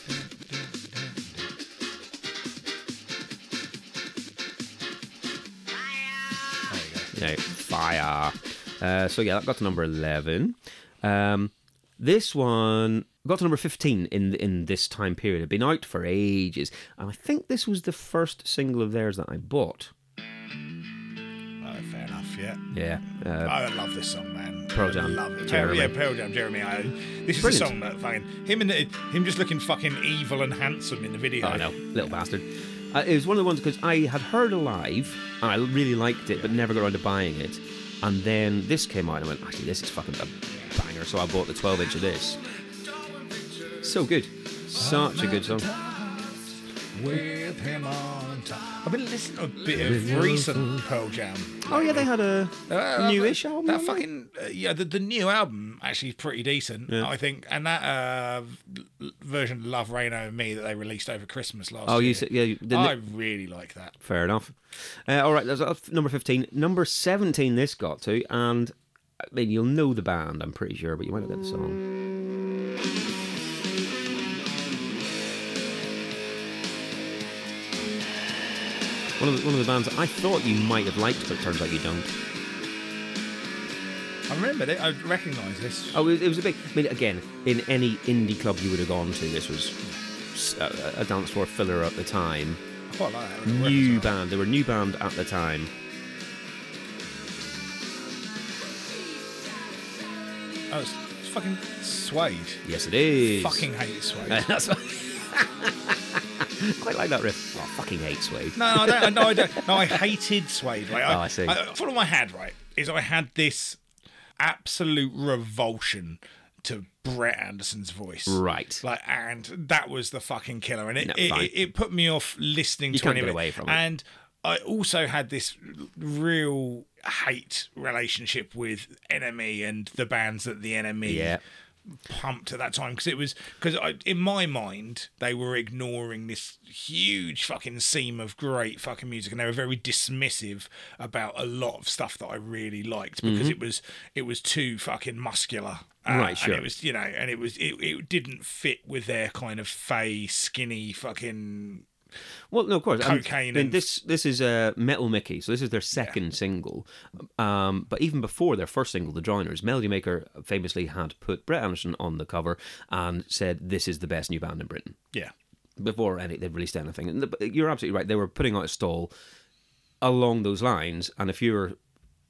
B: No, fire. Uh, so yeah, that got to number eleven. Um, this one got to number fifteen in in this time period. It'd been out for ages, and I think this was the first single of theirs that I bought.
C: Oh, fair enough. Yeah.
B: Yeah, uh,
C: I love this song, man.
B: Pearl Jam,
C: I love it.
B: Jeremy.
C: Yeah, Pearl Jam, Jeremy. I, this is a
B: Brilliant.
C: song that fucking him and him just looking fucking evil and handsome in the video.
B: Oh, I know, little bastard. Uh, it was one of the ones because I had heard Alive and I really liked it, but never got around to buying it. And then this came out, and I went, actually, this is fucking a banger. So I bought the 12 inch of this. So good, such a good song.
C: With him on top. I've been listening to a bit of recent Pearl Jam.
B: Oh yeah, they had a
C: Uh,
B: newish
C: that-
B: album.
C: That
B: on
C: fucking uh, yeah, the, the new album actually is pretty decent, I think. And that uh, l- version of Love Reno and Me that they released over Christmas last
B: Oh,
C: year.
B: you said yeah. you- The,
C: I really like that.
B: fair enough. Uh, all right, that's uh, number fifteen. Number seventeen. This got to, and I mean, you'll know the band, I'm pretty sure, but you might not get the song. One of the, one of the bands that I thought you might have liked, but it turns out you don't.
C: I remember it. I recognise this.
B: Oh, it was, it was a big. I mean, again, in any indie club you would have gone to, this was s- a, a dance floor filler at the time.
C: I quite like that.
B: new band. They were a new band at the time.
C: Oh, it's, it's fucking Suede.
B: Yes, it is.
C: Fucking hate Suede.
B: Uh, That's quite like that riff. Oh, I fucking hate Suede.
C: No, no, I don't. No, I don't. No, I hated Suede. Right?
B: Oh, I see.
C: problem I had, right, is I had this absolute revulsion to Brett Anderson's voice.
B: Right.
C: Like, and that was the fucking killer. And it,
B: No,
C: it,
B: fine.
C: it, it put me off listening
B: You
C: to
B: can't
C: any
B: get
C: of it.
B: away from it.
C: And I also had this real hate relationship with Enemy and the bands that the E Enemy
B: Yeah.
C: pumped at that time because it was because in my mind they were ignoring this huge fucking seam of great fucking music and they were very dismissive about a lot of stuff that I really liked because it was it was too fucking muscular uh,
B: Mm-hmm. Right, sure.
C: and it was you know and it was it, it didn't fit with their kind of fey skinny fucking
B: Well, no, of course. and-
C: Cocaine
B: then
C: and-
B: this this is uh, Metal Mickey, so this is their second single. Um, but even before their first single, The Drowners, Melody Maker famously had put Brett Anderson on the cover and said, "This is the best new band in Britain."
C: yeah
B: Before any they've released anything, and the, you're absolutely right. They were putting out a stall along those lines, and if you're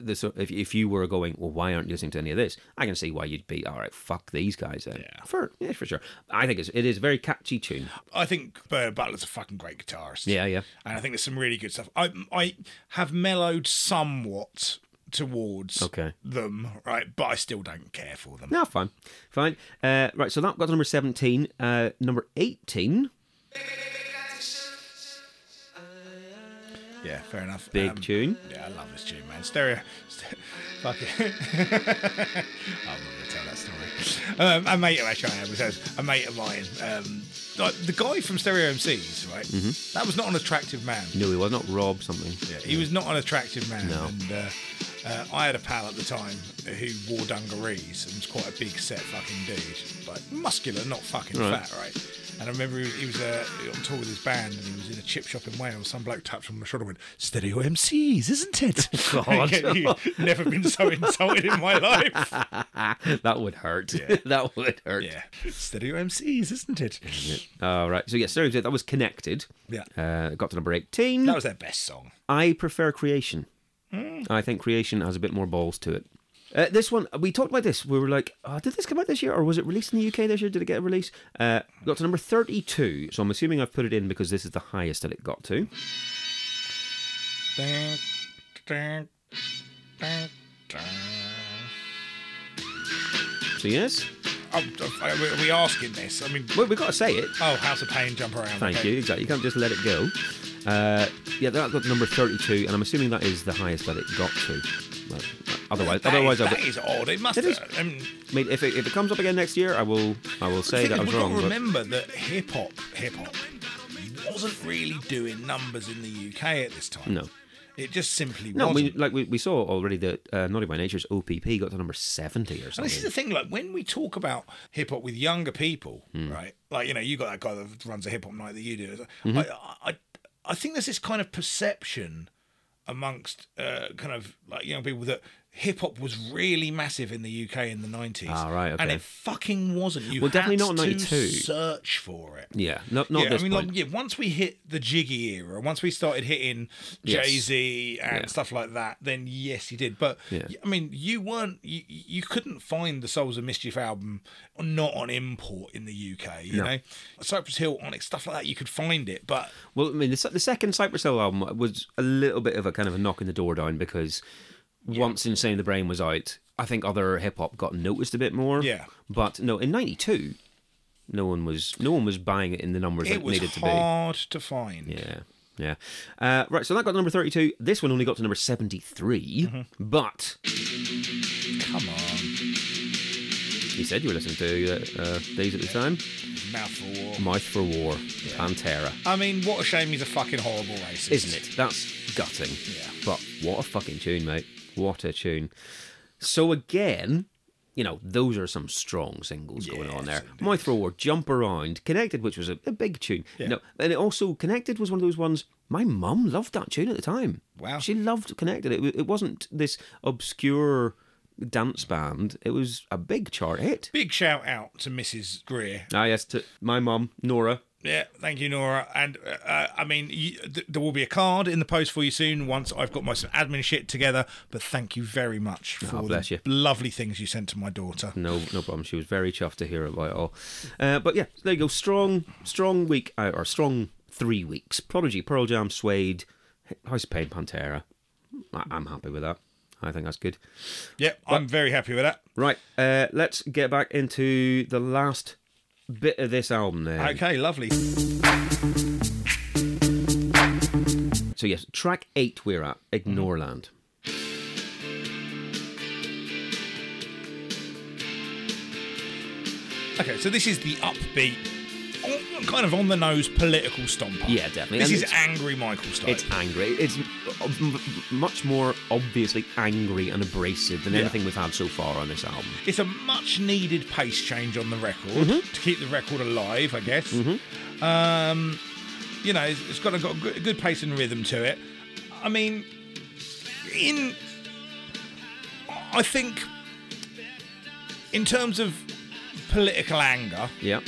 B: this, if if you were going, well, why aren't you listening to any of this? I can see why you'd be all right. Fuck these guys, then. Yeah, for yeah, for sure. I think it's it is a very catchy tune.
C: I think Bird Butler's a fucking great guitarist
B: Yeah, yeah.
C: and I think there's some really good stuff. I I have mellowed somewhat towards
B: Okay.
C: them, right? But I still don't care for them.
B: No, fine, fine. Uh, right, so that got to number seventeen. Uh, number eighteen,
C: Yeah, fair enough.
B: big
C: Um,
B: tune.
C: Yeah, I love this tune, man. Stereo, st- fuck it. I'm not gonna tell that story. Um, a mate of actually, I says a mate of mine. Um, like, the guy from Stereo MCs, right?
B: Mm-hmm.
C: That was not an attractive man.
B: No, he was not Rob something.
C: Yeah, he was not an attractive man.
B: No.
C: And uh, uh, I had a pal at the time who wore dungarees and was quite a big set fucking dude, like muscular, not fucking
B: Right.
C: fat, right? And I remember he was, he was uh, on tour with his band and he was in a chip shop in Wales. Some bloke tapped him on the shoulder and went, Stereo MCs, isn't it?
B: Oh, God.
C: You've never been so insulted in my life.
B: that would hurt. that would hurt.
C: Yeah. Stereo MCs, isn't it?
B: All right. So yeah, sorry, that was connected.
C: Yeah.
B: Uh, got to number eighteen.
C: That was their best song.
B: I prefer creation. I think creation has a bit more balls to it. Uh, this one, we talked about this. We were like, oh, did this come out this year or was it released in the UK this year? Did it get a release? Uh, got to number 32. So I'm assuming I've put it in because this is the highest that it got to.
C: Dun, dun, dun, dun.
B: So, yes.
C: I'm, are we asking this? I mean,
B: Well, we've got to say it.
C: oh, House of Pain, Jump Around.
B: Thank
C: okay.
B: you. Exactly. You can't just let it go. Uh, yeah, that got number 32, and I'm assuming that is the highest that it got to. Well, otherwise,
C: That is-
B: otherwise, I,
C: that
B: would-
C: is odd. It must.
B: It is.
C: have, I mean,
B: I mean, if it, if it comes up again next year, I will I will say
C: thing
B: that I
C: is,
B: was
C: we've
B: wrong.
C: got to
B: but-
C: remember that hip hop, hip hop, wasn't really doing numbers in the UK at this time.
B: No.
C: it just simply
B: no,
C: wasn't.
B: we, like we, we saw already that uh, Naughty by Nature's OPP got to number 70 or
C: And this is
B: something. Hmm.
C: the thing, like when we talk about hip hop with younger people, right? Like you know, you got that guy that runs a hip hop night that you do.
B: Mm-hmm.
C: I, I, I think there's this kind of perception amongst uh, kind of like young people that hip hop was really massive in the UK in the 90s.
B: Ah, right,
C: And
B: okay.
C: it fucking wasn't. You
B: Well, definitely
C: had
B: not in 92.
C: To search for it.
B: Yeah, no, not
C: yeah,
B: this
C: I mean,
B: point.
C: like, yeah, once we hit the Jiggy era, once we started hitting
B: Yes.
C: Jay Z and
B: Yeah.
C: stuff like that, then yes, you did. But
B: Yeah.
C: I mean, you weren't, you, you couldn't find the Souls of Mischief album not on import in the UK. You know, Cypress Hill, Onyx, stuff like that. You could find it, but
B: Well, I mean, the, se- the second Cypress Hill album was a little bit of a kind of a knocking the door down because once Insane in the Brain was out, I think other hip hop got noticed a bit more.
C: Yeah.
B: But no, in '92, no one was no one was buying it in the numbers that
C: it
B: it
C: was
B: needed to
C: hard to find.
B: be. Yeah. Yeah. Uh, right, so that got to number 32. This one only got to number 73,
C: Mm-hmm.
B: but
C: Come on,
B: you said you were listening to uh, uh, these at the time.
C: mouthful. War.
B: Mouth for War, Pantera.
C: I mean, what a shame he's a fucking horrible racist,
B: isn't it? That's gutting.
C: Yeah.
B: But what a fucking tune, mate. What a tune. So again, you know, those are some strong singles going on there. My Throw War, Jump Around, Connected, which was a, a big tune. No, and it also Connected was one of those ones. My mum loved that tune at the time.
C: Wow.
B: She loved Connected. It, wa- it wasn't this obscure dance band. It was a big chart hit.
C: Big shout out to Mrs. Greer
B: Ah, yes, to my mum, Nora.
C: Yeah, thank you, Nora. And uh, I mean, you, th- there will be a card in the post for you soon once I've got my some admin shit together. But thank you very much for
B: Ah, bless
C: the
B: you. Mm.
C: lovely things you sent to my daughter.
B: No, no problem. She was very chuffed to hear about it all. Uh, but yeah, there you go. Strong, strong week uh, or strong three weeks. Prodigy, Pearl Jam, Suede, House of Pain, Pantera. I- I'm happy with that. I think that's good.
C: Yep, I'm very happy with that.
B: Right, uh, let's get back into the last bit of this album there.
C: Okay, lovely.
B: So yes, track eight we're at, Ignoreland.
C: Okay, so this is the upbeat, on- kind of on the nose political stomper.
B: Yeah, definitely.
C: This
B: And
C: is
B: it's-
C: angry Michael Stipe.
B: It's angry. It's ob- m- much more obviously angry and abrasive than anything we've had so far on this album.
C: It's a much needed pace change on the record to keep the record alive, I guess. Um, you know, it's, it's got a, got a good, good pace and rhythm to it. I mean, in I think in terms of political anger,
B: Yeah.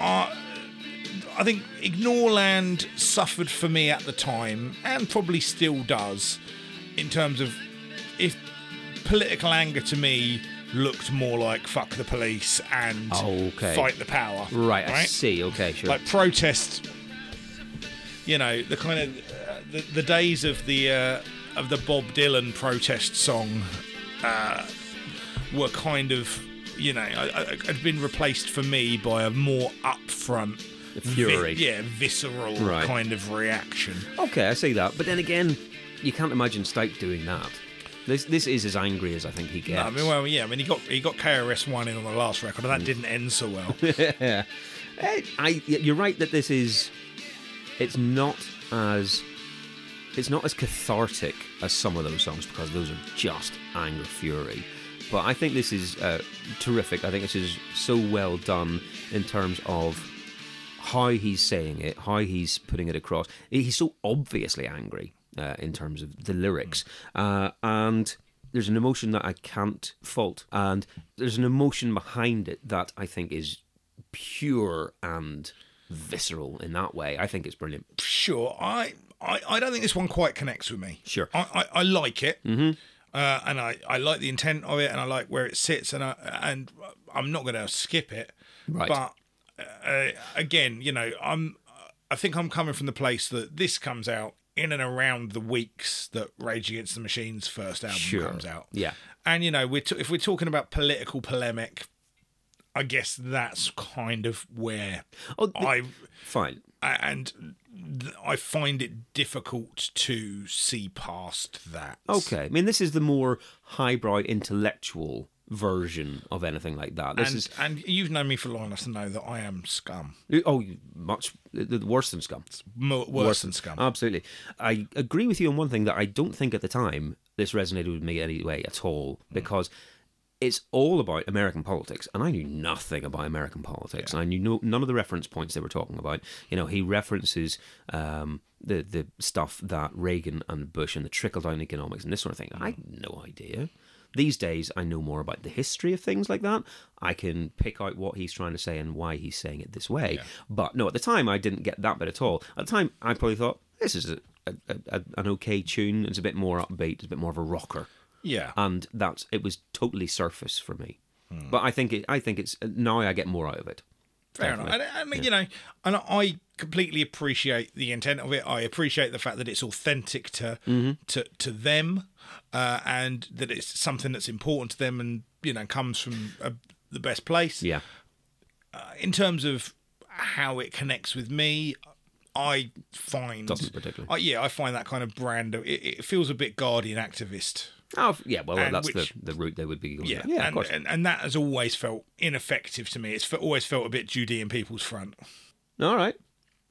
C: I think Ignoreland suffered for me at the time, and probably still does, in terms of if political anger to me looked more like fuck the police and
B: Oh, Okay.
C: fight the power.
B: Right, I see. Okay, sure.
C: Like protest, you know, the kind of uh, the, the days of the uh, of the Bob Dylan protest song uh, were kind of, you know, I, I, had been replaced for me by a more upfront.
B: fury.
C: yeah, visceral
B: Right.
C: kind of reaction.
B: Okay, I see that. But then again, you can't imagine Stipe doing that. This this is as angry as I think he gets.
C: I mean, well, yeah, I mean, he got he got KRS One in on the last record, and that didn't end so well.
B: Eh, I, y- you're right that this is. It's not as. It's not as cathartic as some of those songs because those are just anger fury. But I think this is uh, terrific. I think this is so well done in terms of how he's saying it, how he's putting it across. He's so obviously angry uh, in terms of the lyrics,
C: Mm.
B: uh, and there's an emotion that I can't fault, and there's an emotion behind it that I think is pure and visceral in that way. I think it's brilliant.
C: sure. I, I I don't think this one quite connects with me.
B: Sure.
C: I I, I like it, mm-hmm. uh, and I I like the intent of it, and I like where it sits, and I and I'm not going to skip it.
B: Right.
C: But uh, again, you know, I'm I think I'm coming from the place that this comes out in and around the weeks that Rage Against the Machine's first album
B: Sure.
C: comes out.
B: Yeah.
C: And you know, we're t- if we're talking about political polemic, I guess that's kind of where
B: Oh, the-
C: I
B: Fine.
C: a- and th- I find it difficult to see past that.
B: Okay. I mean, this is the more highbrow intellectual version of anything like that. This
C: And,
B: is
C: and you've known me for long enough to know that I am scum,
B: oh, much uh, worse than scum.
C: Mo- worse, than scum.
B: Absolutely. I agree with you on one thing that I don't think at the time this resonated with me anyway at all because it's all about American politics and I knew nothing about American politics. I knew no, none of the reference points they were talking about. You know, he references um, the the stuff that Reagan and Bush and the trickle down economics and this sort of thing. I had no idea. These days, I know more about the history of things like that. I can pick out what he's trying to say and why he's saying it this way. But no, at the time, I didn't get that bit at all. At the time, I probably thought this is a, a, a, an okay tune. It's a bit more upbeat. It's a bit more of a rocker,
C: yeah.
B: and that's it was totally surface for me.
C: Hmm.
B: But I think it, I think it's now I get more out of it.
C: Fair enough. And, and you know, and I completely appreciate the intent of it. I appreciate the fact that it's authentic to
B: Mm-hmm.
C: to to them, uh, and that it's something that's important to them, and you know, comes from a, the best place.
B: Yeah,
C: In terms of how it connects with me, I find
B: Doesn't particularly.
C: I- yeah, I find that kind of brand. It, it feels a bit Guardian activist.
B: oh f- yeah. Well,
C: And
B: that's
C: which-
B: the, the route they would be going.
C: Yeah,
B: down. yeah, of
C: and,
B: course.
C: and and that has always felt ineffective to me. It's fe- always felt a bit Judean people's front.
B: All right.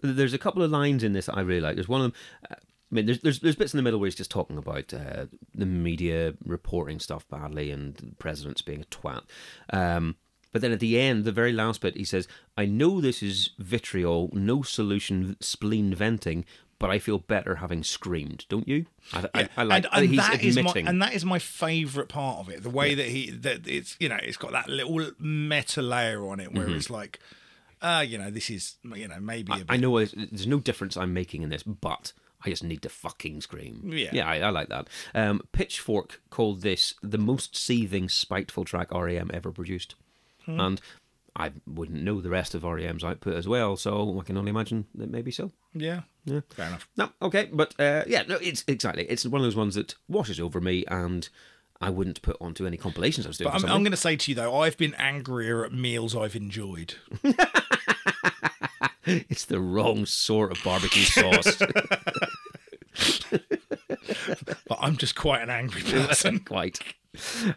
B: There's a couple of lines in this that I really like. There's one of them. uh, I mean, there's, there's there's bits in the middle where he's just talking about uh, the media reporting stuff badly and the president's being a twat. Um, but then at the end, the very last bit, he says, "I know this is vitriol, no solution, spleen venting, but I feel better having screamed." Don't you? I, I- I like that he's
C: that is
B: admitting.
C: my and that is my favorite part of it. The way that he that it's you know it's got that little meta layer on it where it's like, uh, you know, this is you know maybe a bit,
B: Mm-hmm. I know there's, there's no difference I'm making in this, but I just need to fucking scream.
C: Yeah.
B: yeah, I, I like that. Um, Pitchfork called this the most seething, spiteful track REM ever produced,
C: Hmm.
B: and I wouldn't know the rest of REM's output as well, so I can only imagine that maybe so.
C: yeah, yeah, fair enough.
B: No, okay, but uh, yeah, no, it's exactly. It's one of those ones that washes over me, and I wouldn't put onto any compilations I was doing.
C: But
B: for
C: I'm,
B: something.
C: I'm going to say to you though, I've been angrier at meals I've enjoyed.
B: It's the wrong sort of barbecue sauce.
C: but I'm just quite an angry person.
B: Quite.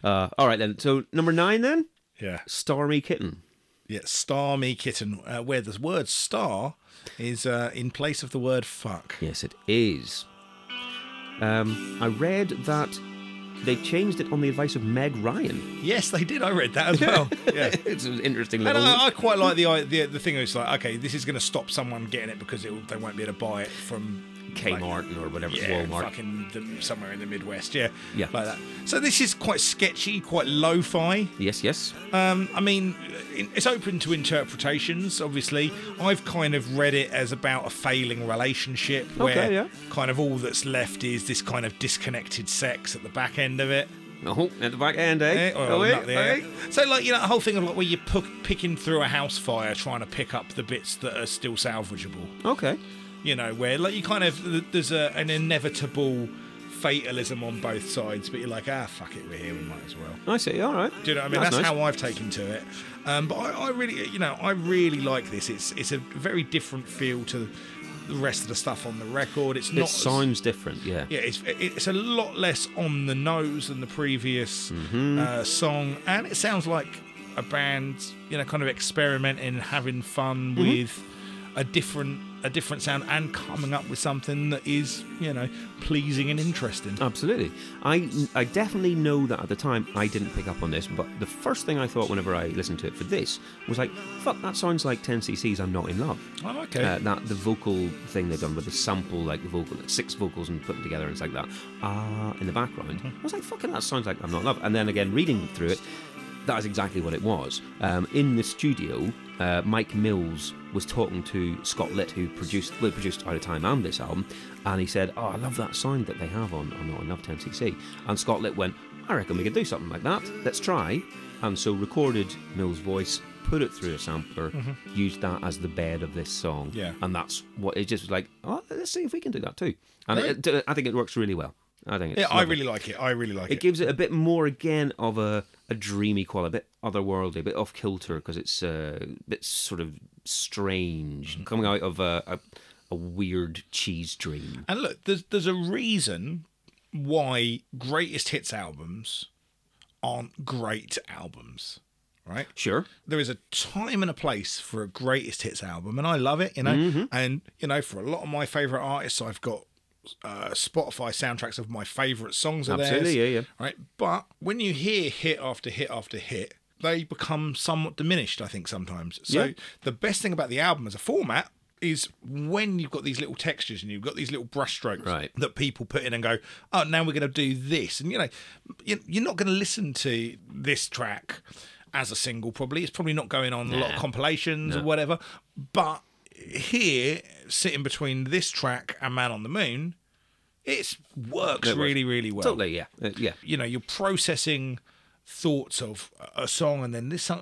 B: Uh, all right then. So number nine then.
C: yeah,
B: Stormy Kitten.
C: yeah. Star me kitten, uh, where the word star is uh, in place of the word fuck.
B: Yes, it is. Um, I read that they changed it on the advice of Meg Ryan.
C: Yes, they did. I read that as well. Yeah.
B: it's an interesting
C: And
B: little.
C: I, I quite like the, the the thing. It's like, okay, this is going to stop someone getting it because it, will- they won't be able to buy it from
B: Kmart or whatever,
C: like, yeah,
B: Walmart.
C: fucking the, somewhere in the Midwest. Yeah,
B: Yeah.
C: like that. So this is quite sketchy, quite lo-fi.
B: Yes, yes.
C: Um, I mean, it- it's open to interpretations. Obviously, I've kind of read it as about a failing relationship where
B: yeah.
C: kind of all that's left is this kind of disconnected sex at the back end of it.
B: Oh, at the back end, eh?
C: Eh, or
B: Oh, eh,
C: not there.
B: eh?
C: So, like, you know, the whole thing of like where you're pu- picking through a house fire trying to pick up the bits that are still salvageable.
B: Oh, eh? Okay.
C: You know, where like you kind of there's a, an inevitable fatalism on both sides, but you're like, ah, fuck it, we're here, we might as well.
B: I see. All right.
C: Do you know what I mean? That's,
B: nice.
C: how I've taken to it. Um, but I, I really, you know, I really like this. It's it's a very different feel to the rest of the stuff on the record. It's not
B: It
C: as-
B: sounds different. Yeah.
C: yeah, it's it's a lot less on the nose than the previous uh, song, and it sounds like a band, you know, kind of experimenting, having fun with a different a different sound, and coming up with something that is, you know, pleasing and interesting.
B: Absolutely. I I definitely know that at the time I didn't pick up on this, but the first thing I thought whenever I listened to it for this was like, fuck, that sounds like 10cc's I'm Not in Love.
C: Oh, okay.
B: Uh, that the vocal thing they've done with the sample, like the vocal, like six vocals and putting together and it's like that. Ah, in the background. I was like, fucking, that sounds like I'm Not in Love. And then again, reading through it, that is exactly what it was. Um, in the studio, uh, Mike Mills was talking to Scott Litt, who produced well, produced Out of Time and this album, and he said, "Oh, I love that sound that they have on on Not Enough 10cc." And Scott Litt went, "I reckon we could do something like that. Let's try." And so recorded Mills' voice, put it through a sampler, used that as the bed of this song,
C: Yeah.
B: and that's what it just was like. Oh, let's see if we can do that too. And it, it- I think it works really well. I think it's
C: yeah, I
B: lovely
C: really like it. I really like
B: it
C: it.
B: gives it a bit more again of a a dreamy quality, a bit otherworldly, a bit off kilter because it's uh, a bit sort of strange,
C: Mm-hmm.
B: coming out of a, a, a weird cheese dream.
C: And look, there's there's a reason why greatest hits albums aren't great albums, right?
B: Sure.
C: There is a time and a place for a greatest hits album, and I love it, you know.
B: Mm-hmm.
C: And you know, for a lot of my favorite artists, I've got uh, Spotify soundtracks of my favorite songs. Are
B: Absolutely,
C: theirs,
B: yeah, yeah.
C: Right, but when you hear hit after hit after hit, they become somewhat diminished. I think sometimes. So
B: Yeah.
C: the best thing about the album as a format is when you've got these little textures and you've got these little brushstrokes
B: Right.
C: that people put in and go, oh, now we're going to do this. And, you know, you- you're not going to listen to this track as a single, probably. It's probably not going on a lot of compilations or whatever. But here, sitting between this track and Man on the Moon, it works
B: It works.
C: really, really well
B: Totally, yeah. Uh, yeah.
C: you know you're processing thoughts of a song and then this song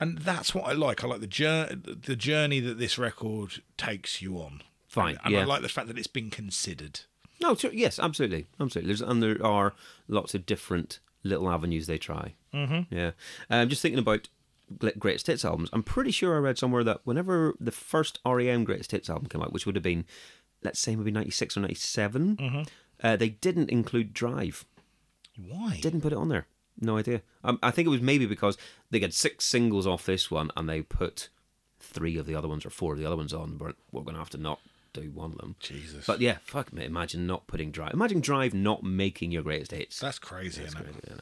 C: and that's what i like i like the journey the journey that this record takes you on
B: Fine,
C: and i
B: yeah.
C: like the fact that it's been considered
B: No, sure, yes, absolutely, absolutely. There's, and there are lots of different little avenues they try. Mm-hmm. Yeah, um, just thinking about gl- greatest hits albums. I'm pretty sure I read somewhere that whenever the first REM greatest hits album came out, which would have been, let's say, maybe '96 or '97, uh, they didn't include Drive.
C: why
B: Didn't put it on there. No idea. Um, I think it was maybe because they had six singles off this one, and they put three of the other ones or four of the other ones on. But we're going to have to not do one of them.
C: jesus
B: But yeah, fuck me. Imagine not putting Drive. Imagine Drive not making your greatest hits.
C: that's crazy isn't it?
B: Yeah, I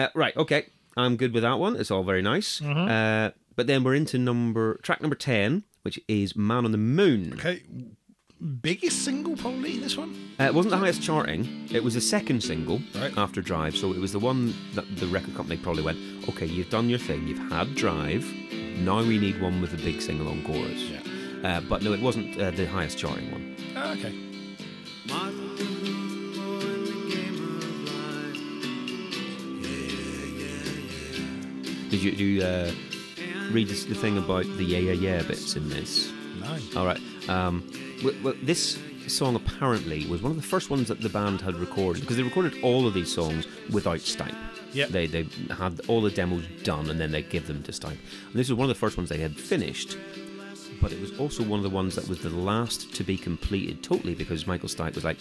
B: know. Uh, right. Okay. I'm good with that one. It's all very nice. Uh, but then we're into number track number ten, which is "Man on the Moon."
C: okay biggest single probably this one
B: Uh, it wasn't the highest charting. It was the second single
C: Right.
B: after Drive, so it was the one that the record company probably went, "Okay, you've done your thing. You've had Drive. Now we need one with a big sing-along chorus."
C: Yeah.
B: Uh, but no, it wasn't uh, the highest charting one.
C: Ah, okay
D: Martin the moon, oh, in the game of life.
B: Did you, do you uh, read this, the thing about the yeah yeah yeah bits in this?
C: no
B: All right. Um, well, well, this song apparently was one of the first ones that the band had recorded because they recorded all of these songs without Stipe.
C: Yep.
B: They they had all the demos done and then they give them to Stipe. And this was one of the first ones they had finished. But it was also one of the ones that was the last to be completed totally because Michael Stipe was like,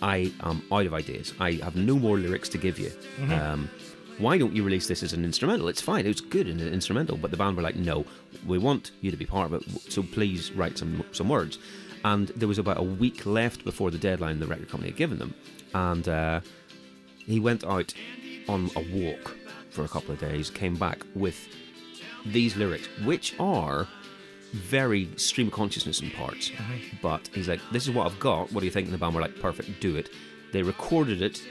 B: I am out of ideas. I have no more lyrics to give you. Um, why don't you release this as an instrumental? It's fine. It was good in an instrumental, but the band were like, no, we want you to be part of it, so please write some some words. And there was about a week left before the deadline the record company had given them, and uh, he went out on a walk for a couple of days, came back with these lyrics, which are very stream of consciousness in parts. But he's like, this is what I've got. What do you think? And the band were like, perfect, do it. They recorded it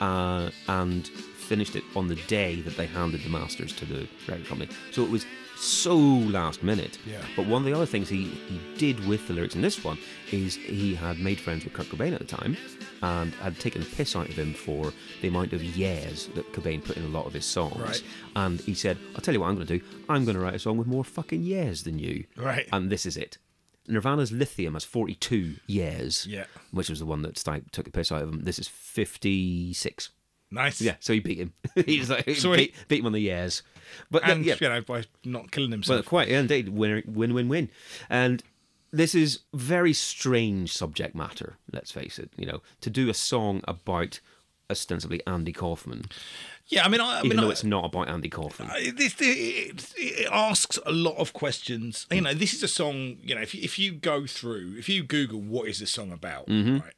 B: uh, and finished it on the day that they handed the masters to the record company. So it was so last minute.
C: Yeah.
B: But one of the other things he, he did with the lyrics in this one is he had made friends with Kurt Cobain at the time and had taken the piss out of him for the amount of yeahs that Cobain put in a lot of his songs.
C: Right.
B: And he said, I'll tell you what I'm going to do. I'm going to write a song with more fucking yeahs than you.
C: Right.
B: And this is it. Nirvana's Lithium has 42 years,
C: Yeah.
B: which was the one that Stipe took the piss out of him. This is 56.
C: nice
B: Yeah, so he beat him. He's like,
C: So he-
B: beat, beat him on the years. But
C: and
B: yeah,
C: you know by not killing
B: well,
C: himself
B: quite yeah, indeed, win, win, win, win. And this is very strange subject matter. Let's face it. You know, to do a song about ostensibly Andy Kaufman,
C: yeah i mean i, I
B: even
C: mean
B: though
C: I-
B: it's not about Andy Kaufman.
C: I- Uh, this it, it asks a lot of questions. You know, this is a song. You know, if you, if you go through, if you Google what is this song about,
B: Mm-hmm.
C: right?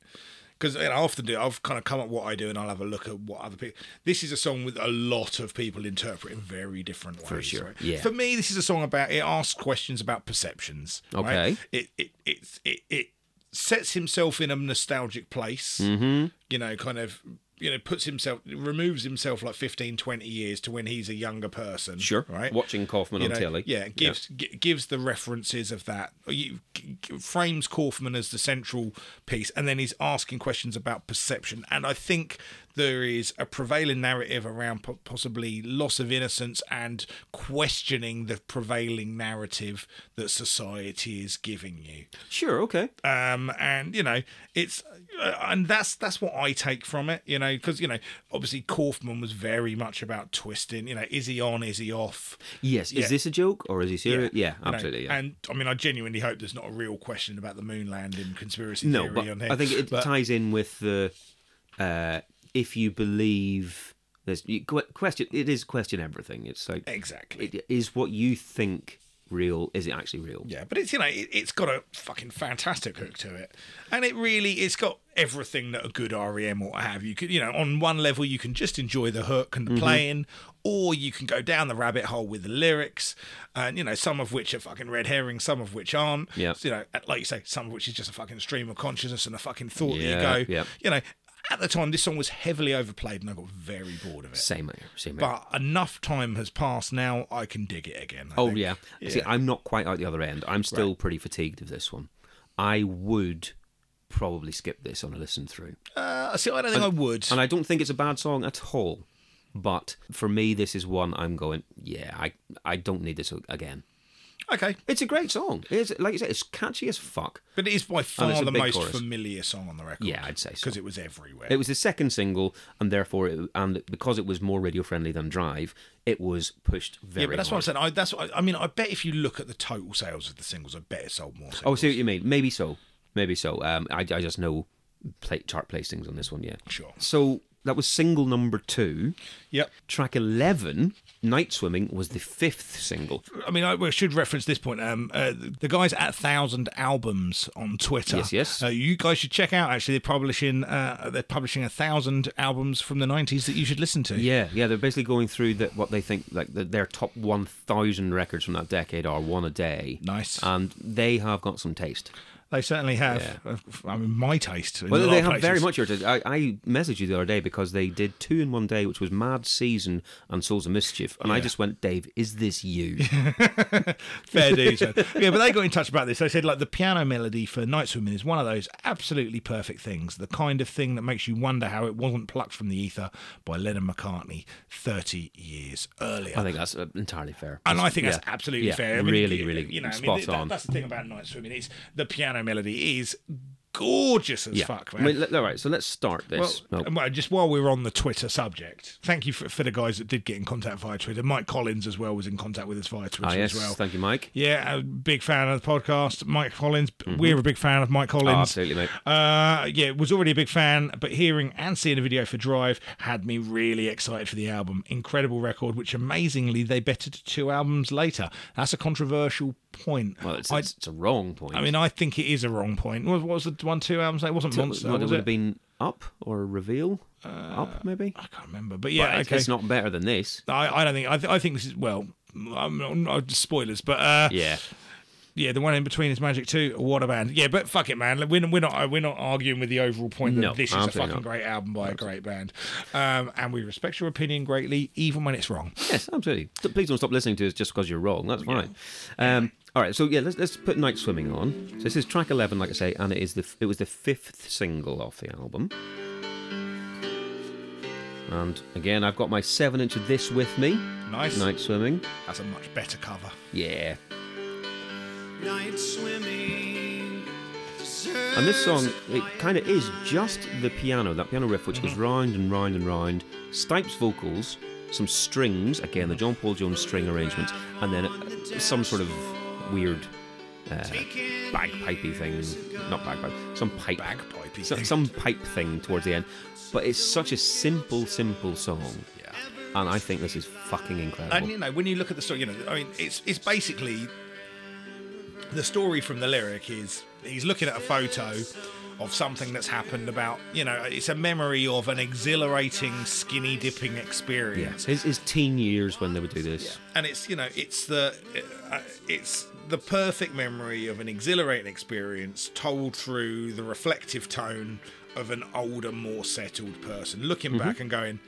C: Because you know, I often do. I've kind of come up what I do, and I'll have a look at what other people. This is a song with a lot of people interpret in very different ways. For
B: sure, yeah.
C: For me, this is a song about. It asks questions about perceptions. right?
B: Okay.
C: It it it's it it sets himself in a nostalgic place
B: Mm-hmm.
C: you know, kind of, you know, puts himself, removes himself like 15, 20 years to when he's a younger person.
B: Sure.
C: Right.
B: Watching Kaufman
C: You
B: on
C: know,
B: telly.
C: Yeah. Gives G- gives the references of that. You, g- g- frames Kaufman as the central piece, and then he's asking questions about perception. And I think There is a prevailing narrative around po- possibly loss of innocence and questioning the prevailing narrative that society is giving you
B: Sure, okay.
C: um and you know it's uh, and that's that's what i take from it you know because you know obviously kaufman was very much about twisting you know is he on is he off
B: Yes, is
C: Yeah.
B: this a joke or is he serious? Yeah,
C: You know,
B: absolutely. yeah.
C: and i mean i genuinely hope there's not a real question about the moon landing conspiracy
B: no,
C: theory
B: but
C: on here
B: I think it
C: But-
B: ties in with the uh, if you believe this you que- question. It is question everything. It's like
C: exactly
B: it is what you think real. Is it actually real?
C: Yeah, but it's you know it, it's got a fucking fantastic hook to it, and it really it's got everything that a good E REM ought to have. You could you know on one level you can just enjoy the hook and the
B: Mm-hmm.
C: playing, or you can go down the rabbit hole with the lyrics, and you know some of which are fucking red herrings, some of which aren't.
B: Yeah.
C: So, you know like you say, some of which is just a fucking stream of consciousness and a fucking thought
B: Yeah,
C: that you go.
B: yeah.
C: You know at the time this song was heavily overplayed, and I got very bored of it.
B: Same here. Same here.
C: But enough time has passed now, I can dig it again. I
B: Oh
C: think.
B: yeah. See, I'm not quite out the other end. I'm still pretty fatigued of this one. I would probably skip this on a listen through.
C: Uh, see, I don't think I would.
B: And I don't think it's a bad song at all. But for me, this is one I'm going. Yeah, I I don't need this again.
C: okay.
B: It's a great song. It's like you said, it's catchy as fuck.
C: But it is by
B: it's
C: far
B: Oh, a
C: the
B: big
C: most
B: chorus.
C: familiar song on the record.
B: Yeah, I'd say so.
C: Because it was everywhere.
B: It was the second single, and therefore, it, and because it was more radio friendly than Drive, it was pushed very.
C: yeah, but that's what I'm
B: hard.
C: saying. I, that's what I, I mean. I bet if you look at the total sales of the singles, I bet it sold more.
B: Oh, I
C: Singles.
B: see what you mean. Maybe so. Maybe so. Um, I, I just know play, chart placings on this one. Yeah,
C: Sure.
B: So that was single number two.
C: yep.
B: Track eleven, "Night Swimming," was the fifth single.
C: I mean, I we should reference this point. Um, uh, the guys at Thousand Albums on Twitter.
B: Yes, yes.
C: Uh, you guys should check out. Actually, they're publishing. Uh, they're publishing a thousand albums from the '90s that you should listen to.
B: Yeah, yeah. They're basically going through the, what they think like the, their top one thousand records from that decade are one a day.
C: Nice.
B: And they have got some taste.
C: They certainly have. Uh, I mean, my taste. in a
B: Well,
C: lot
B: they
C: of
B: have very
C: places.
B: much your taste. I, I messaged you the other day because they did two in one day, which was Mad Season and Souls of Mischief, and I just went, Dave, is this you?
C: Fair dues. yeah, but they got in touch about this. They said like the piano melody for Night Swimming is one of those absolutely perfect things, the kind of thing that makes you wonder how it wasn't plucked from the ether by Lennon McCartney 30 years earlier.
B: I think that's uh, entirely fair.
C: and I think
B: Yeah.
C: that's absolutely
B: Yeah,
C: fair. I mean,
B: Really,
C: you-
B: really
C: you know, I mean,
B: spot
C: that-
B: on.
C: That's the thing about Night Swimming is the piano melody is gorgeous as
B: yeah.
C: fuck,
B: I
C: man.
B: mean, let- all right, so let's start this.
C: Well,
B: No.
C: well, just while we were on the Twitter subject, thank you for, for the guys that did get in contact via Twitter. Mike Collins as well was in contact with us via Twitter
B: ah, yes,
C: as well.
B: thank you, Mike.
C: Yeah, a big fan of the podcast, Mike Collins. We're a big fan of Mike Collins.
B: Mm-hmm. Oh, Ah, absolutely, mate.
C: Uh, yeah, was already a big fan, but hearing and seeing the video for Drive had me really excited for the album. Incredible record, which amazingly they bettered to two albums later. That's a controversial point.
B: Well, it's,
C: I,
B: it's, it's a wrong point.
C: I mean, I think it is a wrong point. What, what was the one two albums? later? It wasn't
B: Well,
C: Monster.
B: it
C: was
B: would
C: it?
B: have been up or reveal? up, maybe?
C: I can't remember, but
B: But
C: yeah,
B: it's,
C: okay.
B: it's not better than this.
C: I, I don't think I, th- I think this is well. I'm not, I'm- spoilers, but uh,
B: Yeah.
C: Yeah, the one in between is Magic Two. What a band! Yeah, but fuck it, man. We're, we're not we're not arguing with the overall point that
B: No,
C: this is a
B: absolutely
C: fucking
B: not.
C: great album by a great band, um, and we respect your opinion greatly, even when it's wrong.
B: Yes, absolutely. So Please don't stop listening to us just because you're wrong. That's fine. Um, all right, so yeah, let's, let's put night swimming on. So this is track eleven, like I say, and it is the f- it was the fifth single off the album. And again, I've got my seven inch of this with me.
C: Nice.
B: Night swimming.
C: That's a much better cover.
B: Yeah.
D: Night swimming.
B: And this song, it kind of is just the piano, that piano riff which goes round and round and round. Stipe's vocals, some strings, again the John Paul Jones string arrangements, and then uh, some sort of weird uh, bagpipey thing. Not bagpipe, some pipe.
C: Bagpipey
B: so-
C: thing.
B: Some pipe thing towards the end. But it's such a simple, simple song. Yeah. And I think this is fucking
C: And
B: incredible.
C: you know, when you look at the story, you know, I mean, it's it's basically the story from the lyric is he's looking at a photo of something that's happened about you know it's a memory of an exhilarating skinny dipping
B: Yeah.
C: experience
B: His, his teen years when they would do this.
C: and it's you know it's the uh, it's the perfect memory of an exhilarating experience told through the reflective tone of an older more settled person looking back and going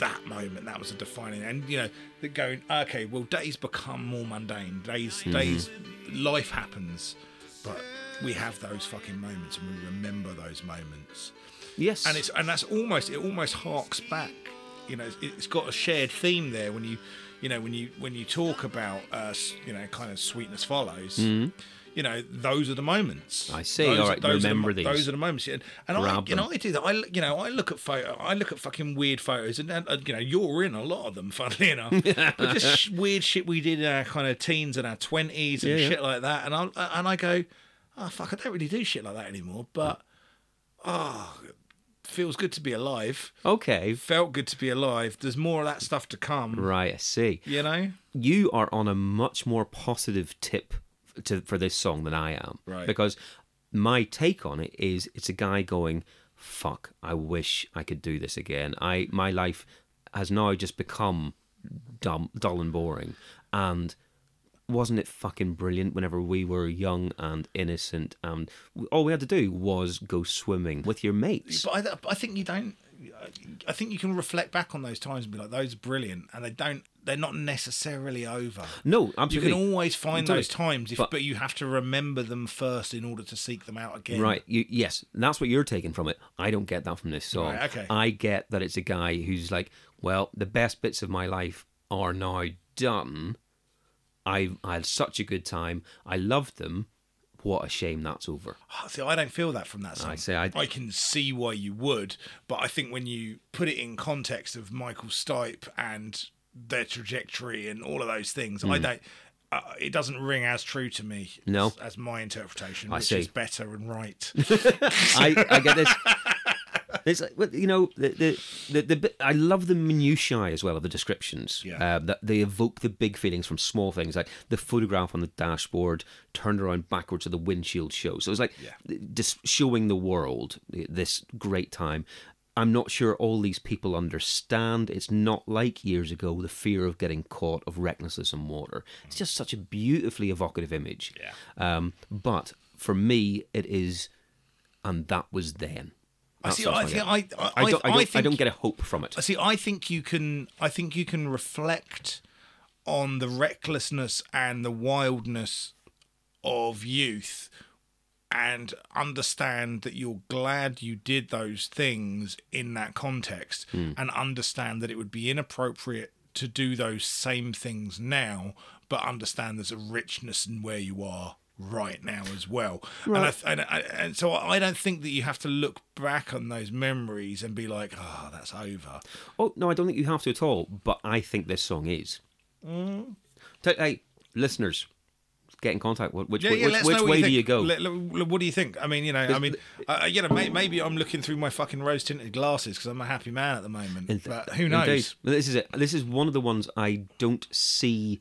C: that moment that was a defining and you know they're going okay well days become more mundane days days life happens but we have those fucking moments and we remember those moments
B: Yes.
C: and it's and that's almost it almost harks back you know it's- it's got a shared theme there when you you know when you when you talk about uh s- you know kind of sweetness follows you know those are the moments
B: Mm. I see.
C: Those-
B: All right,
C: those
B: remember
C: are the,
B: these.
C: those are the moments and, and i
B: Grab
C: you know
B: them.
C: i do that i look- you know i look at photo i look at fucking weird photos and, and, uh, you know you're in a lot of them funnily enough but just sh- weird shit we did in our kind of teens and our 20s and
B: Yeah, yeah.
C: shit like that and i and i go oh fuck i don't really do shit like that anymore but ah, feels good to be alive.
B: okay.
C: Felt good to be alive. There's more of that stuff to come.
B: Right, I see.
C: You know?
B: you are on a much more positive tip to, for this song than I am.
C: Right.
B: Because my take on it is it's a guy going, fuck, I wish I could do this again. I My life has now just become dumb, dull and boring. And wasn't it fucking brilliant whenever we were young and innocent and all we had to do was go swimming with your mates?
C: But I, I think you don't. I think you can reflect back on those times and be like, "Those are brilliant," and they don't. They're not necessarily over.
B: No,
C: You
B: absolutely.
C: can always find
B: Totally.
C: those times, if,
B: But-
C: but, you have to remember them first in order to seek them out again.
B: Right. You, yes, that's what you're taking from it. I don't get that from this song.
C: Right, okay.
B: I get that it's a guy who's like, well, the best bits of my life are now done. I I had such a good time. I loved them. What a shame that's over.
C: Ah, See, I don't feel that from that song.
B: I see, I-
C: can see why you would, but I think when you put it in context of Michael Stipe and their trajectory and all of those things, I don't. Uh, it doesn't ring as true to me.
B: Mm. No.
C: as, as my interpretation,
B: I
C: which
B: see.
C: is better and right.
B: I, I get this. It's like, well, you know, the, the, the, the, bit- I love the minutiae as well of the descriptions.
C: Yeah.
B: Uh, that they evoke the big feelings from small things, like the photograph on the dashboard turned around backwards so the windshield shows. So it's like just showing the world uh, this great time. I'm not sure all these people understand. It's not like years ago, the fear of getting caught, of recklessness in water. It's just such a beautifully evocative image. Yeah. Um, but for me, it is and that was then.
C: I
B: That
C: see.
B: sounds
C: I
B: like
C: think.
B: it.
C: I. I,
B: I don't. I
C: I
B: don't, I
C: think,
B: don't get a hope from it.
C: I see. I think you can. I think you can reflect on the recklessness and the wildness of youth, and understand that you're glad you did those things in that context, and understand that it would be inappropriate to do those same things now, but understand there's a richness in where you are right now as well. And, I th- and, I, and so I don't think that you have to look back on those memories and be like, ah, that's over.
B: Oh no, I don't think you have to at all. But I think this song is.
C: Mm.
B: T- hey, listeners, get in contact. Wh- Which
C: Yeah,
B: which,
C: yeah,
B: which,
C: let's know what
B: way
C: you
B: do
C: think.
B: you go?
C: Let- let- what do you think? I mean, you know, I mean, uh, you know, may, maybe I'm looking through my fucking rose tinted glasses because I'm a happy man at the moment.
B: In-
C: but who knows?
B: indeed. Well, This is it. This is one of the ones I don't see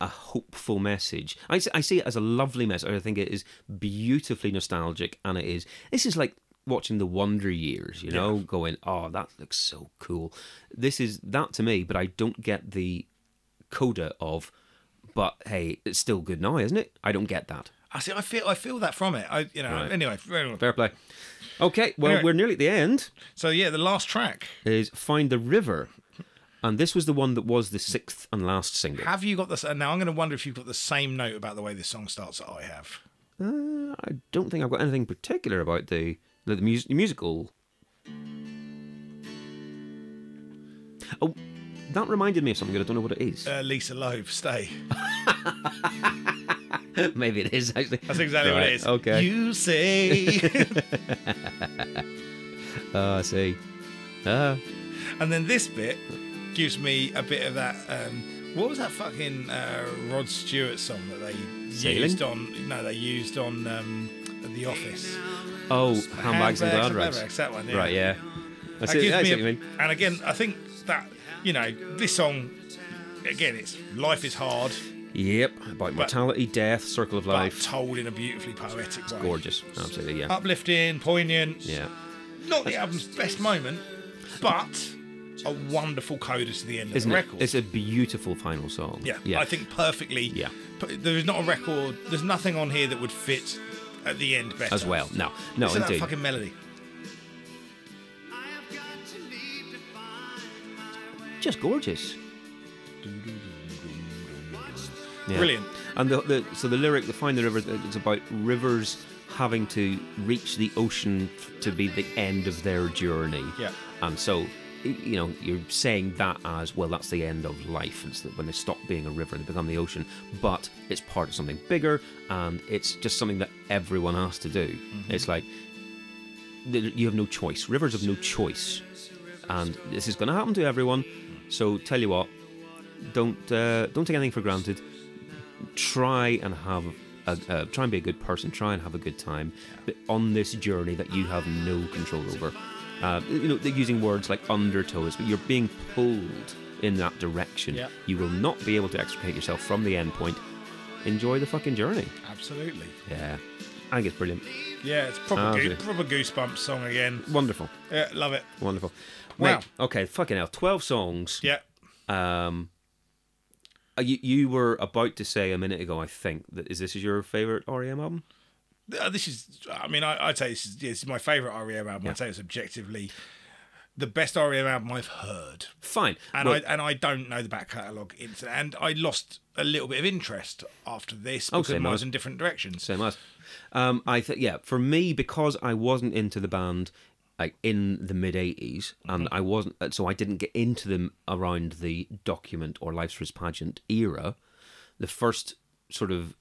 B: a hopeful message. I see, I see it as a lovely message. I think it is beautifully nostalgic, and it is. This is like watching the Wonder Years, you know, going, oh, that looks so cool. This is that to me, but I don't get the coda of. But hey, it's still good now, isn't it? I don't get that.
C: I see. I feel. I feel that from it. I, you know.
B: Right.
C: Anyway, anyway.
B: Fair play. Okay, well,
C: Anyway.
B: we're nearly at the end.
C: So yeah, the last track.
B: Is Find the River. And this was the one that was the sixth and last single.
C: Have you got this? And now I'm going to wonder if you've got the same note about the way this song starts that I have.
B: Uh, I don't think I've got anything particular about the the, mus- the musical. Oh, that reminded me of something. but I don't know what it is.
C: Uh, Lisa Loeb, stay.
B: Maybe it is actually.
C: That's exactly what
B: Right,
C: it is.
B: Okay.
C: You say.
B: Ah, I see. Ah,
C: and then this bit gives me a bit of that. Um, what was that fucking uh, Rod Stewart song that they
B: Sailing?
C: used on? No, they used on um, The Office.
B: oh, handbags and glad rags.
C: Handbags and That one. Yeah.
B: Right, yeah. I
C: That
B: see,
C: gives
B: I
C: me
B: see
C: a-
B: what you mean.
C: And again, I think that you know this song. Again, it's life is hard,
B: Yep, about mortality, death, circle of
C: but
B: life.
C: told in a beautifully poetic way.
B: Gorgeous, absolutely,
C: Oh,
B: yeah,
C: uplifting, poignant.
B: yeah.
C: Not the album's best moment, but a wonderful coda to the end of
B: Isn't
C: the
B: it?
C: record.
B: It's a beautiful final song.
C: yeah,
B: yeah.
C: I think perfectly.
B: Yeah.
C: p- There is not a record. There's nothing on here that would fit at the end better.
B: as well. No, no,
C: Listen to that
B: indeed.
C: fucking melody.
D: I have got to leave to find my way.
B: Just gorgeous. Yeah.
C: Brilliant.
B: And the, the so the lyric, the find the river, it's about rivers having to reach the ocean to be the end of their journey.
C: Yeah.
B: And so, y- you know, you're saying that as well. That's the end of life. It's that when they stop being a river and they become the ocean. But it's part of something bigger, and it's just something that everyone has to do. It's like th- you have no choice. Rivers have no choice, and this is going to happen to everyone. So tell you what, don't uh, don't take anything for granted. Try and have a, uh, try and be a good person. Try and have a good time but on this journey that you have no control over. Uh, you know, they're using words like undertows, but you're being pulled in that direction.
C: Yeah.
B: You will not be able to extricate yourself from the end point. Enjoy the fucking journey.
C: Absolutely.
B: Yeah, I think it's brilliant.
C: Yeah, it's proper,
B: Ah,
C: goo-
B: okay.
C: proper goosebumps song again.
B: Wonderful,
C: Yeah, love it.
B: wonderful.
C: Wow.
B: Mate, okay, fucking hell, twelve songs.
C: Yeah.
B: Um, uh, you you were about to say a minute ago, I think, that is this is your favorite REM album?
C: Uh, This is, I mean, I, I'd say this is, this is my favourite REM album.
B: Yeah.
C: I'd say it's objectively the best REM album I've heard.
B: Fine.
C: And
B: Well,
C: I and I don't know the back catalogue. It's, and I lost a little bit of interest after this
B: Oh,
C: because
B: same
C: mine was
B: as-
C: in different directions.
B: same as. Um, I think yeah, for me because I wasn't into the band like in the mid '80s, and I wasn't, uh, so I didn't get into them around the Document or Life's Risk Pageant era. The first sort of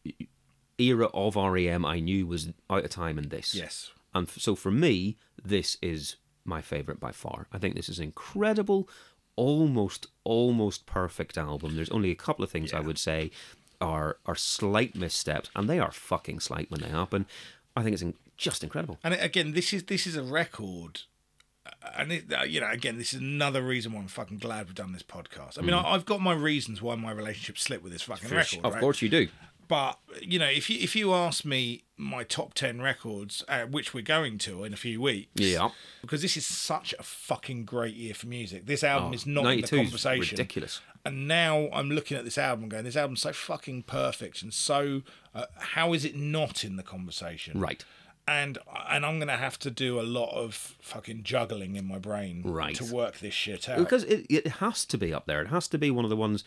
B: era of REM I knew was out of time in this.
C: Yes.
B: And f- so for me, this is my favorite by far. I think this is an incredible, almost almost perfect album. There's only a couple of things I would say are are slight missteps, and they are fucking slight when they happen. I think it's in, just incredible.
C: And again, this is this is a record, and it, uh, you know, again, this is another reason why I'm fucking glad we've done this podcast. I mean, I, I've got my reasons why my relationship slipped with this fucking record.
B: Mm. Of
C: right?
B: course you do.
C: But you know, if you if you ask me my top ten records, uh, which we're going to in a few weeks,
B: Yeah.
C: because this is such a fucking great year for music. This album is not in the
B: 92 's
C: conversation.
B: Oh, ridiculous.
C: And now I'm looking at this album, going, this album's so fucking perfect, and so uh, how is it not in the conversation?
B: Right.
C: And and I'm gonna have to do a lot of fucking juggling in my brain,
B: Right.
C: to work this shit out.
B: because it, it has to be up there. It has to be one of the ones.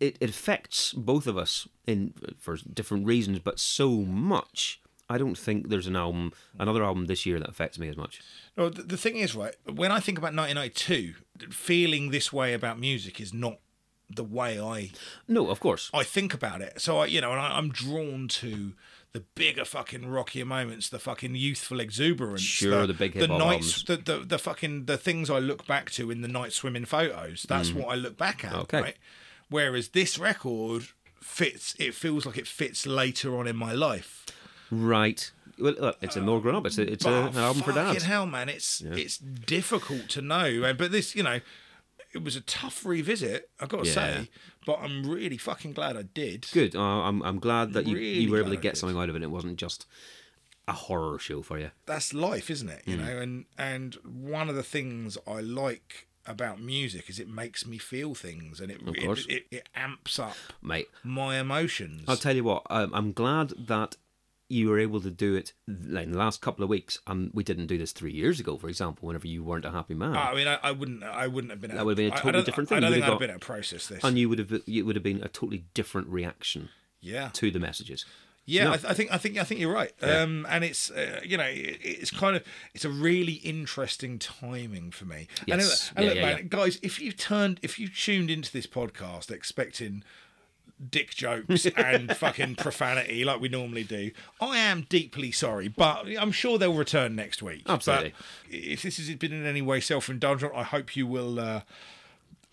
B: It, it affects both of us in for different reasons, but so much. I don't think there's an album, another album this year that affects me as much.
C: Well, the, the thing is, right, when I think about 1992, feeling this way about music is not the way I
B: No, of course.
C: I think about it. So, I, you know, and I, I'm drawn to the bigger fucking rockier moments, the fucking youthful exuberance.
B: Sure, the big hip-hop
C: The nights, the, the, the fucking, the things I look back to in the night swimming photos. That's what I look back at,
B: Mm. Okay.
C: right? Whereas this record fits, it feels like it fits later on in my life.
B: Right. Well, look, it's a more grown up. It's a, it's a,
C: But oh,
B: an album for
C: fucking
B: dads.
C: hell, man, it's it's difficult to know. And- But this, you know, it was a tough revisit. I've got to
B: Yeah.
C: say, but I'm really fucking glad I did.
B: Good. Uh, I'm I'm glad that you,
C: Really
B: you were able to
C: glad I
B: get
C: did.
B: something out of it. It wasn't just a horror show for you.
C: That's life, isn't it?
B: Hmm.
C: You know, and and one of the things I like about music is it makes me feel things, and it
B: course.
C: it, it, it amps up
B: Mate,
C: my emotions.
B: I'll tell you what. Um, I'm glad that you were able to do it like, in the last couple of weeks, and we didn't do this three years ago, for example, whenever you weren't a happy man,
C: I mean, I, I wouldn't, I wouldn't have been.
B: That would've been a
C: I- I
B: totally
C: don't-
B: different thing.
C: I don't
B: You'd
C: think I'd
B: have got-
C: have been able to process this.
B: and you would have it would have been a totally different reaction
C: yeah,
B: to the messages.
C: Yeah,
B: No.
C: I, th- I think I think I think you're right. Um, and it's uh, you know it, it's kind of it's a really interesting timing for me. And, uh,
B: Yes.
C: and
B: Yeah,
C: look,
B: yeah,
C: man, guys, if you turned if you tuned into this podcast expecting dick jokes and fucking profanity like we normally do, I am deeply sorry, but I'm sure they'll return next week.
B: Absolutely.
C: But if this has been in any way self-indulgent, I hope you will. Uh,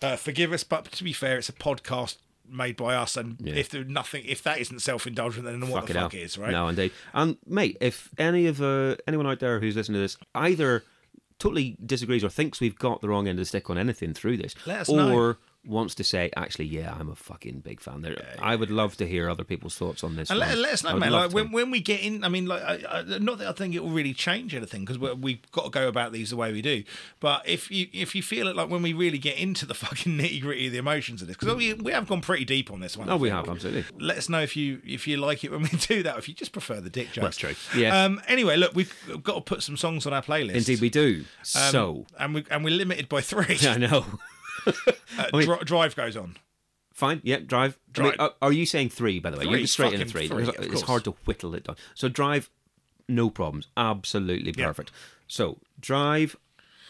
C: uh, forgive us, but to be fair, it's a podcast made by us, and
B: Yeah.
C: if there nothing, if that isn't self-indulgent, then what the
B: Fucking
C: fuck
B: hell.
C: is right?
B: No, indeed. And mate, if any of uh, anyone out there who's listening to this either totally disagrees or thinks we've got the wrong end of the stick on anything through this,
C: Let us
B: or
C: know.
B: wants to say, actually, yeah, I'm a fucking big fan. There, I would love to hear other people's thoughts on this.
C: And let,
B: one.
C: let us
B: I
C: know,
B: would
C: man.
B: love
C: Like
B: to.
C: when, when we get in, I mean, like, I, I, not that I think it will really change anything because we've got to go about these the way we do. But if you if you feel it, like when we really get into the fucking nitty gritty of the emotions of this, because we we have gone pretty deep on this one. I
B: oh, we
C: think.
B: have absolutely.
C: Let us know if you if you like it when we do that. Or if you just prefer the dick
B: that's
C: jokes,
B: true. Yeah.
C: Um. Anyway, look, we've got to put some songs on our playlist.
B: Indeed, we
C: Um,
B: do. so
C: and we and we're limited by three.
B: I know.
C: Uh,
B: mean-
C: dri- drive goes on.
B: Fine. Yeah, drive. I mean,
C: Drive.
B: are- are you saying three? By the way,
C: Three,
B: you're straight in at
C: fucking
B: three.
C: three,
B: because
C: of
B: it's
C: course.
B: hard to whittle it down. So drive. no problems. Absolutely
C: Yeah.
B: perfect. So Drive.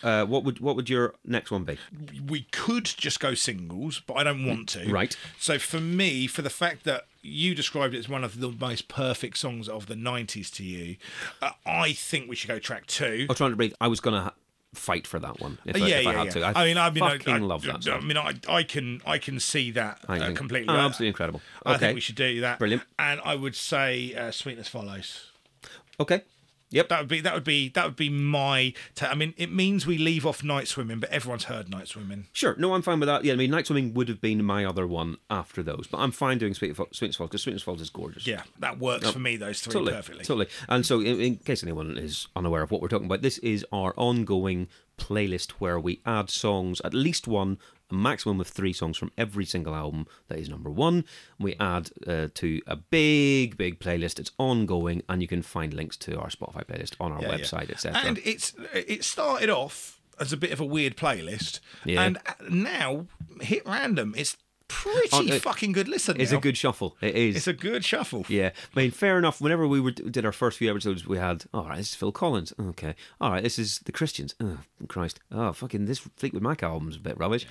B: Uh, what would what would your next one be?
C: we could just go singles, but I don't want to.
B: Right.
C: So for me, for the fact that you described it as one of the most perfect songs of the 90s to you, uh, I think we should go track two. Uh,
B: Oh, trying to breathe. I was gonna ha- fight for that one if, I, if I had to. I,
C: mean, uh, I mean, I-
B: fucking
C: I,
B: love that.
C: I
B: song.
C: mean, I, I can, I can see that
B: I
C: uh,
B: think-
C: completely.
B: absolutely incredible.
C: I
B: Okay.
C: think we should do that.
B: Brilliant.
C: And I would say uh, "Sweetness Follows."
B: Okay. Yep.
C: That would be that would be that would be my. ta- I mean, it means we leave off night swimming, but everyone's heard night swimming.
B: Sure, no, I'm fine with that. Yeah, I mean, Night Swimming would have been my other one after those, but I'm fine doing Sweet Fo- Sweetness Falls because Sweetness Falls is gorgeous.
C: Yeah, that works for me. Those three
B: totally,
C: perfectly.
B: totally. And so, in, in case anyone is unaware of what we're talking about, this is our ongoing playlist where we add songs, at least one, a maximum of three songs from every single album that is number one. We add uh, to a big, big playlist. It's ongoing, and you can find links to our Spotify playlist on our
C: Yeah, yeah.
B: website, etc.
C: And it's it started off as a bit of a weird playlist,
B: Yeah.
C: and now hit random. It's pretty
B: Aren't it-
C: fucking good. Listen,
B: It's
C: now.
B: a good shuffle. It is.
C: it's a good shuffle.
B: Yeah, I mean, fair enough. Whenever we were, did our first few episodes, we had, all right, this is Phil Collins. Okay. All right, this is the Christians. Oh, Christ. Oh, fucking, this Fleetwood Mac album's a bit rubbish.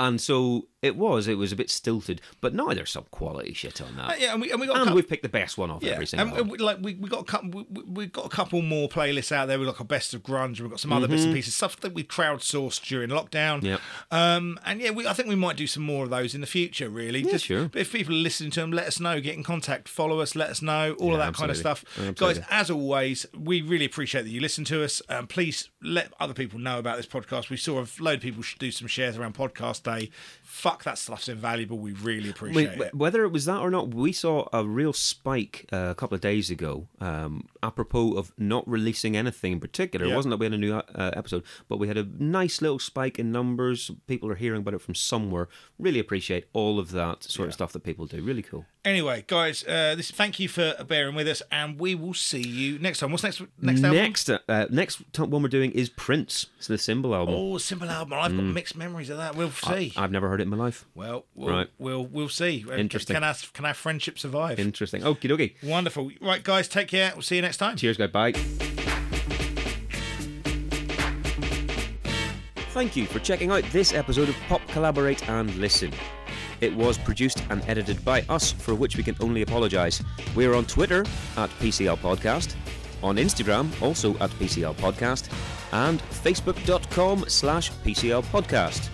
B: And so it was, it was a bit stilted, but now there's some quality shit on that.
C: Uh, yeah, and we and we got a
B: And
C: couple-
B: we've picked the best one off
C: yeah,
B: every single
C: and,
B: album.
C: we, like we, we got a couple we, we- we got a couple more playlists out there. We got a best of grunge. We've got some other bits and pieces stuff that we crowdsourced during lockdown.
B: Mm-hmm. Yep.
C: Um, and yeah, we, I think we might do some more of those in the future. Really, yeah,
B: sure.
C: But if people are listening to them, let us know. Get in contact. Follow us. Let us know. All of
B: Yeah,
C: that kind of stuff,
B: absolutely.
C: guys. As always, we really appreciate that you listen to us. Um, please let other people know about this podcast. We saw a load of people should do some shares around podcast day. Fuck that stuff's invaluable. We really
B: We-
C: appreciate it.
B: whether it was that or not, we saw a real spike uh, a couple of days ago, um, apropos of not releasing anything in particular.
C: Yeah.
B: It wasn't that we had a new uh, episode, but we had a nice little spike in numbers. People are hearing about it from somewhere. Really appreciate all of that sort of stuff that people do. Really cool.
C: Anyway, guys, uh, this thank you for bearing with us, and we will see you next time. What's next? Next album?
B: next, uh, next t- one we're doing is Prince. It's the Symbol album.
C: Oh, simple album. I've
B: Hmm.
C: got mixed memories of that. We'll see.
B: I've never heard it in my life.
C: well, we'll,
B: Right.
C: we'll we'll see.
B: Interesting.
C: Can our can our friendship survive?
B: Interesting. Okie dokie.
C: Wonderful. Right, guys, take care. We'll see you next time.
B: Cheers, guys. Bye. Thank you for checking out this episode of Pop Collaborate and Listen. It was produced and edited by us, for which we can only apologise. We are on Twitter at PCL Podcast, on Instagram also at PCL Podcast, and Facebook.com slash PCL Podcast.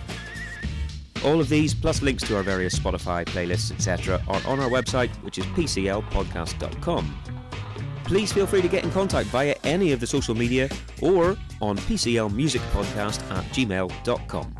B: All of these, plus links to our various Spotify playlists, etc., are on our website, which is PCLpodcast.com please feel free to get in contact via any of the social media or on PCLmusicpodcast at gmail.com.